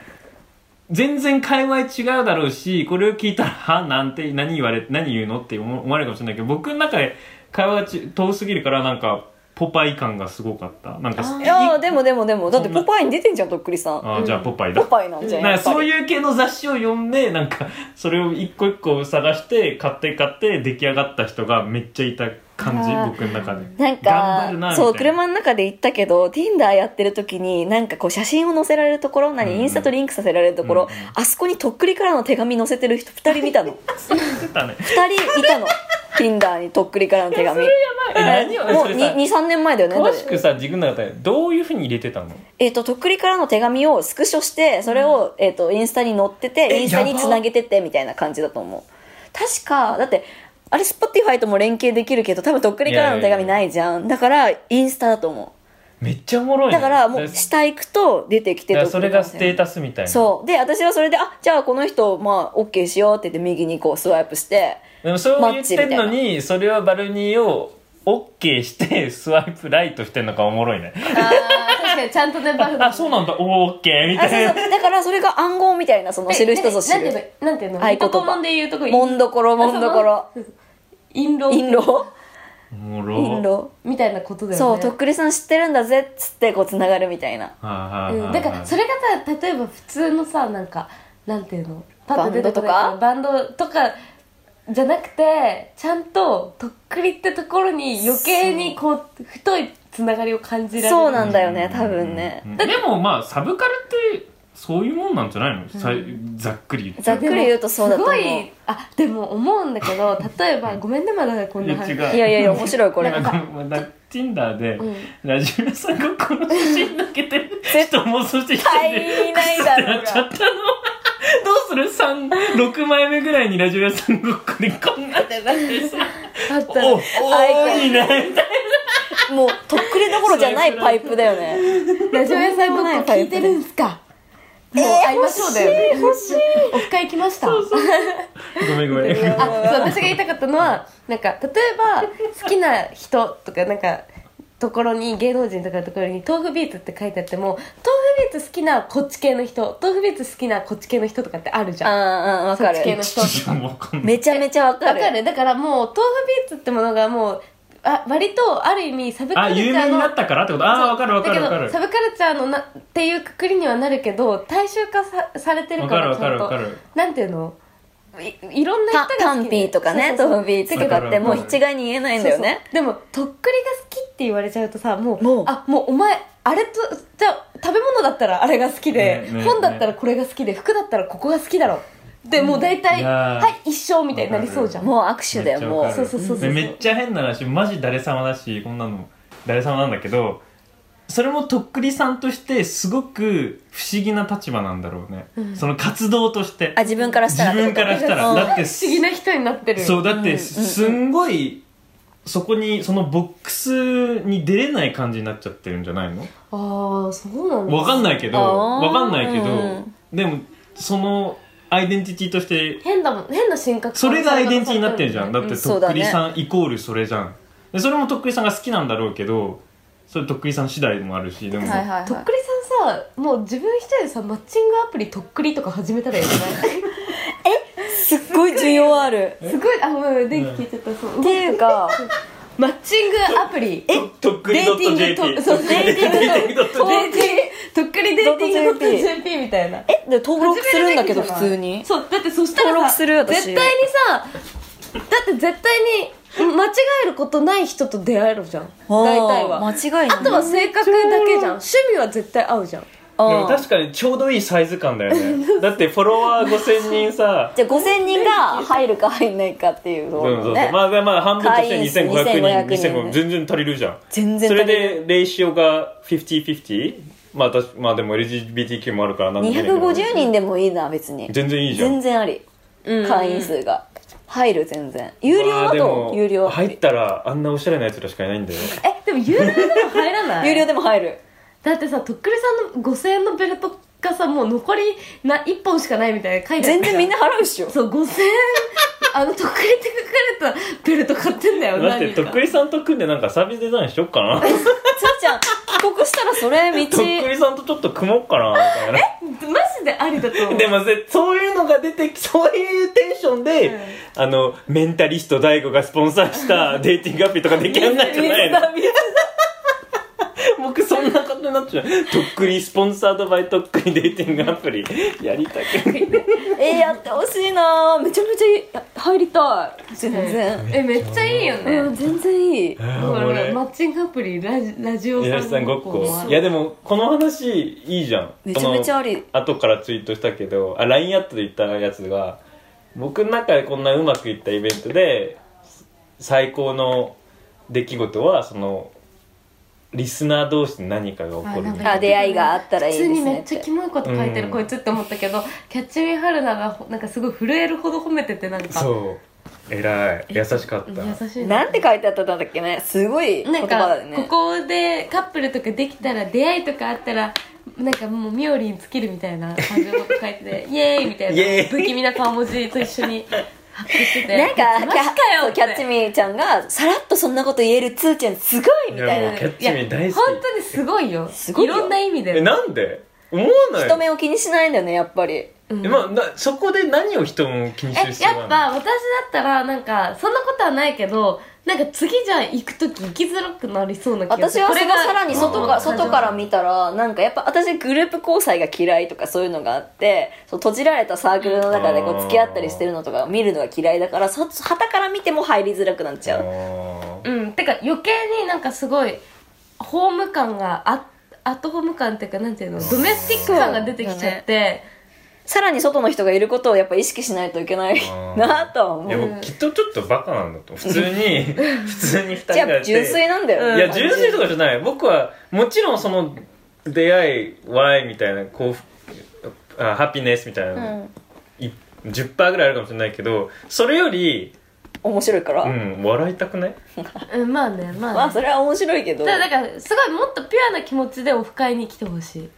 [SPEAKER 3] 全然界隈違うだろうしこれを聞いたら「はなんて何言われ何言うの?」って思思われるかもしれないけど僕の中で会話がち遠すぎるからなんかポパイ感がすごかったなんか
[SPEAKER 2] あー
[SPEAKER 1] いやでもでもでもだって「ポパイ」に出てんじゃんとっくりさん
[SPEAKER 3] あーじゃあポパイだ
[SPEAKER 1] ポパイなんじゃん
[SPEAKER 3] なん
[SPEAKER 1] や
[SPEAKER 3] か
[SPEAKER 1] っぱ
[SPEAKER 3] そう
[SPEAKER 1] り
[SPEAKER 3] いう系の雑誌を読んでなんかそれを一個一個探して買って買って出来上がった人がめっちゃいた感じ
[SPEAKER 1] あー
[SPEAKER 3] 僕の 中で
[SPEAKER 1] なん
[SPEAKER 3] 頑張るなみたい
[SPEAKER 1] か
[SPEAKER 3] な
[SPEAKER 1] そう車の中で行ったけど Tinder やってる時になんかこう写真を載せられるところ
[SPEAKER 3] うん
[SPEAKER 1] 何
[SPEAKER 3] うん
[SPEAKER 1] インスタとリンクさせられるとこ
[SPEAKER 3] う
[SPEAKER 1] ろ
[SPEAKER 3] んうん
[SPEAKER 1] あそこにとっくりからの手紙載せてる人2人見 たの
[SPEAKER 3] 作っ たね
[SPEAKER 1] 2人いたの Tinder にとっくりからの手紙
[SPEAKER 3] え何を
[SPEAKER 1] も
[SPEAKER 3] そうれさ
[SPEAKER 1] 23年前だよねだ
[SPEAKER 3] 詳
[SPEAKER 1] って
[SPEAKER 3] しくさ自分の中でどういうふうに入れてたの
[SPEAKER 1] えっ、と、とっくりからの手紙をスクショして、それを、えっ、と、インスタに載ってて、
[SPEAKER 3] え
[SPEAKER 1] インスタにつなげてって、みたいな感じだと思う。確か、だって、あれ、スポティファイとも連携できるけど、多分とっくりからの手紙ないじゃん。だから、インスタだと思。
[SPEAKER 3] めっちゃおもろいうね
[SPEAKER 1] だから、も
[SPEAKER 3] だ
[SPEAKER 1] う、下行くと出てきて
[SPEAKER 3] だから
[SPEAKER 1] とっく
[SPEAKER 3] そ
[SPEAKER 1] り
[SPEAKER 3] れ
[SPEAKER 1] から
[SPEAKER 3] が
[SPEAKER 1] の手
[SPEAKER 3] ス
[SPEAKER 1] 紙
[SPEAKER 3] テータスみたいな
[SPEAKER 1] そう。で、私はそれで、あ、じゃあこの人、まあ、OK しようって言って、右にこう、スワイプして、
[SPEAKER 3] でもそう言ってんのにそれはバルニーを OK してスワイプライトしてんのがおもろいね
[SPEAKER 2] あー確かにちゃんとねバル
[SPEAKER 3] あそうなんだ OK み
[SPEAKER 1] あ、
[SPEAKER 3] た
[SPEAKER 1] そう
[SPEAKER 3] い
[SPEAKER 1] そ
[SPEAKER 3] な
[SPEAKER 1] う。だから、それが暗号みたいな、その、知る人ぞ知
[SPEAKER 2] なんていう
[SPEAKER 1] る。
[SPEAKER 2] のなんていうの
[SPEAKER 1] 合言葉
[SPEAKER 2] 男もんで言うとこ
[SPEAKER 1] もんどころ、もんどころ。
[SPEAKER 2] 印籠
[SPEAKER 1] 印籠
[SPEAKER 3] おもろ
[SPEAKER 1] 印籠。
[SPEAKER 2] みたいなことだよね
[SPEAKER 1] そう、とっくりさん知ってるんだぜっつってこうつながるみたいな。
[SPEAKER 3] は
[SPEAKER 2] う
[SPEAKER 3] いはいはいは
[SPEAKER 2] ん、
[SPEAKER 3] い
[SPEAKER 2] だからそれがさ例えば普通のさなんかなんていうのパッ出てこないバンドとかじゃなくてちゃんととっくりってところに余計にこう太いつながりを感じられる
[SPEAKER 1] そうなんだよね、多分ね
[SPEAKER 3] う。んでもまあサブカルってそういうもんなんじゃないの、さざっくり言っちゃ
[SPEAKER 1] ざっ
[SPEAKER 3] う
[SPEAKER 1] くり言うとそうだと思う
[SPEAKER 2] すごいあでも思うんだけど例えばごめんねまだこん
[SPEAKER 3] いや
[SPEAKER 2] な
[SPEAKER 3] 違
[SPEAKER 2] 話
[SPEAKER 3] うい
[SPEAKER 1] いやいや いや、面白いこれ。
[SPEAKER 3] なんかこのまだ Tinder で、
[SPEAKER 2] うん
[SPEAKER 3] ラジオ屋さんがこの写真抜けてる人妄想してきて
[SPEAKER 1] 対いないだろう
[SPEAKER 3] なっちゃっ
[SPEAKER 1] が。
[SPEAKER 3] たのどうする三6枚目ぐらいにラジオ屋さんごっこでこんなってなってさ
[SPEAKER 2] あ
[SPEAKER 3] 「
[SPEAKER 2] った
[SPEAKER 3] おお
[SPEAKER 1] あ
[SPEAKER 3] ーいいね」みたい
[SPEAKER 1] もう、とっくりどころじゃないパイプだよね。
[SPEAKER 2] ラジオ屋さんのこと聞いてるんすかもう会いましょうだよね、欲しいオフ会行きました
[SPEAKER 3] なごめんごめん
[SPEAKER 2] あそう私が言いたかったのはなんか例えば好きな人とかなんかところに芸能人とかのところに豆腐ビーツって書いてあっても豆腐ビーツ好きなこっち系の人豆腐ビーツ好きなこっち系の人とかってあるじ
[SPEAKER 1] あ
[SPEAKER 2] ゃん
[SPEAKER 1] あ、うんわ
[SPEAKER 2] そ
[SPEAKER 1] か
[SPEAKER 2] っち系
[SPEAKER 1] る
[SPEAKER 2] の。人 と
[SPEAKER 3] ちょっとわかんない
[SPEAKER 1] めちゃめちゃわか
[SPEAKER 2] わか
[SPEAKER 1] る。
[SPEAKER 2] るだからもう豆腐ビーツってものがもうあ割とある意味サブカ
[SPEAKER 3] あ
[SPEAKER 2] ルチャー
[SPEAKER 3] 有
[SPEAKER 2] の
[SPEAKER 3] 名になったからってことああわかるわかるわか
[SPEAKER 2] だけど
[SPEAKER 3] る
[SPEAKER 2] サブカルチャーのなっていうくくりにはなるけど大衆化さされてるから
[SPEAKER 3] わかるわ
[SPEAKER 2] ち
[SPEAKER 3] か
[SPEAKER 2] ゃ
[SPEAKER 3] る
[SPEAKER 2] ん
[SPEAKER 3] わ
[SPEAKER 2] と
[SPEAKER 3] か
[SPEAKER 2] なんていうのいいろんな
[SPEAKER 1] た
[SPEAKER 2] 人が好き
[SPEAKER 1] タンピーとかね、トフビーツとかってもう一概に言えないんだよ
[SPEAKER 2] そう
[SPEAKER 1] ね。
[SPEAKER 2] そうでもとっくりが好きって言われちゃうとさもう
[SPEAKER 1] もう
[SPEAKER 2] あもうお前あれとじゃあ食べ物だったらあれが好きで、
[SPEAKER 3] ねね
[SPEAKER 2] 本だったらこれが好きで服だったらここが好きだろでもう大
[SPEAKER 3] い
[SPEAKER 2] 体、
[SPEAKER 3] やー
[SPEAKER 2] はい一生みたいになりそうじゃん
[SPEAKER 1] もう握手だよ、も
[SPEAKER 3] めっちゃわか
[SPEAKER 1] う。
[SPEAKER 3] る
[SPEAKER 2] そうそうそうそう
[SPEAKER 3] めっちゃ変な話マジ誰様だしこんなの誰様なんだけどそれもとっくりさんとしてすごく不思議な立場なんだろうね、
[SPEAKER 2] ん
[SPEAKER 3] その活動として
[SPEAKER 1] あ自分からしたら
[SPEAKER 3] 自分からしたら
[SPEAKER 1] うん
[SPEAKER 3] だって
[SPEAKER 2] 不思議な人になってる
[SPEAKER 3] そうだっ
[SPEAKER 1] うんう
[SPEAKER 3] て
[SPEAKER 1] ん
[SPEAKER 3] すんごいそこにそのボックスに出れない感じになっちゃってるんじゃないの
[SPEAKER 2] ああそうなんだ
[SPEAKER 3] わかんないけど
[SPEAKER 1] あー
[SPEAKER 3] わかんないけど、
[SPEAKER 1] うん
[SPEAKER 3] でもそのアイデンティティとして
[SPEAKER 2] 変だもん変な進化
[SPEAKER 3] それがアイデンティティになってるじゃんだって
[SPEAKER 1] うんそ
[SPEAKER 3] と
[SPEAKER 1] う
[SPEAKER 3] っ
[SPEAKER 1] だ
[SPEAKER 3] く
[SPEAKER 1] ね
[SPEAKER 3] りさんイコールそれじゃんでそれもとっくりさんが好きなんだろうけどそれとっくりさん次第もあるしでも、
[SPEAKER 1] はいはいはい
[SPEAKER 2] とっくりさんさもう自分一人でさマッチングアプリとっくりとか始めたらよく ない
[SPEAKER 1] すっごい需要あ る
[SPEAKER 2] すごいあごめんごめん電気消えちゃったそう
[SPEAKER 1] っていうか
[SPEAKER 2] マッチングアプリえ
[SPEAKER 3] とっくり
[SPEAKER 2] デーティング
[SPEAKER 3] .jp
[SPEAKER 2] とそうデーティング
[SPEAKER 3] とっくり .jp
[SPEAKER 2] デーティングとっくりデーティング
[SPEAKER 1] .jp
[SPEAKER 2] .jp みたいな
[SPEAKER 1] えで登録するんだけど普通に
[SPEAKER 2] そうだってそしたらさ
[SPEAKER 1] 登録する私
[SPEAKER 2] 絶対にさだって絶対に間違えることない人と出会えるじゃん大体は
[SPEAKER 1] あー間違いない
[SPEAKER 2] あとは性格だけじゃん趣味は絶対合うじゃん
[SPEAKER 1] あー
[SPEAKER 3] でも確かにちょうどいいサイズ感だよねだってフォロワー5000人さ
[SPEAKER 1] じゃあ5000人が入るか入んないかっていう
[SPEAKER 3] う
[SPEAKER 1] の
[SPEAKER 3] ん
[SPEAKER 1] をね、
[SPEAKER 3] そうそうまあまあ半分として
[SPEAKER 1] 会員数
[SPEAKER 3] 2500
[SPEAKER 1] 2500人
[SPEAKER 3] 人2500全然足りるじゃん
[SPEAKER 1] 全然
[SPEAKER 3] そ
[SPEAKER 1] 足り
[SPEAKER 3] れ
[SPEAKER 1] る
[SPEAKER 3] でレイシオが 50/50? まあ私まあでも LGBTQ もあるからなんでもいいんだけど
[SPEAKER 1] 250人でもいいな別に
[SPEAKER 3] 全然いいじゃん
[SPEAKER 1] 全然あり
[SPEAKER 2] うん
[SPEAKER 1] 会員数が入る全然有料
[SPEAKER 3] ま
[SPEAKER 1] だ
[SPEAKER 3] あでも
[SPEAKER 1] と有料アプリ
[SPEAKER 3] 入ったらあんなおしゃれなやつらしかいないんだよ
[SPEAKER 2] えでも有料でも入らない
[SPEAKER 1] 有料でも入る
[SPEAKER 2] だってさとっくりさんの5000円のベルトがさもう残りな1本しかないみたいな書いてある
[SPEAKER 1] 全然みんな払うっし ょ
[SPEAKER 2] そう5000円あのとっくりって書かれたベルト買ってんだよ
[SPEAKER 3] だって
[SPEAKER 2] 何人
[SPEAKER 3] と
[SPEAKER 2] か
[SPEAKER 3] っくりさんと組んでなんかサービスデザインしよっかなとっ
[SPEAKER 1] つーちゃん帰国したらそれ道
[SPEAKER 3] くりさんとちょっと組もうかなみたいな
[SPEAKER 2] マジでありだと思う
[SPEAKER 3] でもせそういうのが出てきそういうテンションで、あのメンタリスト DAIGO がスポンサ ーしたデーティングアプリとかできやんないんじゃないの僕そんなことになっちゃうとっくりスポンサードバイとっくりデーティングアプリやりたくない
[SPEAKER 1] えー、やってほしいなめちゃめちゃいいあ入りたい全然、
[SPEAKER 2] えめっちゃいいよね、
[SPEAKER 1] うん、全然いい
[SPEAKER 2] ほらほら
[SPEAKER 3] 俺
[SPEAKER 2] マッチングアプリラジラジオ
[SPEAKER 3] 皆さんごっこいやでもこの話いいじゃん
[SPEAKER 1] めちゃめちゃあり
[SPEAKER 3] この後からツイートしたけどあ LINE アットで言ったやつが僕の中でこんなうまくいったイベントで最高の出来事はそのリスナー同士で何かが起こるみたいな
[SPEAKER 1] あ出会いがあったらいいですね
[SPEAKER 2] 普通にめっちゃキモいこと書いてる、
[SPEAKER 3] うん
[SPEAKER 2] こいつって思ったけどキャッチミーハルナがほなんかすごい震えるほど褒めててなんか
[SPEAKER 3] そう偉い優しかっ
[SPEAKER 2] 優
[SPEAKER 3] た
[SPEAKER 2] しい
[SPEAKER 1] なんて書いてあったんだっけねすごい言
[SPEAKER 2] なん
[SPEAKER 1] 葉
[SPEAKER 2] か、
[SPEAKER 1] だね
[SPEAKER 2] ここでカップルとかできたら出会いとかあったらなんかもうみおりに尽きるみたいな感じのこと書い ててイエーイみたい
[SPEAKER 3] イエ
[SPEAKER 2] な
[SPEAKER 3] ーイ
[SPEAKER 2] 不気味な顔文字と一緒に発表してて
[SPEAKER 1] なんか
[SPEAKER 2] マジかよ
[SPEAKER 1] そうキャッチミーちゃんがさらっとそんなこと言えるつーちゃんすごいみたい
[SPEAKER 3] い
[SPEAKER 1] な
[SPEAKER 3] やもうキャッチミー大好き
[SPEAKER 2] いや本当にすごいよ
[SPEAKER 1] すごいよ
[SPEAKER 2] ろんな意味で
[SPEAKER 3] えなんで思わない
[SPEAKER 1] 人目を気にしないんだよねやっぱり
[SPEAKER 2] うん
[SPEAKER 3] えまあなそこで何を人を気にす
[SPEAKER 2] え
[SPEAKER 3] る必要
[SPEAKER 2] やっ
[SPEAKER 3] があ
[SPEAKER 2] ぱ私だったらなんかそんなことはないけどなんか次じゃあ行く時行きづらくなりそうな気が
[SPEAKER 1] 私
[SPEAKER 2] する
[SPEAKER 1] は
[SPEAKER 2] こ
[SPEAKER 1] そ
[SPEAKER 2] れ
[SPEAKER 1] れ
[SPEAKER 2] が
[SPEAKER 1] がさらに外
[SPEAKER 3] う
[SPEAKER 1] か
[SPEAKER 3] ん
[SPEAKER 1] 外から見たらなんかやっぱ私グループ交際が嫌いとかそういうのがあってそう閉じられたサークルの中でこ
[SPEAKER 3] あー
[SPEAKER 1] う付き合ったりしてるのとか見るのが嫌いだからはたから見ても入りづらくなっちゃ
[SPEAKER 3] る
[SPEAKER 1] う
[SPEAKER 3] の
[SPEAKER 2] うんてか余計になんかすごいホーム感があアットホーム感っていうかなんていうのドメスティック感が出てきちゃって、
[SPEAKER 1] さらに外の人がいることをやっぱ意識しないといけない
[SPEAKER 3] あー
[SPEAKER 1] なとは思
[SPEAKER 3] いや
[SPEAKER 1] う
[SPEAKER 3] 僕きっとちょっとバカなんだと普通 に普通に2人が
[SPEAKER 1] じゃ
[SPEAKER 3] や
[SPEAKER 1] あ
[SPEAKER 3] って
[SPEAKER 1] 純粋なんだよ、
[SPEAKER 2] うん
[SPEAKER 3] いや純粋とかじゃない僕はもちろんその出会い笑いみたいな幸福あハピネスみたいな、
[SPEAKER 1] うん
[SPEAKER 3] い10%ぐらいあるかもしれないけどそれより
[SPEAKER 1] 面白いから、
[SPEAKER 3] うん笑いたくない
[SPEAKER 2] うんまあねまあね、
[SPEAKER 1] まあそれは面白いけど
[SPEAKER 2] ただからすごいもっとピュアな気持ちでオフ会に来てほしい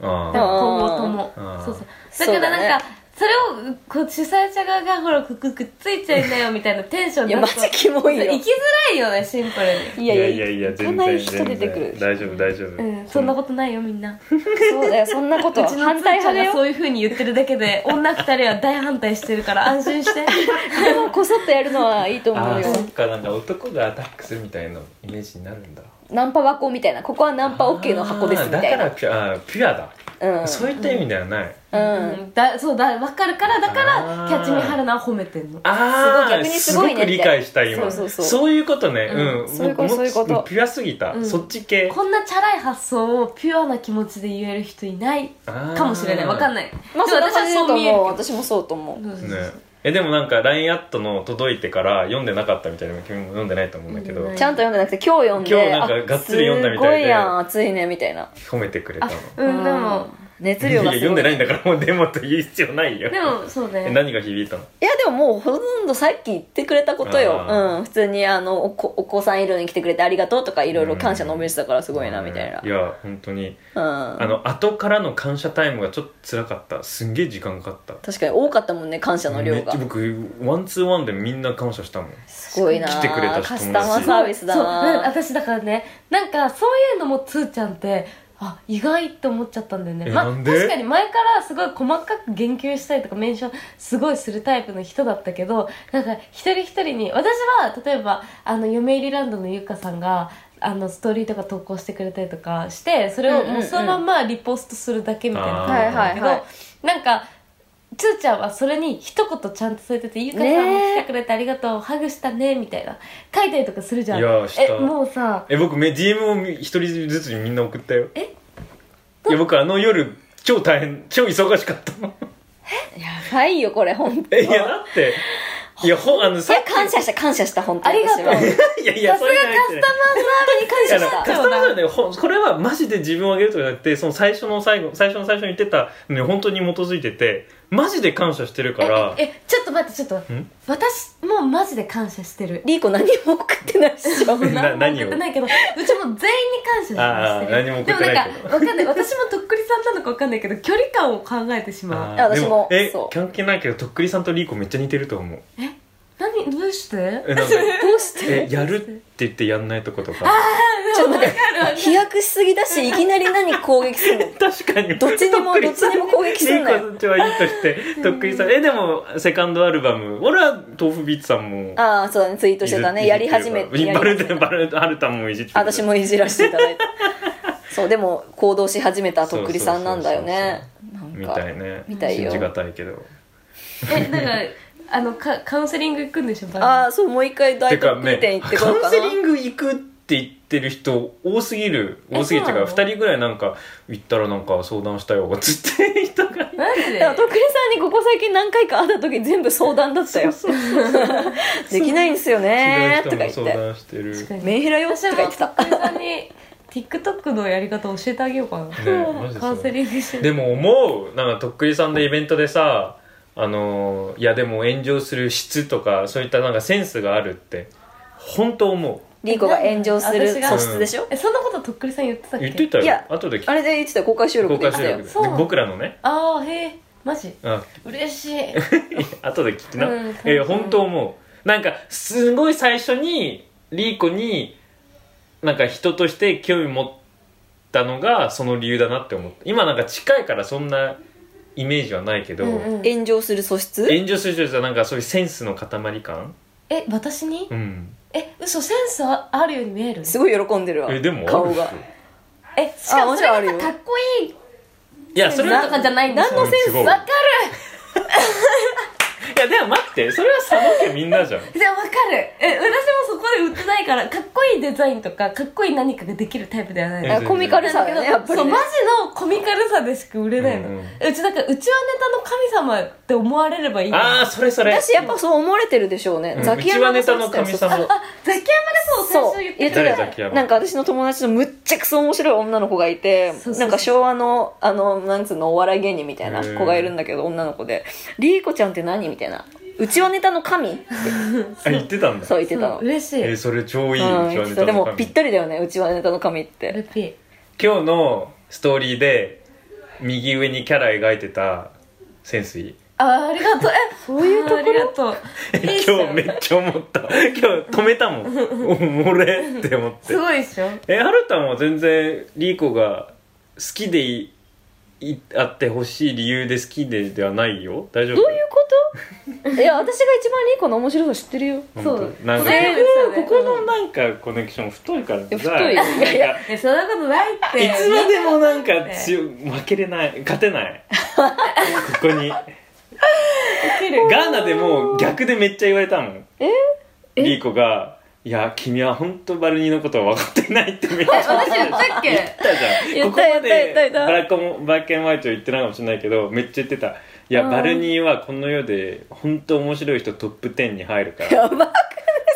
[SPEAKER 3] あ
[SPEAKER 1] あ
[SPEAKER 2] 今後とも
[SPEAKER 3] あー
[SPEAKER 2] そうそうだ
[SPEAKER 1] そう
[SPEAKER 2] から
[SPEAKER 1] だね
[SPEAKER 2] なんかそれをこう主催者側がほらくくくっついちゃいなよみたいなテンション
[SPEAKER 1] いや
[SPEAKER 2] な
[SPEAKER 1] マ
[SPEAKER 2] んか
[SPEAKER 1] ジキモいよ
[SPEAKER 2] 行きづらいよねシンプルに
[SPEAKER 1] い
[SPEAKER 3] い
[SPEAKER 1] やいや
[SPEAKER 3] いやいや
[SPEAKER 1] 行か
[SPEAKER 3] 全
[SPEAKER 1] ない
[SPEAKER 3] 然
[SPEAKER 1] 人出てくる
[SPEAKER 3] 全然大丈夫大丈夫、
[SPEAKER 2] うん、そんなことないよみんなう
[SPEAKER 1] そうだよそんなことは
[SPEAKER 2] ちの
[SPEAKER 1] 反対
[SPEAKER 2] 父ち
[SPEAKER 1] 派
[SPEAKER 2] ゃん
[SPEAKER 1] だ
[SPEAKER 2] が
[SPEAKER 1] よ
[SPEAKER 2] そういうふうに言ってるだけで女二人は大反対してるから安心して
[SPEAKER 1] でもこそっとやるのはいいと思
[SPEAKER 3] あ
[SPEAKER 1] う
[SPEAKER 3] あ
[SPEAKER 1] よ
[SPEAKER 3] そっかなんか男がアタックするみたいなイメージになるんだ
[SPEAKER 1] ナンパ箱みたいなここはナンパ OK の箱ですみたい
[SPEAKER 3] あ
[SPEAKER 1] な
[SPEAKER 3] ーだからピュアあーピュアだ、
[SPEAKER 1] うん
[SPEAKER 3] そういった意味ではない
[SPEAKER 1] うん、
[SPEAKER 2] うんだそうだ分かるからだから
[SPEAKER 3] あー
[SPEAKER 2] キャッチミーハルナは褒めてんの
[SPEAKER 3] あ
[SPEAKER 1] すごい逆にすごいね
[SPEAKER 3] すごく理解した今
[SPEAKER 1] そうそうそう
[SPEAKER 3] いうことね
[SPEAKER 2] う
[SPEAKER 3] うんん
[SPEAKER 1] そういうこと
[SPEAKER 3] 僕も
[SPEAKER 1] そういうこと
[SPEAKER 3] ピュアすぎた、
[SPEAKER 2] うん
[SPEAKER 3] そっち系
[SPEAKER 2] こんなチャラい発想をピュアな気持ちで言える人いないかもしれない分かん
[SPEAKER 3] ない
[SPEAKER 2] ない
[SPEAKER 1] まあ
[SPEAKER 2] でも
[SPEAKER 1] そんな感じだと
[SPEAKER 2] る
[SPEAKER 1] 思う私もそうと思う
[SPEAKER 2] けどそうそうそう
[SPEAKER 3] ねえでもなんか LINE アットの届いてから読んでなかったみたいな君も読んでないと思うんだけど
[SPEAKER 2] 読んで
[SPEAKER 1] ちゃんと読んでなくて今日読んで
[SPEAKER 3] 今日なんかがっつり読んだみた
[SPEAKER 1] あす
[SPEAKER 3] いで
[SPEAKER 1] ごいやん熱いねみたいな
[SPEAKER 3] 褒めてくれた
[SPEAKER 2] あ
[SPEAKER 3] の
[SPEAKER 2] うんでも
[SPEAKER 1] 熱
[SPEAKER 3] い
[SPEAKER 1] 量
[SPEAKER 3] や
[SPEAKER 1] がすごい
[SPEAKER 3] 読んでないんだからもうでもと言う必要ないよ
[SPEAKER 2] でもそう
[SPEAKER 3] え
[SPEAKER 2] ね
[SPEAKER 3] 何が響いたの
[SPEAKER 1] いやでももうほとんどさっき言ってくれたことよ、
[SPEAKER 3] あー
[SPEAKER 1] うん、普通にあのお子お子さんいるのに来てくれてありがとうとかいろいろ感謝のお飯だからすごいなみたいな、
[SPEAKER 3] いや本当に
[SPEAKER 1] うん
[SPEAKER 3] あの後からの感謝タイムがちょっと辛かったすんげえ時間かかっ
[SPEAKER 1] 確かに多かったもんね感謝
[SPEAKER 3] た
[SPEAKER 1] の量
[SPEAKER 3] めっ
[SPEAKER 1] が
[SPEAKER 3] ちゃ僕ワンツーワンでみんな感謝したもん
[SPEAKER 1] すごいな
[SPEAKER 3] 来てくれた人もいるし
[SPEAKER 1] カスタマーサービスだ
[SPEAKER 2] そううん
[SPEAKER 1] な
[SPEAKER 2] 私だからねなんかそういうのもつーちゃんってあ意外って思っちゃったんだよね、
[SPEAKER 3] え
[SPEAKER 2] ま、
[SPEAKER 3] なんで
[SPEAKER 2] 確かに前からすごい細かく言及したりとかメンションすごいするタイプの人だったけどなんか一人一人に私は例えばあの嫁入りランドのゆかさんがあのストーリーとか投稿してくれたりとかしてそれをもうそのまんまリポストするだけみたいな感じだったけど、
[SPEAKER 1] うんうんうんあーはいはいは
[SPEAKER 2] なんかつーちゃんはそれに一言ちゃんと添えてて「ゆかさんも来てくれてありがとう、ハグしたね」みたいな書いたりとかするじゃん
[SPEAKER 3] いやーした
[SPEAKER 2] えもうさ
[SPEAKER 3] え僕め DM をみ一人ずつにみんな送ったよ
[SPEAKER 2] え
[SPEAKER 3] いや僕あの夜超大変超忙しかったもん
[SPEAKER 1] やばいよこれ本当
[SPEAKER 3] えいやだっていやほんあの
[SPEAKER 1] そ
[SPEAKER 3] さ
[SPEAKER 1] れ感謝した感謝した本当に私は
[SPEAKER 2] ありがとう
[SPEAKER 1] さ
[SPEAKER 3] いやいや
[SPEAKER 1] す
[SPEAKER 3] そ
[SPEAKER 1] が
[SPEAKER 3] れ
[SPEAKER 1] カ
[SPEAKER 3] じゃなくて
[SPEAKER 1] スタマーサービスに感謝した
[SPEAKER 3] いやカスタマーだねほんこれはマジで自分をあげるとかじゃなくてその最初の最後最初の最初に言ってたのに本当に基づいててマジで感謝してるから
[SPEAKER 2] えええちょっと待ってちょっと待って
[SPEAKER 3] ん
[SPEAKER 2] 私もうマジで感謝してる
[SPEAKER 1] リーコ何も送ってないっしょ
[SPEAKER 3] な 何を
[SPEAKER 2] 何も送ってないけどうちも全員に感謝してる
[SPEAKER 3] あー何も送ってないけど
[SPEAKER 2] でもなんかわかんない私もとっくりさんなのかわかんないけど距離感を考えてし
[SPEAKER 1] あ
[SPEAKER 2] まう
[SPEAKER 3] ーで
[SPEAKER 1] 私も
[SPEAKER 3] え
[SPEAKER 1] そう
[SPEAKER 3] 関係ないけどとっくりさんとリーコめっちゃ似てると思う
[SPEAKER 2] 何どうして
[SPEAKER 3] えな んか
[SPEAKER 1] どうして
[SPEAKER 3] えやるって言ってやんないとことか
[SPEAKER 1] ちょっと待って飛躍しすぎだしいきなり何攻撃する の
[SPEAKER 3] 確かに
[SPEAKER 1] どっちにも
[SPEAKER 3] とっくり
[SPEAKER 1] ど
[SPEAKER 3] さん
[SPEAKER 1] っちにも攻撃すんなよ
[SPEAKER 3] リーコさんちはいいとしてとっくりさんえでもセカンドアルバム俺は豆腐ビーツさんも
[SPEAKER 1] ああそうだねツイートしてたねやり始め
[SPEAKER 3] いじってる
[SPEAKER 1] や
[SPEAKER 3] バ
[SPEAKER 1] り
[SPEAKER 3] ル
[SPEAKER 1] 始め
[SPEAKER 3] タン
[SPEAKER 1] た
[SPEAKER 3] バルハルタンもいじってる
[SPEAKER 1] 私もいじらせていた だいたそうでも行動し始めたとっくりさんなんだよね
[SPEAKER 3] み
[SPEAKER 1] なんか
[SPEAKER 3] たいね
[SPEAKER 1] みたいよ
[SPEAKER 3] 信じがたいけど
[SPEAKER 2] えだからあのカカウンセリング行くんでしょ
[SPEAKER 1] ああそうもう一回
[SPEAKER 3] て
[SPEAKER 1] 大
[SPEAKER 3] か
[SPEAKER 1] 特訓
[SPEAKER 3] ね
[SPEAKER 1] 店行ってこ
[SPEAKER 3] カ
[SPEAKER 1] ようか
[SPEAKER 3] ウン
[SPEAKER 1] な
[SPEAKER 3] セリング行くって言ってる人多すぎる
[SPEAKER 2] え
[SPEAKER 3] 多すぎるっていうか
[SPEAKER 2] そうなの
[SPEAKER 3] 2人ぐらいなんか行ったらなんか相談したよっつって人が
[SPEAKER 2] マジで
[SPEAKER 1] でもとっくりさんにここ最近何回か会った時全部相談だったよ できないんですよね
[SPEAKER 3] 違
[SPEAKER 1] と
[SPEAKER 3] う
[SPEAKER 1] か
[SPEAKER 3] 人
[SPEAKER 1] 言
[SPEAKER 3] も
[SPEAKER 1] って
[SPEAKER 3] 相談してる
[SPEAKER 2] 確かに
[SPEAKER 1] メンヘラよと
[SPEAKER 2] 私
[SPEAKER 1] か言ってた
[SPEAKER 2] もとっくりさんに TikTok のやり方教えてあげようかな
[SPEAKER 3] ねマジで
[SPEAKER 2] カ
[SPEAKER 3] そ
[SPEAKER 2] ウンセ
[SPEAKER 3] う
[SPEAKER 2] リングして
[SPEAKER 3] でも思うなんかとっくりさんでイベントでさあのーいやでも炎上する質とかそういったなんかセンスがあるって本当思
[SPEAKER 1] リーコが炎上する
[SPEAKER 2] 私
[SPEAKER 1] 素
[SPEAKER 2] が
[SPEAKER 1] 質でしょ
[SPEAKER 2] えそんなこととっくりさん言ってた
[SPEAKER 3] う
[SPEAKER 2] っけ
[SPEAKER 3] 言ってた
[SPEAKER 1] いや
[SPEAKER 3] よ後で聞
[SPEAKER 1] あれで言ってたよ公開収録
[SPEAKER 3] 公
[SPEAKER 1] で言
[SPEAKER 3] 開
[SPEAKER 1] ってたよ
[SPEAKER 3] 収録で
[SPEAKER 2] そうなの
[SPEAKER 3] 僕らのね
[SPEAKER 2] ああへえマジ
[SPEAKER 3] あ
[SPEAKER 2] 嬉しい
[SPEAKER 3] 後で聞きな、
[SPEAKER 2] うん
[SPEAKER 3] えー本当思うなんかすごい最初にリーコになんか人として興味持ったのがその理由だなって思った今なんか近いからそんなイメージはないけど、
[SPEAKER 2] うんうん
[SPEAKER 1] 炎上する素質
[SPEAKER 3] 炎上する人はなんかそういうセンスの塊感
[SPEAKER 2] え私に
[SPEAKER 3] うん
[SPEAKER 2] え嘘センスああるように見える
[SPEAKER 1] すごい喜んでるわ
[SPEAKER 3] えでもある
[SPEAKER 1] 顔
[SPEAKER 3] っしょ
[SPEAKER 1] が
[SPEAKER 2] えしかもそれ
[SPEAKER 1] あもちろんあ
[SPEAKER 2] が
[SPEAKER 1] る
[SPEAKER 2] さ
[SPEAKER 1] よ
[SPEAKER 2] かっこいい
[SPEAKER 3] いやそれは
[SPEAKER 2] なんとかじゃないんですよ
[SPEAKER 1] 何のセンス
[SPEAKER 3] うん違う
[SPEAKER 2] わか
[SPEAKER 3] いやでも待ってそれは佐野家みんなじゃん
[SPEAKER 2] るじゃあわかるえ私もそこで売ってないからかっこいいデザインとかかっこいい何かができるタイプではない
[SPEAKER 3] え
[SPEAKER 2] だ
[SPEAKER 1] あコミカルさだ
[SPEAKER 2] け
[SPEAKER 1] よ
[SPEAKER 2] ど、
[SPEAKER 1] ねやっぱ
[SPEAKER 2] そ
[SPEAKER 1] り
[SPEAKER 2] う
[SPEAKER 1] ね
[SPEAKER 2] マジのコミカルさでしか売れないの、う
[SPEAKER 3] うんうん
[SPEAKER 2] ちだからうちはネタの神様って思われればいいの
[SPEAKER 3] ああそれそれ
[SPEAKER 1] 私やっぱそう思われてるでしょうね、
[SPEAKER 3] うん
[SPEAKER 1] ザキヤマ
[SPEAKER 3] うちはネタの神様
[SPEAKER 1] そう
[SPEAKER 2] あザキヤマでそう
[SPEAKER 1] そう
[SPEAKER 2] 最
[SPEAKER 1] 言
[SPEAKER 2] 初言
[SPEAKER 1] った
[SPEAKER 2] っててた
[SPEAKER 3] 誰
[SPEAKER 1] よ
[SPEAKER 3] ザキヤマ
[SPEAKER 1] なんか私の友達のむっちゃくそ面白い女の子がいて
[SPEAKER 2] そうそうそう
[SPEAKER 1] なんか昭和のあのなんつうのお笑い芸人みたいな
[SPEAKER 3] へー
[SPEAKER 1] 子がいるんだけど女の子で「リーコちゃんって何?」みたいな「うちはネタの神」って
[SPEAKER 3] あ言ってたんだ
[SPEAKER 1] そう言ってたの
[SPEAKER 2] そう嬉しい
[SPEAKER 3] えーそれ超いい、
[SPEAKER 1] うん
[SPEAKER 3] 一
[SPEAKER 1] 言
[SPEAKER 3] 番
[SPEAKER 1] って
[SPEAKER 3] ネタ
[SPEAKER 1] た
[SPEAKER 3] の
[SPEAKER 1] でも
[SPEAKER 3] 神
[SPEAKER 1] ぴったりだよねうちはネタの神って
[SPEAKER 2] ルピー
[SPEAKER 3] 今日のストーリーで右上にキャラ描いてた潜水
[SPEAKER 2] あありがとうえそういうところありがとういいっす
[SPEAKER 3] 今
[SPEAKER 2] よ
[SPEAKER 3] 日めっちゃ思った今日止めたもんお俺って思って
[SPEAKER 2] すごいでしょ
[SPEAKER 3] えはるたんは全然リーコが好きでいいあってほしい理由で好きでではないよ大丈夫
[SPEAKER 1] どういうこと いや私が一番リーコの面白さ知ってるよ
[SPEAKER 3] 本当
[SPEAKER 2] そう
[SPEAKER 3] なんか
[SPEAKER 2] そうですよね
[SPEAKER 3] ここここのなんかコネクション太いからさ
[SPEAKER 1] いや太いよ
[SPEAKER 3] なんか
[SPEAKER 1] いや
[SPEAKER 2] えそんなことないって
[SPEAKER 3] いつまでもなんか強負けれない勝てない ここに
[SPEAKER 2] できる
[SPEAKER 3] ガーナでも逆でめっちゃ言われたもん
[SPEAKER 1] ええ
[SPEAKER 3] リーコが「いや君は本当バルニーのことは分かってない」ってめっちゃ
[SPEAKER 2] 私言ったっ
[SPEAKER 3] 言っ
[SPEAKER 2] け
[SPEAKER 3] たじゃん
[SPEAKER 1] 言
[SPEAKER 3] こ
[SPEAKER 1] っ
[SPEAKER 3] こ
[SPEAKER 1] た言
[SPEAKER 3] ま
[SPEAKER 1] った言った言
[SPEAKER 3] で
[SPEAKER 1] った
[SPEAKER 3] バラコンバーケンホワイト言ってないかもしれないけどめっちゃ言ってたいや
[SPEAKER 1] うん
[SPEAKER 3] バルニーはこの世で本当面白い人トップ10に入 るから
[SPEAKER 1] やば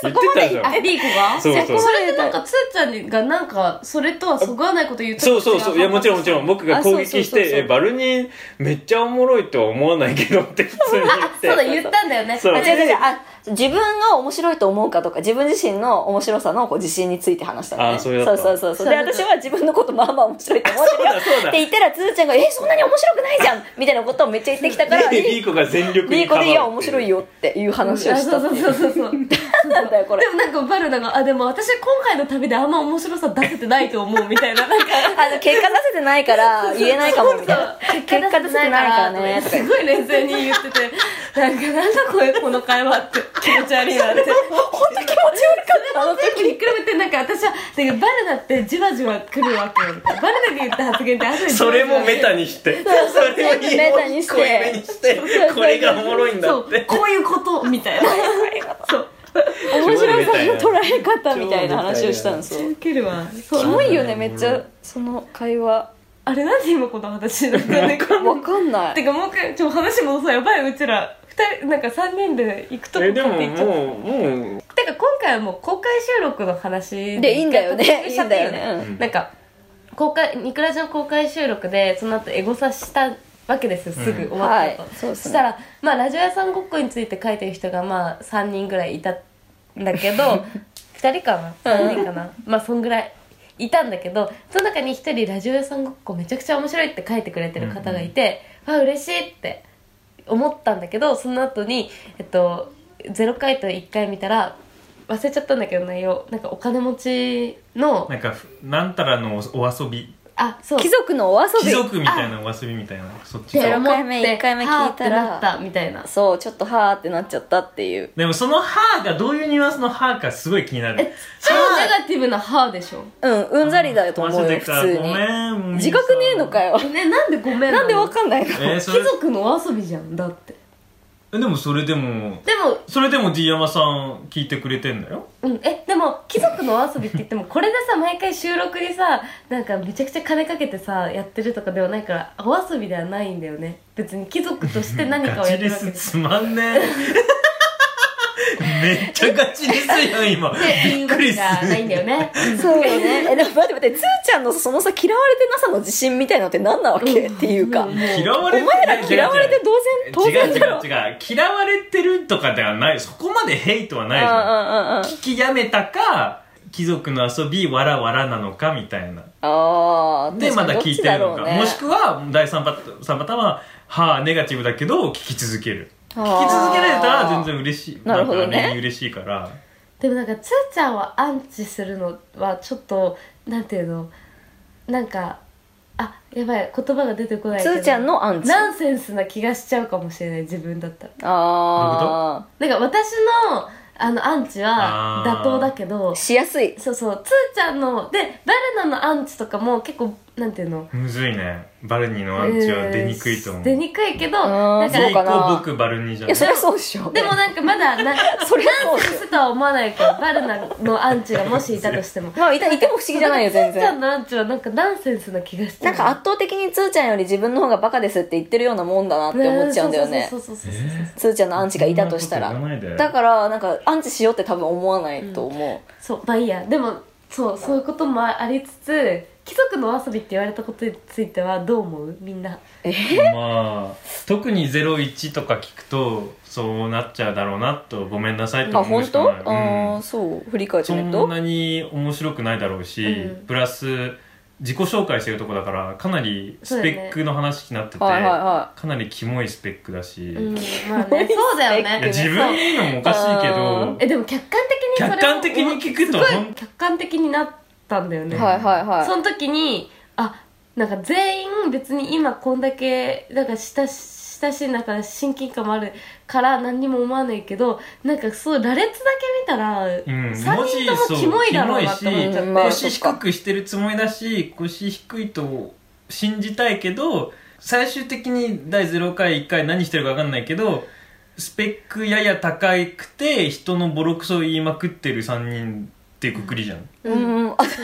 [SPEAKER 3] 言ってたじゃん
[SPEAKER 2] あ、リーコが
[SPEAKER 3] そうそう
[SPEAKER 2] それでなんか、つーちゃんがなんか、それとはそぐわないこと言った
[SPEAKER 3] そうそうそういやもちろんもちろん僕が攻撃
[SPEAKER 1] あそうそ
[SPEAKER 3] し
[SPEAKER 1] うそうそ
[SPEAKER 3] て
[SPEAKER 1] う
[SPEAKER 3] えバルニーめっちゃおもろいとは思わないけどって普通に言って
[SPEAKER 2] そうだ、言ったんだよね。
[SPEAKER 3] そう
[SPEAKER 2] あ
[SPEAKER 1] あ違う違う違う
[SPEAKER 2] 違う
[SPEAKER 1] あ自分が面白いと思うかとか自分自身の面白さのこう自信について話したのね
[SPEAKER 3] あそうだった
[SPEAKER 1] そうそうそう
[SPEAKER 2] そう
[SPEAKER 1] で
[SPEAKER 2] だった
[SPEAKER 1] 私は自分のことまあまあ面白いと思ってるよ
[SPEAKER 3] あそうだそうだ
[SPEAKER 1] って言ったらつーちゃんが「えそんなに面白くないじゃん」みたいなことをめっちゃ言ってきたから
[SPEAKER 3] で リーコが全力
[SPEAKER 1] リ
[SPEAKER 3] に
[SPEAKER 1] ーコで「いや
[SPEAKER 3] 構う
[SPEAKER 1] 面
[SPEAKER 3] ってう
[SPEAKER 1] 白いよ」っていう話を
[SPEAKER 2] あ
[SPEAKER 1] し
[SPEAKER 2] そ
[SPEAKER 1] た
[SPEAKER 2] う
[SPEAKER 1] ってい
[SPEAKER 2] そう
[SPEAKER 1] う
[SPEAKER 2] そうそうそう。
[SPEAKER 1] なんだよこれ
[SPEAKER 2] でもなんかバルナが、あ、でも私今回の旅であんま面白さ出せてないと思うみたいな。なんか、
[SPEAKER 1] あの結果出せてないから言えないかもみたいな結果出せてないからねとか
[SPEAKER 2] すごい冷静に言ってて、なんかなんだこれ、この会話って気持ち悪いなって。
[SPEAKER 1] 本当気持ち悪かったあ の時
[SPEAKER 2] 比べてなんか私は、だけどバルナってじわじわ来るわけよ。バルナが言った発言って後でじ
[SPEAKER 3] そ
[SPEAKER 2] わじ
[SPEAKER 3] れ
[SPEAKER 2] わ来る
[SPEAKER 3] もメタにして
[SPEAKER 1] そうそう
[SPEAKER 3] それも
[SPEAKER 1] メタにして
[SPEAKER 3] 濃いめにして
[SPEAKER 1] そうそう
[SPEAKER 3] これがおもろいんだ
[SPEAKER 2] そ
[SPEAKER 3] っ
[SPEAKER 2] う
[SPEAKER 3] て、
[SPEAKER 2] こういうことみたいな。そう。
[SPEAKER 1] 面白さの捉え方みたいな話をしたんですよ
[SPEAKER 2] 受けるわ。そう
[SPEAKER 1] キモいよねめっちゃその会話
[SPEAKER 2] あれなんで今この話になったんだか
[SPEAKER 1] わかんない
[SPEAKER 2] てかもう一回ちょ話戻そうやばいうちら二人なんか3人で行くとこ
[SPEAKER 3] えでも
[SPEAKER 2] 買って行っちゃった
[SPEAKER 3] もうもう
[SPEAKER 2] てか今回はもう公開収録の話
[SPEAKER 1] でいいんだよね
[SPEAKER 2] 一回特集しちゃって
[SPEAKER 1] いいんだよね
[SPEAKER 3] うん
[SPEAKER 2] なんか公開ニクラジの公開収録でその後エゴサしたわけですよすぐ終わったと、
[SPEAKER 1] はいそうですね
[SPEAKER 2] したら、まあ、ラジオ屋さんごっこについて書いてる人がまあ3人ぐらいいたんだ けど2人かな3人かなまあそんぐらいいたんだけどその中に1人ラジオ屋さんごっこめちゃくちゃ面白いって書いてくれてる方がいて、わあ嬉しいって思ったんだけどその後にえっと0回と1回見たら忘れちゃったんだけど内容なんかお金持ちの
[SPEAKER 3] なんかふなんたらのおお遊び
[SPEAKER 2] あそう
[SPEAKER 1] 貴族のお遊び
[SPEAKER 3] 貴族みたいなお遊びみたいなそっち
[SPEAKER 1] で
[SPEAKER 3] か
[SPEAKER 1] 0回目1回目聞いたら
[SPEAKER 2] はあってなったみたいな
[SPEAKER 1] そうちょっとはーってなっちゃったっていう
[SPEAKER 3] でもその歯がどういうニュアンスの歯かすごい気になる
[SPEAKER 2] 超ネガティブな「はあ」でしょ
[SPEAKER 1] うんうんざりだと思う
[SPEAKER 3] 忘
[SPEAKER 1] よ
[SPEAKER 3] れ
[SPEAKER 1] 普
[SPEAKER 3] てた
[SPEAKER 1] 通
[SPEAKER 3] ご
[SPEAKER 1] に
[SPEAKER 3] めん
[SPEAKER 1] 自覚ねえのかよ
[SPEAKER 2] ねなんでごめん
[SPEAKER 1] なんでわ
[SPEAKER 2] か
[SPEAKER 1] かんないの
[SPEAKER 3] えーそれ
[SPEAKER 2] 貴族のお遊びじゃんだって
[SPEAKER 3] えでもそれでも
[SPEAKER 2] でも、
[SPEAKER 3] それでも D 山さん聞いてくれてんだよ
[SPEAKER 2] うん、えでも貴族のお遊びって言ってもこれでさ毎回収録にさなんかめちゃくちゃ金かけてさやってるとかではないからお遊びではないんだよね別に貴族として何かを
[SPEAKER 3] ガチ
[SPEAKER 2] やって
[SPEAKER 3] レ
[SPEAKER 2] るわけ
[SPEAKER 3] ス
[SPEAKER 2] です
[SPEAKER 3] つまんねえめっちゃガチですよ今
[SPEAKER 2] ってい
[SPEAKER 3] びっ
[SPEAKER 2] うわ
[SPEAKER 3] く
[SPEAKER 2] け
[SPEAKER 3] り
[SPEAKER 2] じ
[SPEAKER 3] す
[SPEAKER 2] ゃないん
[SPEAKER 3] る
[SPEAKER 2] だよね
[SPEAKER 1] そうよねえでも待って待ってつーちゃんのそのさ嫌われてなさの自信みたいのって何なわけ、っていうか、
[SPEAKER 2] ん
[SPEAKER 3] 嫌
[SPEAKER 1] お
[SPEAKER 3] われ
[SPEAKER 1] 前
[SPEAKER 3] て
[SPEAKER 1] ら嫌われて当然当
[SPEAKER 3] 違う違う
[SPEAKER 1] 然だろ
[SPEAKER 3] 違う嫌われてるとかではないそこまでヘイトはないじゃん
[SPEAKER 1] あうんうんうん
[SPEAKER 3] 聞きやめたか貴族の遊びわらわらなのかみたいな
[SPEAKER 1] あー
[SPEAKER 3] でま
[SPEAKER 1] 確か
[SPEAKER 3] だ
[SPEAKER 1] に
[SPEAKER 3] 聞いてる
[SPEAKER 1] ど
[SPEAKER 3] のか、
[SPEAKER 1] っちだろうね
[SPEAKER 3] もしくは第3パ三パターンははあネガティブだけど聞き続ける
[SPEAKER 1] あー
[SPEAKER 3] 聞き続けられたら全然嬉しい
[SPEAKER 1] なるほどね
[SPEAKER 3] んかあれに嬉しいから
[SPEAKER 2] でもなんかつーちゃんはアンチするのはちょっとなんていうのなんかあやばい言葉が出てこないけど
[SPEAKER 1] つーちゃんのアンチ
[SPEAKER 2] ナンセンスな気がしちゃうかもしれない自分だったら
[SPEAKER 1] あ
[SPEAKER 2] なんか私のあのアンチは
[SPEAKER 3] あー
[SPEAKER 2] 妥当だけど
[SPEAKER 1] あしやすい
[SPEAKER 2] そうそうつーちゃんのでバルナのアンチとかも結構なんていうの
[SPEAKER 3] むずいねバルニーのアンチは出にくいと思う、
[SPEAKER 2] 出にくいけど
[SPEAKER 1] あー
[SPEAKER 2] だ
[SPEAKER 1] く
[SPEAKER 2] か
[SPEAKER 1] い
[SPEAKER 2] ら
[SPEAKER 1] そうかない
[SPEAKER 3] 僕バルニーじ
[SPEAKER 1] い
[SPEAKER 3] ゃな
[SPEAKER 1] や
[SPEAKER 3] い
[SPEAKER 1] そりゃそうでしょ
[SPEAKER 2] でもなんかまだな
[SPEAKER 1] そりゃ
[SPEAKER 2] ナ
[SPEAKER 1] そう
[SPEAKER 2] ン
[SPEAKER 1] で
[SPEAKER 2] セ
[SPEAKER 1] す
[SPEAKER 2] ン
[SPEAKER 1] よ
[SPEAKER 2] スとは思わないけどバルナのアンチがもしいたとしても
[SPEAKER 1] まあいたいても不思議じゃないよ全
[SPEAKER 2] つーちゃ
[SPEAKER 1] 然
[SPEAKER 2] んのアンチはなんかナンセンスな気がして
[SPEAKER 1] なんか圧倒的につーちゃんより自分の方がバカですって言ってるようなもんだなって思っちゃうんだよね
[SPEAKER 2] そうそうそうそうそう
[SPEAKER 3] え
[SPEAKER 1] つーちゃんのアンチがいたとしたら
[SPEAKER 3] そんなこと言わないで
[SPEAKER 1] だからなんかアンチしようって多分思わないと思、
[SPEAKER 2] そうまあいいやでもそうそういうこともありつつ貴族のお遊びって言われたことについてはどう思うみんな
[SPEAKER 3] ーまあ特に01とか聞くとそうなっちゃうだろうなとごめんなさいうと
[SPEAKER 1] あ
[SPEAKER 3] 思う
[SPEAKER 1] 本
[SPEAKER 3] しか
[SPEAKER 1] 当、
[SPEAKER 3] ない、
[SPEAKER 1] あ
[SPEAKER 3] う
[SPEAKER 1] あ
[SPEAKER 3] ん
[SPEAKER 1] そう振り返って
[SPEAKER 3] そ
[SPEAKER 1] みると
[SPEAKER 3] んなに面白くないだろうし、
[SPEAKER 2] うん
[SPEAKER 3] プラス自己紹介してるとこだからかなりスペックの話になってて、
[SPEAKER 1] はいはいは
[SPEAKER 3] かなりキモいスペックだし、
[SPEAKER 2] うん
[SPEAKER 3] い
[SPEAKER 2] まあねそうだよね
[SPEAKER 3] や自分で言うのもおかしいけ
[SPEAKER 1] あ
[SPEAKER 3] ど
[SPEAKER 2] えでも客観的にそれを
[SPEAKER 3] 客観的に聞くと
[SPEAKER 2] すごい客観的になったんだよ
[SPEAKER 1] い
[SPEAKER 2] ね、
[SPEAKER 1] はいはいはい
[SPEAKER 2] その時にあなんか全員別に今こんだけなんか親し親しい中で親近感もあるから何にも思わないけどなんかそう羅列だけ見たら、
[SPEAKER 3] うん、
[SPEAKER 2] 3人ともキモいだろうなって思っちゃって、
[SPEAKER 1] うんまあ
[SPEAKER 3] 腰低くしてるつもりだし腰低いと信じたいけど最終的に第0回1回何してるか分かんないけどスペックやや高くて人のボロクソ言いまくってる3人っていうくくりじゃん、
[SPEAKER 1] うん、私は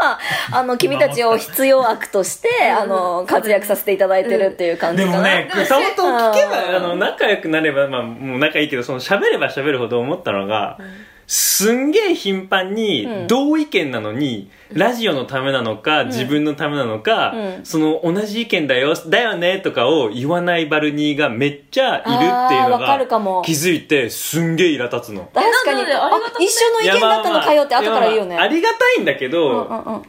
[SPEAKER 1] はあの君たちを必要悪としてあの活躍させていただいてるっていう感じか
[SPEAKER 3] で
[SPEAKER 1] な
[SPEAKER 3] もね歌音を聞けばあ
[SPEAKER 1] う
[SPEAKER 3] の仲良くなれば、まあ、もう仲いいけどその喋れば喋るほど思ったのが、すんげえ頻繁
[SPEAKER 1] う
[SPEAKER 3] に
[SPEAKER 1] ん
[SPEAKER 3] 同意見なのに、ラジオのためなのか、自分のためなのか、
[SPEAKER 1] うん
[SPEAKER 3] その同じ意見だよだよねとかを言わないバルニーがめっちゃいるっていうの
[SPEAKER 1] あーわかるかも
[SPEAKER 3] が気づいてすんげえイラ立つの。
[SPEAKER 1] 確か
[SPEAKER 2] な
[SPEAKER 1] に
[SPEAKER 2] のでありがたく
[SPEAKER 1] あ
[SPEAKER 2] ね
[SPEAKER 1] 一緒の意見だったのかよって後から言うよね
[SPEAKER 3] いやまあまあありがたいんだけ
[SPEAKER 1] うん
[SPEAKER 3] ど、
[SPEAKER 1] うんうん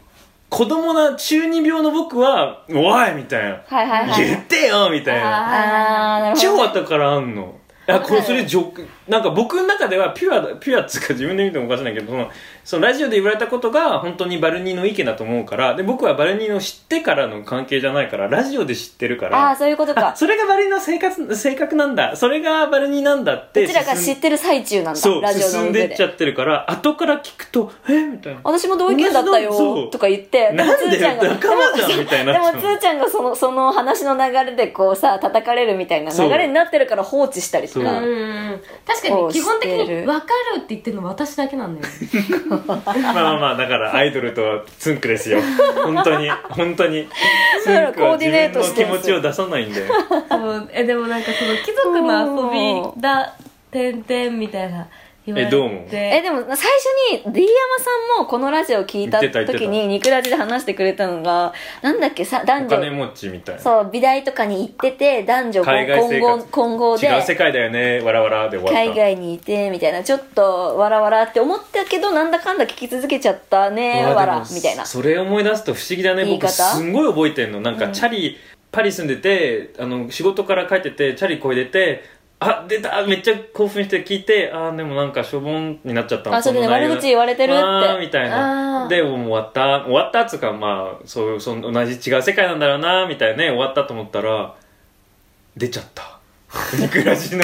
[SPEAKER 3] 子供な中二病の僕は「おい!」みたいな
[SPEAKER 1] はいはい
[SPEAKER 3] 「
[SPEAKER 1] はい
[SPEAKER 3] 言ってよ!」みたいな。
[SPEAKER 1] あーなるほど
[SPEAKER 3] 超後からあんのあこれそれジョークなんか僕の中ではピュアだピュアっつうか自分で見てもおかしいんだけどそのそのラジオで言われたことが本当にバルニーの意見だと思うからで僕はバルニーの知ってからの関係じゃないからラジオで知ってるか
[SPEAKER 1] あ
[SPEAKER 3] ら
[SPEAKER 1] あそういうことか
[SPEAKER 3] あそれがバルニーの性格性格なんだそれがバルニーなんだって
[SPEAKER 1] うちらが知
[SPEAKER 3] 進
[SPEAKER 1] っ
[SPEAKER 3] ん
[SPEAKER 1] てる最中なんだ
[SPEAKER 3] そう
[SPEAKER 1] ラジオ
[SPEAKER 3] 進
[SPEAKER 1] の
[SPEAKER 3] んで
[SPEAKER 1] 上
[SPEAKER 3] っちゃ
[SPEAKER 1] で
[SPEAKER 3] ってるから後から聞くと「えみたいな
[SPEAKER 1] 私も同意見だった
[SPEAKER 3] 同じのそ
[SPEAKER 1] よ
[SPEAKER 3] う
[SPEAKER 1] とか言っても
[SPEAKER 3] なん
[SPEAKER 1] つー
[SPEAKER 3] で
[SPEAKER 1] ちゃんが
[SPEAKER 3] 仲間じゃんみたいに
[SPEAKER 1] で
[SPEAKER 3] なっ
[SPEAKER 1] も
[SPEAKER 3] ちゃ
[SPEAKER 1] つー
[SPEAKER 3] う
[SPEAKER 1] ちゃんがそのその話の流れでこうさ叩かれるみたいな流れになってるから放置したりと
[SPEAKER 3] そ
[SPEAKER 1] か
[SPEAKER 3] う
[SPEAKER 2] うん確かに基本的に分かるって言ってるの私だけなんだよ ね
[SPEAKER 3] まあまあまあだからアイドルとはツンクですよ本当に本当にツ
[SPEAKER 1] だから
[SPEAKER 3] ンク
[SPEAKER 1] コ
[SPEAKER 3] は
[SPEAKER 1] ー
[SPEAKER 3] 自
[SPEAKER 1] ディネー
[SPEAKER 3] 分
[SPEAKER 1] ト
[SPEAKER 3] の
[SPEAKER 1] して
[SPEAKER 3] 気
[SPEAKER 1] るん
[SPEAKER 3] 持
[SPEAKER 1] です
[SPEAKER 3] ち
[SPEAKER 1] よ
[SPEAKER 3] を出さないんで
[SPEAKER 2] そうえでもなんかその貴族の遊びだ点々みたいな言われて
[SPEAKER 3] えどう思う
[SPEAKER 1] えでも最初に D 山さんもこのラジオ聞いた
[SPEAKER 3] 言ってた言って
[SPEAKER 1] 時
[SPEAKER 3] た
[SPEAKER 1] にニクラジで話してくれたのがなんだっけさ男
[SPEAKER 3] お金
[SPEAKER 1] 女
[SPEAKER 3] 持ちみたいな
[SPEAKER 1] そう美大とかに行ってて男女
[SPEAKER 3] 海外
[SPEAKER 1] 混
[SPEAKER 3] 生
[SPEAKER 1] 合
[SPEAKER 3] 活
[SPEAKER 1] 混合で
[SPEAKER 3] 違う世界だよねわらわらで終わった
[SPEAKER 1] 海外にいてみたいなちょっとわらわらって思ったけどなんだかんだ聞き続けちゃったね
[SPEAKER 3] うわ
[SPEAKER 1] わ
[SPEAKER 3] でも
[SPEAKER 1] らみたいな
[SPEAKER 3] それ思い出すと不思議だね
[SPEAKER 1] 言い
[SPEAKER 3] 僕
[SPEAKER 1] 方
[SPEAKER 3] すんごい覚えてんのなんかチャリ、パリ住んでてあの仕事から帰っててチャリこいでてあ出ためっちゃ興奮して聞いてあーでもなんかしょぼんになっちゃった
[SPEAKER 1] あそれで
[SPEAKER 3] この内容
[SPEAKER 1] 悪口言われてるって
[SPEAKER 3] あーみたい
[SPEAKER 2] あー
[SPEAKER 3] なでもう終わった終わったっつうかまあそうその同じ違う世界なんだろうなみたいなね終わったと思ったら出ちゃ ったニクラジの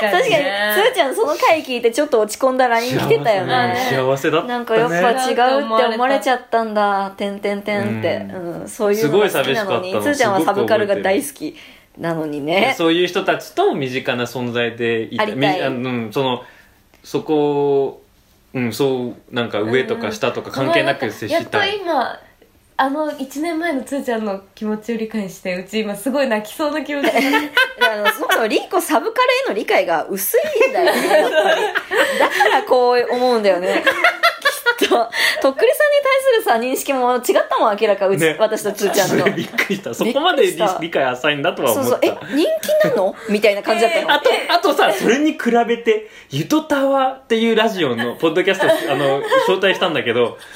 [SPEAKER 1] 確かにつーちゃんその回聞いてちょっと落ち込んだ LINE 来てたよ
[SPEAKER 2] だ
[SPEAKER 1] ね
[SPEAKER 2] ね
[SPEAKER 3] 幸せだったね
[SPEAKER 1] なんかやっぱ違うって思われちゃったんだ「てんてんてん」って、
[SPEAKER 3] う
[SPEAKER 1] うん、そういうのが好きなのに
[SPEAKER 3] すごい寂しかった
[SPEAKER 1] つ
[SPEAKER 3] の
[SPEAKER 1] ーちゃんはサブカルが大好きなのにね
[SPEAKER 3] そういう人たちと身近な存在でい
[SPEAKER 1] ありたい
[SPEAKER 3] みあうん、そのそこを、うん、そうなんか上とか下とか関係なく接した
[SPEAKER 2] やっ
[SPEAKER 3] い、
[SPEAKER 2] と今あの1年前のつーちゃんの気持ちを理解してうち今すごい泣きそうな気持ち
[SPEAKER 1] あのそもそもリンコサブカルへの理解が薄いんだ よねやっぱりだからこう思うんだよねきっととっくりさんに対するさ認識も違ったもん明らかうち、
[SPEAKER 3] ね
[SPEAKER 1] 私とつーちゃん
[SPEAKER 3] そ
[SPEAKER 1] の
[SPEAKER 3] れびっくりしたそこまで
[SPEAKER 1] びっ
[SPEAKER 3] 理
[SPEAKER 1] くりした
[SPEAKER 3] 理解浅いんだとは
[SPEAKER 1] そ
[SPEAKER 3] 思
[SPEAKER 1] う
[SPEAKER 3] った
[SPEAKER 1] そうえ人気なのみたいな感じだったの、
[SPEAKER 3] あと、あとさ、それに比べて、ゆとたわっていうラジオの、ポッドキャスト、あの、招待したんだけど、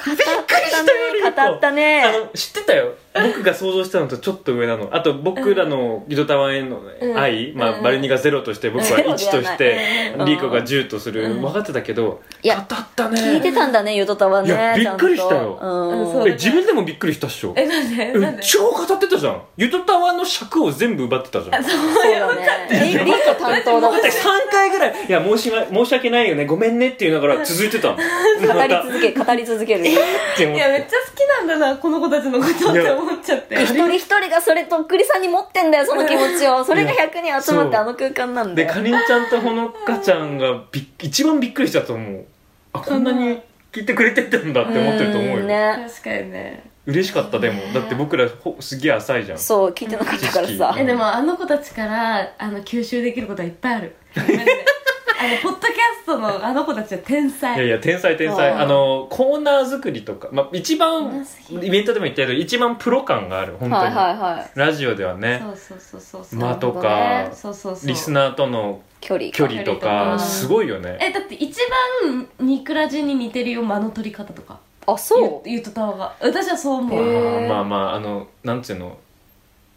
[SPEAKER 3] 語ったねびっくりしたよ、リンコ
[SPEAKER 1] 語ったね
[SPEAKER 3] あの、知ってたよ。僕が想像したのとちょっと上なの。あと、僕らのゆとたわへの愛、
[SPEAKER 2] うん
[SPEAKER 3] ま
[SPEAKER 2] う
[SPEAKER 3] あ、
[SPEAKER 2] ん
[SPEAKER 3] バルニがゼロとして、僕は1と
[SPEAKER 1] ゼロでは
[SPEAKER 3] し
[SPEAKER 1] な
[SPEAKER 3] て、
[SPEAKER 1] うん
[SPEAKER 3] リーコが10とする、分かってたけど、
[SPEAKER 1] い
[SPEAKER 3] 語
[SPEAKER 1] や
[SPEAKER 3] ったね
[SPEAKER 1] 聞いてたんだねゆとたわね
[SPEAKER 3] いや
[SPEAKER 1] ちゃんと
[SPEAKER 3] びっくりしたよ
[SPEAKER 1] うん
[SPEAKER 2] そう
[SPEAKER 3] え、自分でもびっくりしたっしょ。
[SPEAKER 2] えなんでなんで
[SPEAKER 3] 超語ってたじゃん。ゆとたわの尺を全部奪ってたじゃん。
[SPEAKER 1] そうだね。リリンコ担当だっ
[SPEAKER 3] だって3回ぐらい「いや申し訳申し訳ないよねごめんね」って言いながら続いて たの
[SPEAKER 1] た。
[SPEAKER 3] また
[SPEAKER 1] 語り続け、語り続ける。一
[SPEAKER 3] って思
[SPEAKER 2] い
[SPEAKER 3] っ
[SPEAKER 2] やめってちゃ好きなんだなこの子たちのことっ
[SPEAKER 3] い
[SPEAKER 2] て
[SPEAKER 3] や
[SPEAKER 2] 思っちゃって
[SPEAKER 1] 人一人がそれとっくりさんに持ってんだよ、その気持ちを。それが100人集まって
[SPEAKER 3] そう
[SPEAKER 1] あの空間なんだ
[SPEAKER 3] で
[SPEAKER 1] よ。
[SPEAKER 3] かりんちゃんとほのかちゃんがびっ一番びっくりしたと思うあこんなに聞いてくれてたんだって思ってると思うよ
[SPEAKER 1] んね。
[SPEAKER 2] 確かにね
[SPEAKER 3] 嬉しかったでもだって僕らほすげえ浅いじゃん
[SPEAKER 1] そう、聞いてなかったから
[SPEAKER 3] 知識
[SPEAKER 1] さ。
[SPEAKER 2] えでもあの子たちからあの吸収できることはいっぱいあるマジであのポッドキャストのあの子たちは天才
[SPEAKER 3] いやいや天才天才
[SPEAKER 1] あー
[SPEAKER 3] あのコーナー作りとか、まあ、一
[SPEAKER 2] う
[SPEAKER 3] 番
[SPEAKER 2] ますぎる
[SPEAKER 3] イベントでも言ったけど一番プロ感がある本当に、
[SPEAKER 1] はいはいはい。
[SPEAKER 3] ラジオではね
[SPEAKER 2] そうそうそうそうそう、
[SPEAKER 3] 間と
[SPEAKER 1] なるほ
[SPEAKER 3] か、
[SPEAKER 2] そうそうそう
[SPEAKER 3] リスナーとの
[SPEAKER 1] 距離。
[SPEAKER 3] 距離
[SPEAKER 1] 距
[SPEAKER 3] と
[SPEAKER 1] 離
[SPEAKER 3] か
[SPEAKER 1] とか
[SPEAKER 3] すごいよね
[SPEAKER 2] えだって一番ニクラジに似てるよ間の取り方とか
[SPEAKER 1] あ、そう。
[SPEAKER 2] ゆゆとたわが私はそ
[SPEAKER 1] へ
[SPEAKER 2] う思う
[SPEAKER 1] ー
[SPEAKER 3] まあまああのなんていうの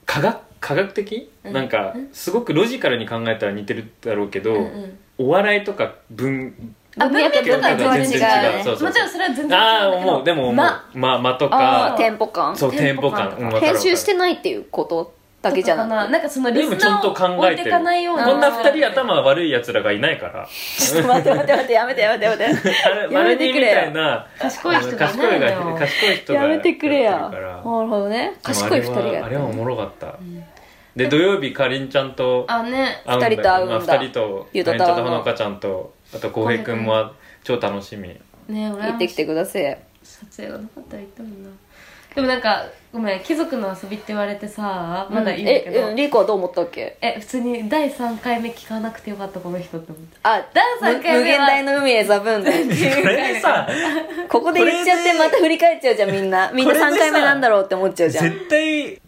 [SPEAKER 3] 科学科学的、
[SPEAKER 2] うん
[SPEAKER 3] なんか
[SPEAKER 2] うん
[SPEAKER 3] すごくロジカルに考えたら似てるだろうけど、
[SPEAKER 2] うんうん
[SPEAKER 3] お笑いとか文
[SPEAKER 2] あ文脈とかは全然違う
[SPEAKER 1] 全然違う
[SPEAKER 2] ね
[SPEAKER 3] そうそうそう
[SPEAKER 2] もちろんそれは全然違うん
[SPEAKER 3] あ
[SPEAKER 2] だ
[SPEAKER 3] あ
[SPEAKER 2] けど
[SPEAKER 3] もうでももう
[SPEAKER 2] ま
[SPEAKER 3] まあ間と
[SPEAKER 1] あ
[SPEAKER 3] か
[SPEAKER 1] あ、テンポ感。
[SPEAKER 3] そう
[SPEAKER 2] テ
[SPEAKER 3] テ
[SPEAKER 2] ン
[SPEAKER 3] ン
[SPEAKER 2] ポ
[SPEAKER 3] ポ感
[SPEAKER 2] 感とか
[SPEAKER 3] うんわかる
[SPEAKER 1] 編集して
[SPEAKER 3] わか
[SPEAKER 1] ないっていうことだけじゃ
[SPEAKER 2] とか
[SPEAKER 1] な
[SPEAKER 2] ななんかその
[SPEAKER 3] る
[SPEAKER 2] リ
[SPEAKER 3] でも
[SPEAKER 2] ス
[SPEAKER 3] ちゃ
[SPEAKER 2] ナ
[SPEAKER 3] ん
[SPEAKER 2] ーを
[SPEAKER 3] と考
[SPEAKER 2] 置
[SPEAKER 3] え
[SPEAKER 2] い
[SPEAKER 3] て
[SPEAKER 2] て
[SPEAKER 3] る
[SPEAKER 2] かないように
[SPEAKER 3] こんな二人頭悪いやつらがいないから
[SPEAKER 1] くちょっと待って待って待って、やめてやめてやめてやめて。
[SPEAKER 3] あれ
[SPEAKER 1] や
[SPEAKER 3] ま
[SPEAKER 1] め
[SPEAKER 3] る
[SPEAKER 1] て
[SPEAKER 3] で
[SPEAKER 1] く
[SPEAKER 3] み
[SPEAKER 1] れよ
[SPEAKER 3] たいな
[SPEAKER 2] 賢い人がい
[SPEAKER 3] 賢
[SPEAKER 2] ないいの
[SPEAKER 3] が
[SPEAKER 2] よ
[SPEAKER 3] 賢い人が
[SPEAKER 1] やめてくれ
[SPEAKER 3] や
[SPEAKER 1] や。な
[SPEAKER 3] ってるから
[SPEAKER 1] るほどね。賢い二人が
[SPEAKER 3] でも
[SPEAKER 1] や
[SPEAKER 3] あ
[SPEAKER 1] って
[SPEAKER 3] れはあれはお
[SPEAKER 1] る。
[SPEAKER 3] もろかった、で土曜日かりんちゃんと
[SPEAKER 2] あね
[SPEAKER 3] 会うんだけど
[SPEAKER 1] 二人と会うんだ
[SPEAKER 3] まあ、二人と
[SPEAKER 1] ゆと
[SPEAKER 3] ゆ
[SPEAKER 1] たわの
[SPEAKER 3] とたわのかちゃんとあと浩平君もあ超楽し み
[SPEAKER 2] ね俺
[SPEAKER 1] 行
[SPEAKER 2] は
[SPEAKER 1] ってきてください
[SPEAKER 2] 撮影がなかったら行ったもんなでもなんかごめん貴族の遊びって言われてさまだいいんだけど、
[SPEAKER 1] えうんリコはどう思ったっけ
[SPEAKER 2] え普通に第3回目聞かなくてよかったこの人って思って
[SPEAKER 1] あ
[SPEAKER 2] ダンサー
[SPEAKER 1] む
[SPEAKER 2] 一回目は
[SPEAKER 1] 無限大の海へザブン で
[SPEAKER 3] これさ
[SPEAKER 1] ここで言っちゃってまた振り返っちゃうじゃんみんなみんな3
[SPEAKER 3] これでさ
[SPEAKER 1] 回目なんだろうって思っちゃうじゃん
[SPEAKER 3] 絶対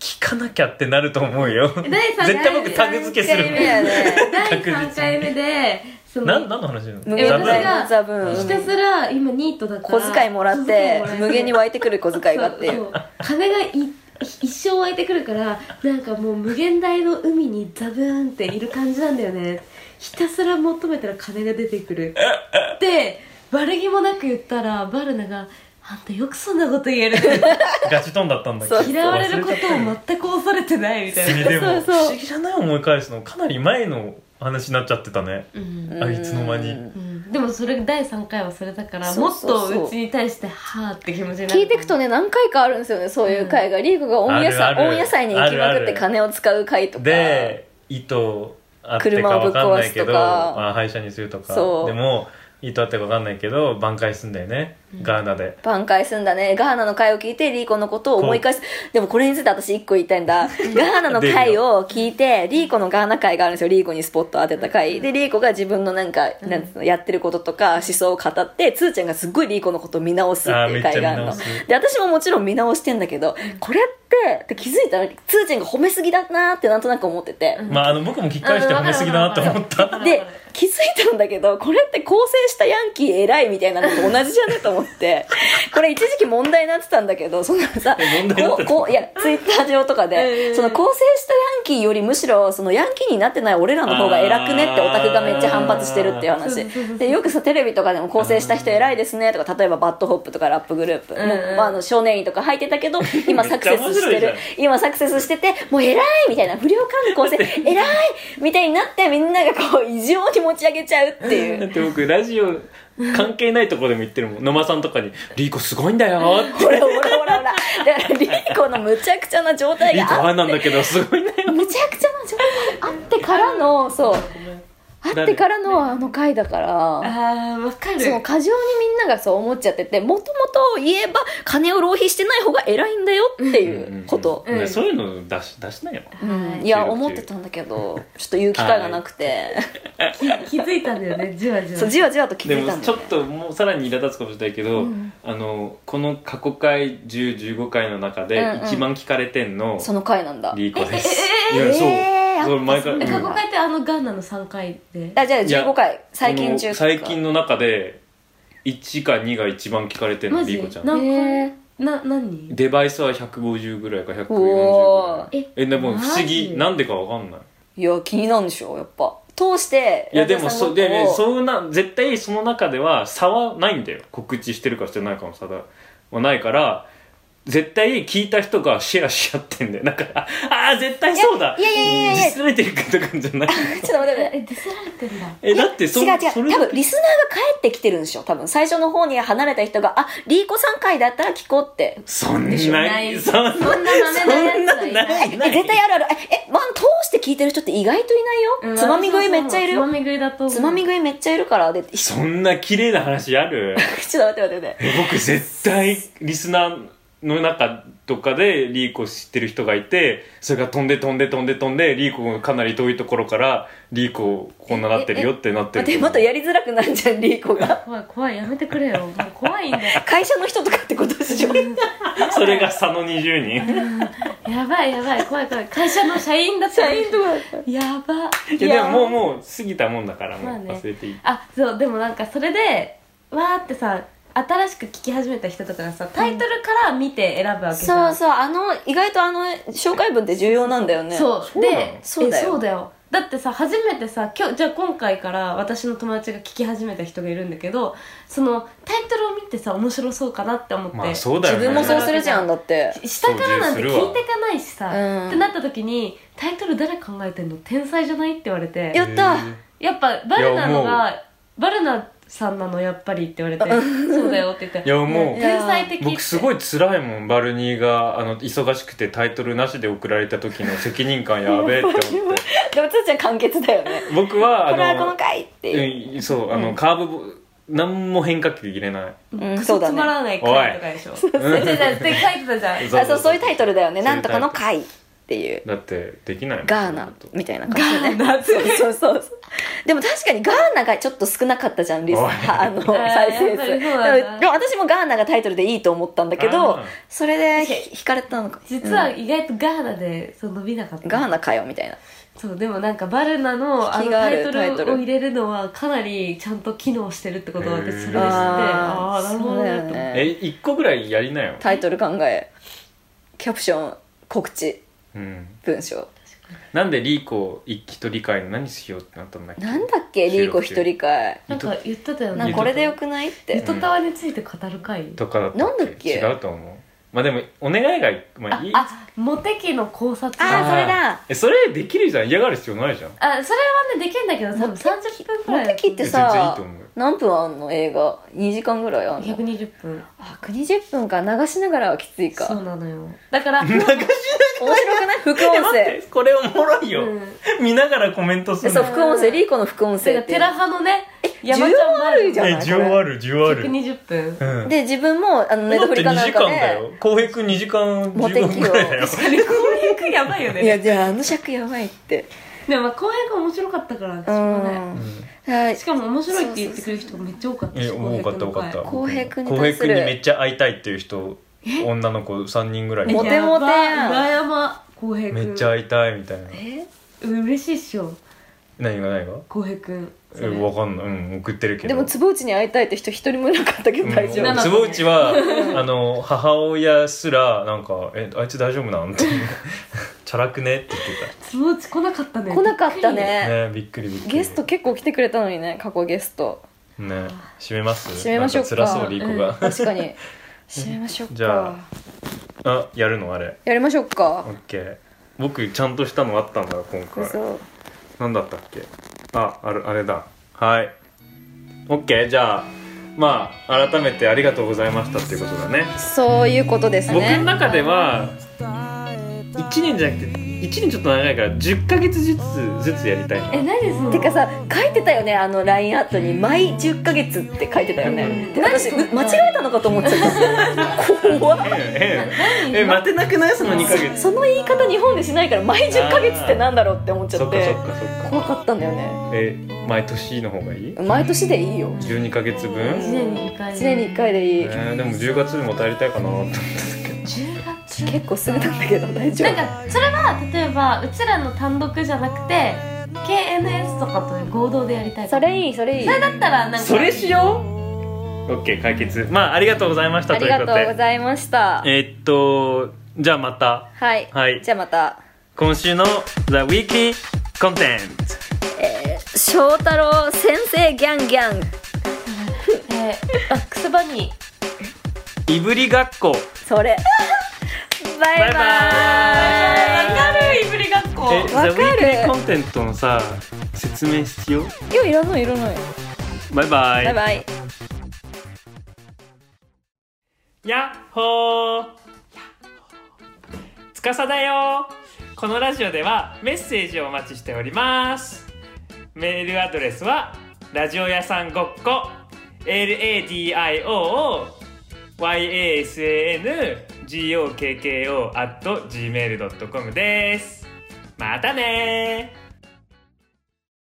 [SPEAKER 3] 聞かなきゃってなると思うよ絶
[SPEAKER 2] 第3回
[SPEAKER 3] 対僕タグ付けするもん
[SPEAKER 1] だよね
[SPEAKER 2] 第3回目でそ
[SPEAKER 3] な
[SPEAKER 2] の
[SPEAKER 3] ん何の話なの
[SPEAKER 1] 無
[SPEAKER 2] え
[SPEAKER 1] 限
[SPEAKER 3] ダブル
[SPEAKER 1] 大
[SPEAKER 2] 私
[SPEAKER 1] のザブン
[SPEAKER 2] ひたすら今ニートだから
[SPEAKER 1] 小遣いもらって
[SPEAKER 2] 小遣いもら
[SPEAKER 1] 無限に湧いてくる小遣いがってい
[SPEAKER 2] そううそう金がい一生湧いてくるからなんかもう無限大の海にザブーンっている感じなんだよねひたすら求めたら金が出てくるで悪気もなく言ったらバルナが「あんたよくそんなこと言 える」
[SPEAKER 3] ガチトンだったんだけ
[SPEAKER 1] そう
[SPEAKER 3] ど
[SPEAKER 2] 嫌われることを全く恐れてないみたいな、
[SPEAKER 3] で
[SPEAKER 1] そ
[SPEAKER 3] も
[SPEAKER 1] うそう
[SPEAKER 3] 不思議じゃない思い返すのかなり前の話になっちゃってたね
[SPEAKER 2] うん
[SPEAKER 3] あいつの間に
[SPEAKER 1] うん
[SPEAKER 2] うんでもそれ第3回はそれだから
[SPEAKER 1] そうそうそう
[SPEAKER 2] もっとうちに対してはあって気持ちになる
[SPEAKER 1] 聞いてくとね何回かあるんですよねそういう回が、リーコが温野菜
[SPEAKER 3] あるある
[SPEAKER 1] 温野菜に行きまくって金を使う回とか
[SPEAKER 3] で糸あってか
[SPEAKER 1] 車をぶっ
[SPEAKER 3] わかん
[SPEAKER 1] 壊
[SPEAKER 3] ない
[SPEAKER 1] す
[SPEAKER 3] け
[SPEAKER 1] とか
[SPEAKER 3] どあ廃車にするとか
[SPEAKER 1] そう
[SPEAKER 3] でも糸あってかわかんないけど挽回すんだよね、ガーナで
[SPEAKER 1] 挽回すんだねガーナの回を聞いてリーコのことを思い返すでもこれについて私一個言いたいん だガーナの回を聞いてリーコのガーナ回があるんですよリーコにスポット当てた回でリーコが自分のなんか、なんつうのやってることとか思想を語ってつーちゃんがすっごいリーコのことを見直すって
[SPEAKER 3] あー
[SPEAKER 1] い
[SPEAKER 3] め
[SPEAKER 1] う
[SPEAKER 3] っちゃ
[SPEAKER 1] 回
[SPEAKER 3] 見
[SPEAKER 1] がある
[SPEAKER 3] 直
[SPEAKER 1] の
[SPEAKER 3] す
[SPEAKER 1] で私ももちろん見直してんだけどこれってって気づいたらつーちゃんが褒めすぎだなーってなんとなく思ってて、
[SPEAKER 3] まああの僕も聞き返して褒めすぎだなと思った
[SPEAKER 1] で気づいたんだけどこれって構成したヤンキー偉いみたいなのと同じじゃねと思って これ一時期問題になってたんだけどそのさ
[SPEAKER 3] え問題になっ
[SPEAKER 1] こ
[SPEAKER 3] て
[SPEAKER 1] う
[SPEAKER 3] た
[SPEAKER 1] こういやツイッター上とかでその構成したヤンキーよりむしろそのヤンキーになってない俺らの方が偉くねってオタクがめっちゃ反発してるっていう話でよくさテレビとかでも構成した人偉いですねとか例えばバッドホップとかラップグループもう、まあ、あの少年院とか入ってたけど今サクセスして
[SPEAKER 3] めっちゃ面白いじゃ
[SPEAKER 1] る
[SPEAKER 3] ん
[SPEAKER 1] 今サクセスしててもう偉いみたいな不良観光生 偉いみたいになってみんながこう異常に持ち上げちゃうってい
[SPEAKER 3] だっ
[SPEAKER 1] う
[SPEAKER 3] て僕ラジオ関係ないところでも言ってるもん野間さんとかに「リーコすごいんだよ」って
[SPEAKER 1] ほらほらほらほらだからリーコのむちゃくちゃな状
[SPEAKER 3] 「
[SPEAKER 1] 態
[SPEAKER 3] リーコ
[SPEAKER 1] が
[SPEAKER 3] あ
[SPEAKER 1] あ
[SPEAKER 3] あなんだけどすごいんだよ
[SPEAKER 1] むちゃくちゃな状態があってからのそうあってからのあの回だから
[SPEAKER 2] あーわかる
[SPEAKER 1] その過剰にみんながそう思っちゃっててもともと言えば金を浪費してない方が偉いんだよって」いうこと、
[SPEAKER 2] うん
[SPEAKER 3] そういうの出し出しないよ
[SPEAKER 1] うん
[SPEAKER 2] はい
[SPEAKER 1] いや思ってたんだけどちょっと言う機会がなくて、
[SPEAKER 2] 気気づいたんだ よねじわじわ
[SPEAKER 1] そうじわじわと気
[SPEAKER 3] で
[SPEAKER 1] づいた
[SPEAKER 3] も
[SPEAKER 1] んだ
[SPEAKER 3] ちょ
[SPEAKER 1] よ、
[SPEAKER 3] っ
[SPEAKER 1] ね、
[SPEAKER 3] ともうさらに苛立つかもしれないけど、
[SPEAKER 1] うん
[SPEAKER 3] あのこの過去回1015回の中で
[SPEAKER 1] うんうん
[SPEAKER 3] 一番聞かれてんの、
[SPEAKER 1] その回なんだ
[SPEAKER 3] リーコです、
[SPEAKER 1] えええええ
[SPEAKER 3] いやそう、そう毎回、
[SPEAKER 1] あそ
[SPEAKER 2] え
[SPEAKER 1] うな
[SPEAKER 2] 過去
[SPEAKER 1] んだ
[SPEAKER 2] 回ってあのガンナの3回で
[SPEAKER 1] あじゃあ
[SPEAKER 3] いや
[SPEAKER 1] 15回最近
[SPEAKER 3] そ
[SPEAKER 1] 中
[SPEAKER 3] の最近の中で1か2が一番聞かれてんの
[SPEAKER 2] マ
[SPEAKER 3] リ
[SPEAKER 2] ジ
[SPEAKER 3] ーコちゃん
[SPEAKER 2] 何
[SPEAKER 1] へ
[SPEAKER 2] 回
[SPEAKER 1] ー
[SPEAKER 2] な何
[SPEAKER 3] デバイスは150ぐらいか140ぐ
[SPEAKER 1] お
[SPEAKER 3] ら
[SPEAKER 1] ー
[SPEAKER 3] い
[SPEAKER 2] え
[SPEAKER 3] えでも不思
[SPEAKER 2] マ
[SPEAKER 3] 議
[SPEAKER 2] ジ
[SPEAKER 3] なんでかわかんない
[SPEAKER 1] いや気になるんでしょやっぱ通して
[SPEAKER 3] いやでもそで、ね、
[SPEAKER 1] う
[SPEAKER 3] そんな絶対その中では差はないんだよ告知してるかしてないかの差だはないから絶対聞いた人がシェアし合ってんだよだからああ絶対そうだ
[SPEAKER 1] いやいやいやいやいや
[SPEAKER 3] 実されてるかとかじゃない
[SPEAKER 1] ちょっと待って待って
[SPEAKER 2] えディスられてんだ
[SPEAKER 3] えだってそ
[SPEAKER 1] 違う違う
[SPEAKER 3] それ
[SPEAKER 1] 多分リスナーが帰ってきてるんでしょ多分最初の方に離れた人があリーコさん回だったら聞こうって
[SPEAKER 3] そんなそん
[SPEAKER 2] ない
[SPEAKER 3] なそんな
[SPEAKER 2] そんな豆なやつはいない
[SPEAKER 3] ない
[SPEAKER 1] え絶対あるあるええ、まあ、通して聞いてる人って意外といないよ、
[SPEAKER 2] うん
[SPEAKER 1] つまみ食いめっちゃいる
[SPEAKER 2] つ
[SPEAKER 1] よ
[SPEAKER 2] まみ食いだと思う
[SPEAKER 1] つまみ食いめっちゃいるからでちょっ
[SPEAKER 3] そんな綺麗な話ある
[SPEAKER 1] と待って待って待って
[SPEAKER 3] え僕絶対リスナーの中とかでリーコ知ってる人がいてそれが飛んで飛んで飛んで飛んでリーコがかなり遠いところからリーコこんななってるよってなってる
[SPEAKER 1] 待ってまたやりづらくなるじゃんリーコが
[SPEAKER 2] 怖い怖いやめてくれよもう怖いんだよ
[SPEAKER 1] 会社の人とかってことでしょ
[SPEAKER 3] それが差の20人
[SPEAKER 2] やばいやばい怖い怖い会社の社員だった
[SPEAKER 1] 社員とか
[SPEAKER 2] やば
[SPEAKER 3] いやでももうもう過ぎたもんだからも
[SPEAKER 2] ま
[SPEAKER 3] う
[SPEAKER 2] あね
[SPEAKER 3] 忘れていい、
[SPEAKER 2] あそうでもなんかそれでわーってさ新しく聞き始めた人とかがさタイトルから見て選ぶわけじゃ
[SPEAKER 1] そ
[SPEAKER 2] ん
[SPEAKER 1] うそうあの意外とあの紹介文って重要なんだよね
[SPEAKER 2] そう
[SPEAKER 3] そうなの
[SPEAKER 2] で
[SPEAKER 1] そうだよ
[SPEAKER 2] えそうだよだってさ初めてさ今日じゃあ今回から私の友達が聞き始めた人がいるんだけどそのタイトルを見てさ面白そうかなって思って、
[SPEAKER 3] まあそうだ
[SPEAKER 1] 自
[SPEAKER 3] よね
[SPEAKER 1] 分もそうするじゃんだ って
[SPEAKER 2] 下からなんて聞いてかないしさ、
[SPEAKER 1] うん
[SPEAKER 2] ってなった時にタイトル誰考えてんの天才じゃないって言われて
[SPEAKER 1] やった
[SPEAKER 2] やっぱバルナの
[SPEAKER 3] いや
[SPEAKER 2] がバルナさんなのやっぱりって言われてそうだよって言って
[SPEAKER 3] いやもう
[SPEAKER 2] 天才的って
[SPEAKER 3] 僕すごい辛いもんバルニーがあの忙しくてタイトルなしで送られた時の責任感やべえって 思って
[SPEAKER 1] でもつーちゃん完結だよね
[SPEAKER 3] 僕は
[SPEAKER 1] これ
[SPEAKER 3] あ
[SPEAKER 1] は
[SPEAKER 3] の
[SPEAKER 1] この回っていう
[SPEAKER 3] うんそうあの、カーブボ何も変化球入れない
[SPEAKER 1] うん、
[SPEAKER 2] ク
[SPEAKER 1] そ
[SPEAKER 2] ソ
[SPEAKER 1] うだ
[SPEAKER 2] つま
[SPEAKER 1] ね
[SPEAKER 2] らない回とかでしょそう そう違う違うって書いてたじゃん
[SPEAKER 1] あそうそういうタイトルだよね
[SPEAKER 3] そう
[SPEAKER 1] な
[SPEAKER 3] い
[SPEAKER 1] ん
[SPEAKER 3] う
[SPEAKER 1] と
[SPEAKER 3] タイ
[SPEAKER 1] か
[SPEAKER 3] トル
[SPEAKER 1] の会っていう
[SPEAKER 3] だってできないもん
[SPEAKER 1] ガーナ
[SPEAKER 3] そんなこ
[SPEAKER 1] みたいな感じでね
[SPEAKER 2] ガーナ
[SPEAKER 1] そうそうそうそうでも確かにガーナがちょっと少なかったじゃんリス
[SPEAKER 3] おい
[SPEAKER 1] あの
[SPEAKER 2] あー
[SPEAKER 1] 再生
[SPEAKER 2] やっぱ
[SPEAKER 1] 数
[SPEAKER 2] りそう
[SPEAKER 1] で
[SPEAKER 2] だな
[SPEAKER 1] もでも私もガーナがタイトルでいいと思ったんだけど
[SPEAKER 3] あー
[SPEAKER 1] それでひ引かれたのか
[SPEAKER 2] 実は
[SPEAKER 1] うん
[SPEAKER 2] 意外とガーナでそう伸びなかった、
[SPEAKER 1] ガーナかよみたいな
[SPEAKER 2] そうでもなんかバルナのあ
[SPEAKER 1] 引
[SPEAKER 2] の
[SPEAKER 1] きがあ
[SPEAKER 2] タ
[SPEAKER 1] る
[SPEAKER 2] イト
[SPEAKER 1] タイトル
[SPEAKER 2] ルを入れるのはかなりちゃんと機能してるってことを私それで知って
[SPEAKER 3] へー
[SPEAKER 2] ああ
[SPEAKER 1] ー
[SPEAKER 2] なるほ
[SPEAKER 1] そ
[SPEAKER 2] ど
[SPEAKER 1] うだよ
[SPEAKER 2] ねと思って
[SPEAKER 3] え
[SPEAKER 1] ね
[SPEAKER 3] 一個ぐらいやりなよ、
[SPEAKER 1] タイトル考えキャプション告知
[SPEAKER 3] うん、
[SPEAKER 1] 文章
[SPEAKER 3] なんでリーコ一期と理解何しようってなったんだっけ
[SPEAKER 1] なんだっけリーコ一人会
[SPEAKER 2] なんか言ってたよ
[SPEAKER 1] な
[SPEAKER 2] ね
[SPEAKER 1] んかこれでよくないっ
[SPEAKER 2] ゆ
[SPEAKER 1] て
[SPEAKER 2] とたわについて語る会、
[SPEAKER 3] とかだった
[SPEAKER 1] なんだっけ
[SPEAKER 3] 違うと思うまあでもお願いが、まあ、いい
[SPEAKER 2] ああモテ期の考察
[SPEAKER 1] あーそれだ
[SPEAKER 3] えそれできるじゃん嫌がる必要ないじゃん
[SPEAKER 2] あそれはねできんだけど多分30分く
[SPEAKER 1] モ
[SPEAKER 2] らい
[SPEAKER 1] テキって
[SPEAKER 3] 全然いい
[SPEAKER 1] さ
[SPEAKER 3] と思う
[SPEAKER 1] 何分あんの映画2時間ぐらいあんの
[SPEAKER 2] 120分
[SPEAKER 1] あ120分か流しながらはきついか
[SPEAKER 2] そうなのよだから
[SPEAKER 3] 流し なが
[SPEAKER 1] 面白くない副音
[SPEAKER 3] ら 待
[SPEAKER 1] 声
[SPEAKER 3] ってこれおもろいよ、
[SPEAKER 2] うん
[SPEAKER 3] 見ながらコメントす
[SPEAKER 1] え
[SPEAKER 3] る
[SPEAKER 1] そう
[SPEAKER 3] の
[SPEAKER 1] 副音声リーコの副音声
[SPEAKER 2] だから
[SPEAKER 1] って
[SPEAKER 2] テ
[SPEAKER 1] いう
[SPEAKER 2] ラ派のね
[SPEAKER 1] 需要あるじゃん
[SPEAKER 3] え需要ある需要ある
[SPEAKER 2] 120分
[SPEAKER 3] うん
[SPEAKER 1] で自分もあのネッ
[SPEAKER 3] だ
[SPEAKER 1] ト
[SPEAKER 3] っ
[SPEAKER 1] フリ
[SPEAKER 3] て
[SPEAKER 1] か
[SPEAKER 3] 2
[SPEAKER 1] なん
[SPEAKER 3] 時間
[SPEAKER 1] か
[SPEAKER 3] だ
[SPEAKER 1] で
[SPEAKER 3] よ浩平君2時間15分ぐらいだよ
[SPEAKER 2] 確かにこういう句やばいよ
[SPEAKER 1] いや
[SPEAKER 2] ね
[SPEAKER 1] じゃああの尺やばいって
[SPEAKER 2] でもまあ後編が面白かったからし
[SPEAKER 1] う
[SPEAKER 2] ょうんがない
[SPEAKER 1] はい
[SPEAKER 2] しかも面白いって言ってくる人めっちゃ多かった
[SPEAKER 3] え
[SPEAKER 2] し
[SPEAKER 3] 多かった多かった
[SPEAKER 1] 浩平君に
[SPEAKER 3] 浩
[SPEAKER 1] 対
[SPEAKER 3] 平
[SPEAKER 1] す
[SPEAKER 3] 君
[SPEAKER 1] る
[SPEAKER 3] にめっちゃ会いたいっていう人女の子3人ぐらいい
[SPEAKER 1] モ
[SPEAKER 3] た
[SPEAKER 1] テモテやん
[SPEAKER 2] 裏山浩平君
[SPEAKER 3] めっちゃ会いたいみたいな
[SPEAKER 1] え
[SPEAKER 2] 嬉しいっしょ
[SPEAKER 3] 何が何が
[SPEAKER 2] 浩平君そ
[SPEAKER 3] え
[SPEAKER 2] れ
[SPEAKER 3] わかんないうん送ってるけど
[SPEAKER 1] でも坪内に会いたいって人一人もいなかったけど大丈
[SPEAKER 3] うん
[SPEAKER 1] 夫
[SPEAKER 2] な
[SPEAKER 3] 坪内はあの母親すらなんか「えあいつ大丈夫なん?」って「 チャラくね?」って言って
[SPEAKER 2] 坪内来なかったね
[SPEAKER 1] 来なかった
[SPEAKER 3] た
[SPEAKER 1] ね
[SPEAKER 3] ねびっくりびっくり
[SPEAKER 1] ゲスト結構来てくれたのにね過去ゲスト
[SPEAKER 3] ね閉めます
[SPEAKER 1] 閉めましょうか
[SPEAKER 3] なん辛そうリーコが、
[SPEAKER 1] 確か に閉めましょう
[SPEAKER 3] じゃあ
[SPEAKER 1] か
[SPEAKER 3] あやるのあれ
[SPEAKER 1] やりましょう
[SPEAKER 3] オ
[SPEAKER 1] か
[SPEAKER 3] ッケー僕ちゃんとしたのあったんだ今回
[SPEAKER 1] そう
[SPEAKER 3] なんだったっけああるあれだはいオッケーじゃあまあ改めてありがとうございましたっていうことだね
[SPEAKER 1] そういうことです
[SPEAKER 3] 僕の
[SPEAKER 1] ね
[SPEAKER 3] 中では1年じゃなくて1年ちょっと長いから10ヶ月ずつずつやりたいな
[SPEAKER 2] え何その
[SPEAKER 1] てかさ書いてたよねあの LINE アットに「毎10ヶ月」って書いてたよねで私う間違えたのかと思っちゃった怖っ
[SPEAKER 3] えええ待てなくないその2ヶ月
[SPEAKER 1] その言い方日本でしないから「毎10ヶ月」ってなんだろうって思っちゃ
[SPEAKER 3] そ
[SPEAKER 1] っ
[SPEAKER 3] っかそ
[SPEAKER 1] て
[SPEAKER 3] っかそっか
[SPEAKER 1] 怖かったんだよね
[SPEAKER 3] え毎年の方がいい
[SPEAKER 1] 毎年でいいよ
[SPEAKER 3] 12ヶ月分、
[SPEAKER 2] 一年に一回
[SPEAKER 1] 1年に1回でいい
[SPEAKER 3] えーでも10月にもたりたいかなと思ったんだけど
[SPEAKER 2] 10月
[SPEAKER 1] 結構すぐなんだけど大丈
[SPEAKER 2] なん
[SPEAKER 1] 夫
[SPEAKER 2] かそれは例えばうちらの単独じゃなくて KNS とかと合同でやりたい
[SPEAKER 1] それいいそれいい
[SPEAKER 2] それだったらなんか
[SPEAKER 3] それしよう OK 解決まあありがとうございました
[SPEAKER 1] あ
[SPEAKER 3] と
[SPEAKER 1] り
[SPEAKER 3] いう
[SPEAKER 1] が
[SPEAKER 3] ことと
[SPEAKER 1] うご
[SPEAKER 3] で
[SPEAKER 1] ざいました
[SPEAKER 3] えーっとじゃあまた
[SPEAKER 1] はい、
[SPEAKER 3] はい
[SPEAKER 1] じゃあまた
[SPEAKER 3] 今週の「The Weekly Content」
[SPEAKER 1] 翔太郎先生ギャンギャン
[SPEAKER 2] えーバックスバニー
[SPEAKER 3] いぶりがっこ
[SPEAKER 1] それ バイバ
[SPEAKER 3] バイバ
[SPEAKER 1] イ
[SPEAKER 2] るいぶりがっこ
[SPEAKER 3] え、ザ・ウ
[SPEAKER 1] わ
[SPEAKER 3] ィ
[SPEAKER 1] か
[SPEAKER 3] ー
[SPEAKER 1] る
[SPEAKER 3] クリーコンテントのさ説明必要
[SPEAKER 1] いやいらないいらない
[SPEAKER 3] バイバイ
[SPEAKER 1] バイバイ
[SPEAKER 3] やっほーつかさだよこのラジオではメッセージをお待ちしておりますメールアドレスはラジオ屋さんごっこ LADIO YASANGOKKO at gmail.com ですまたねー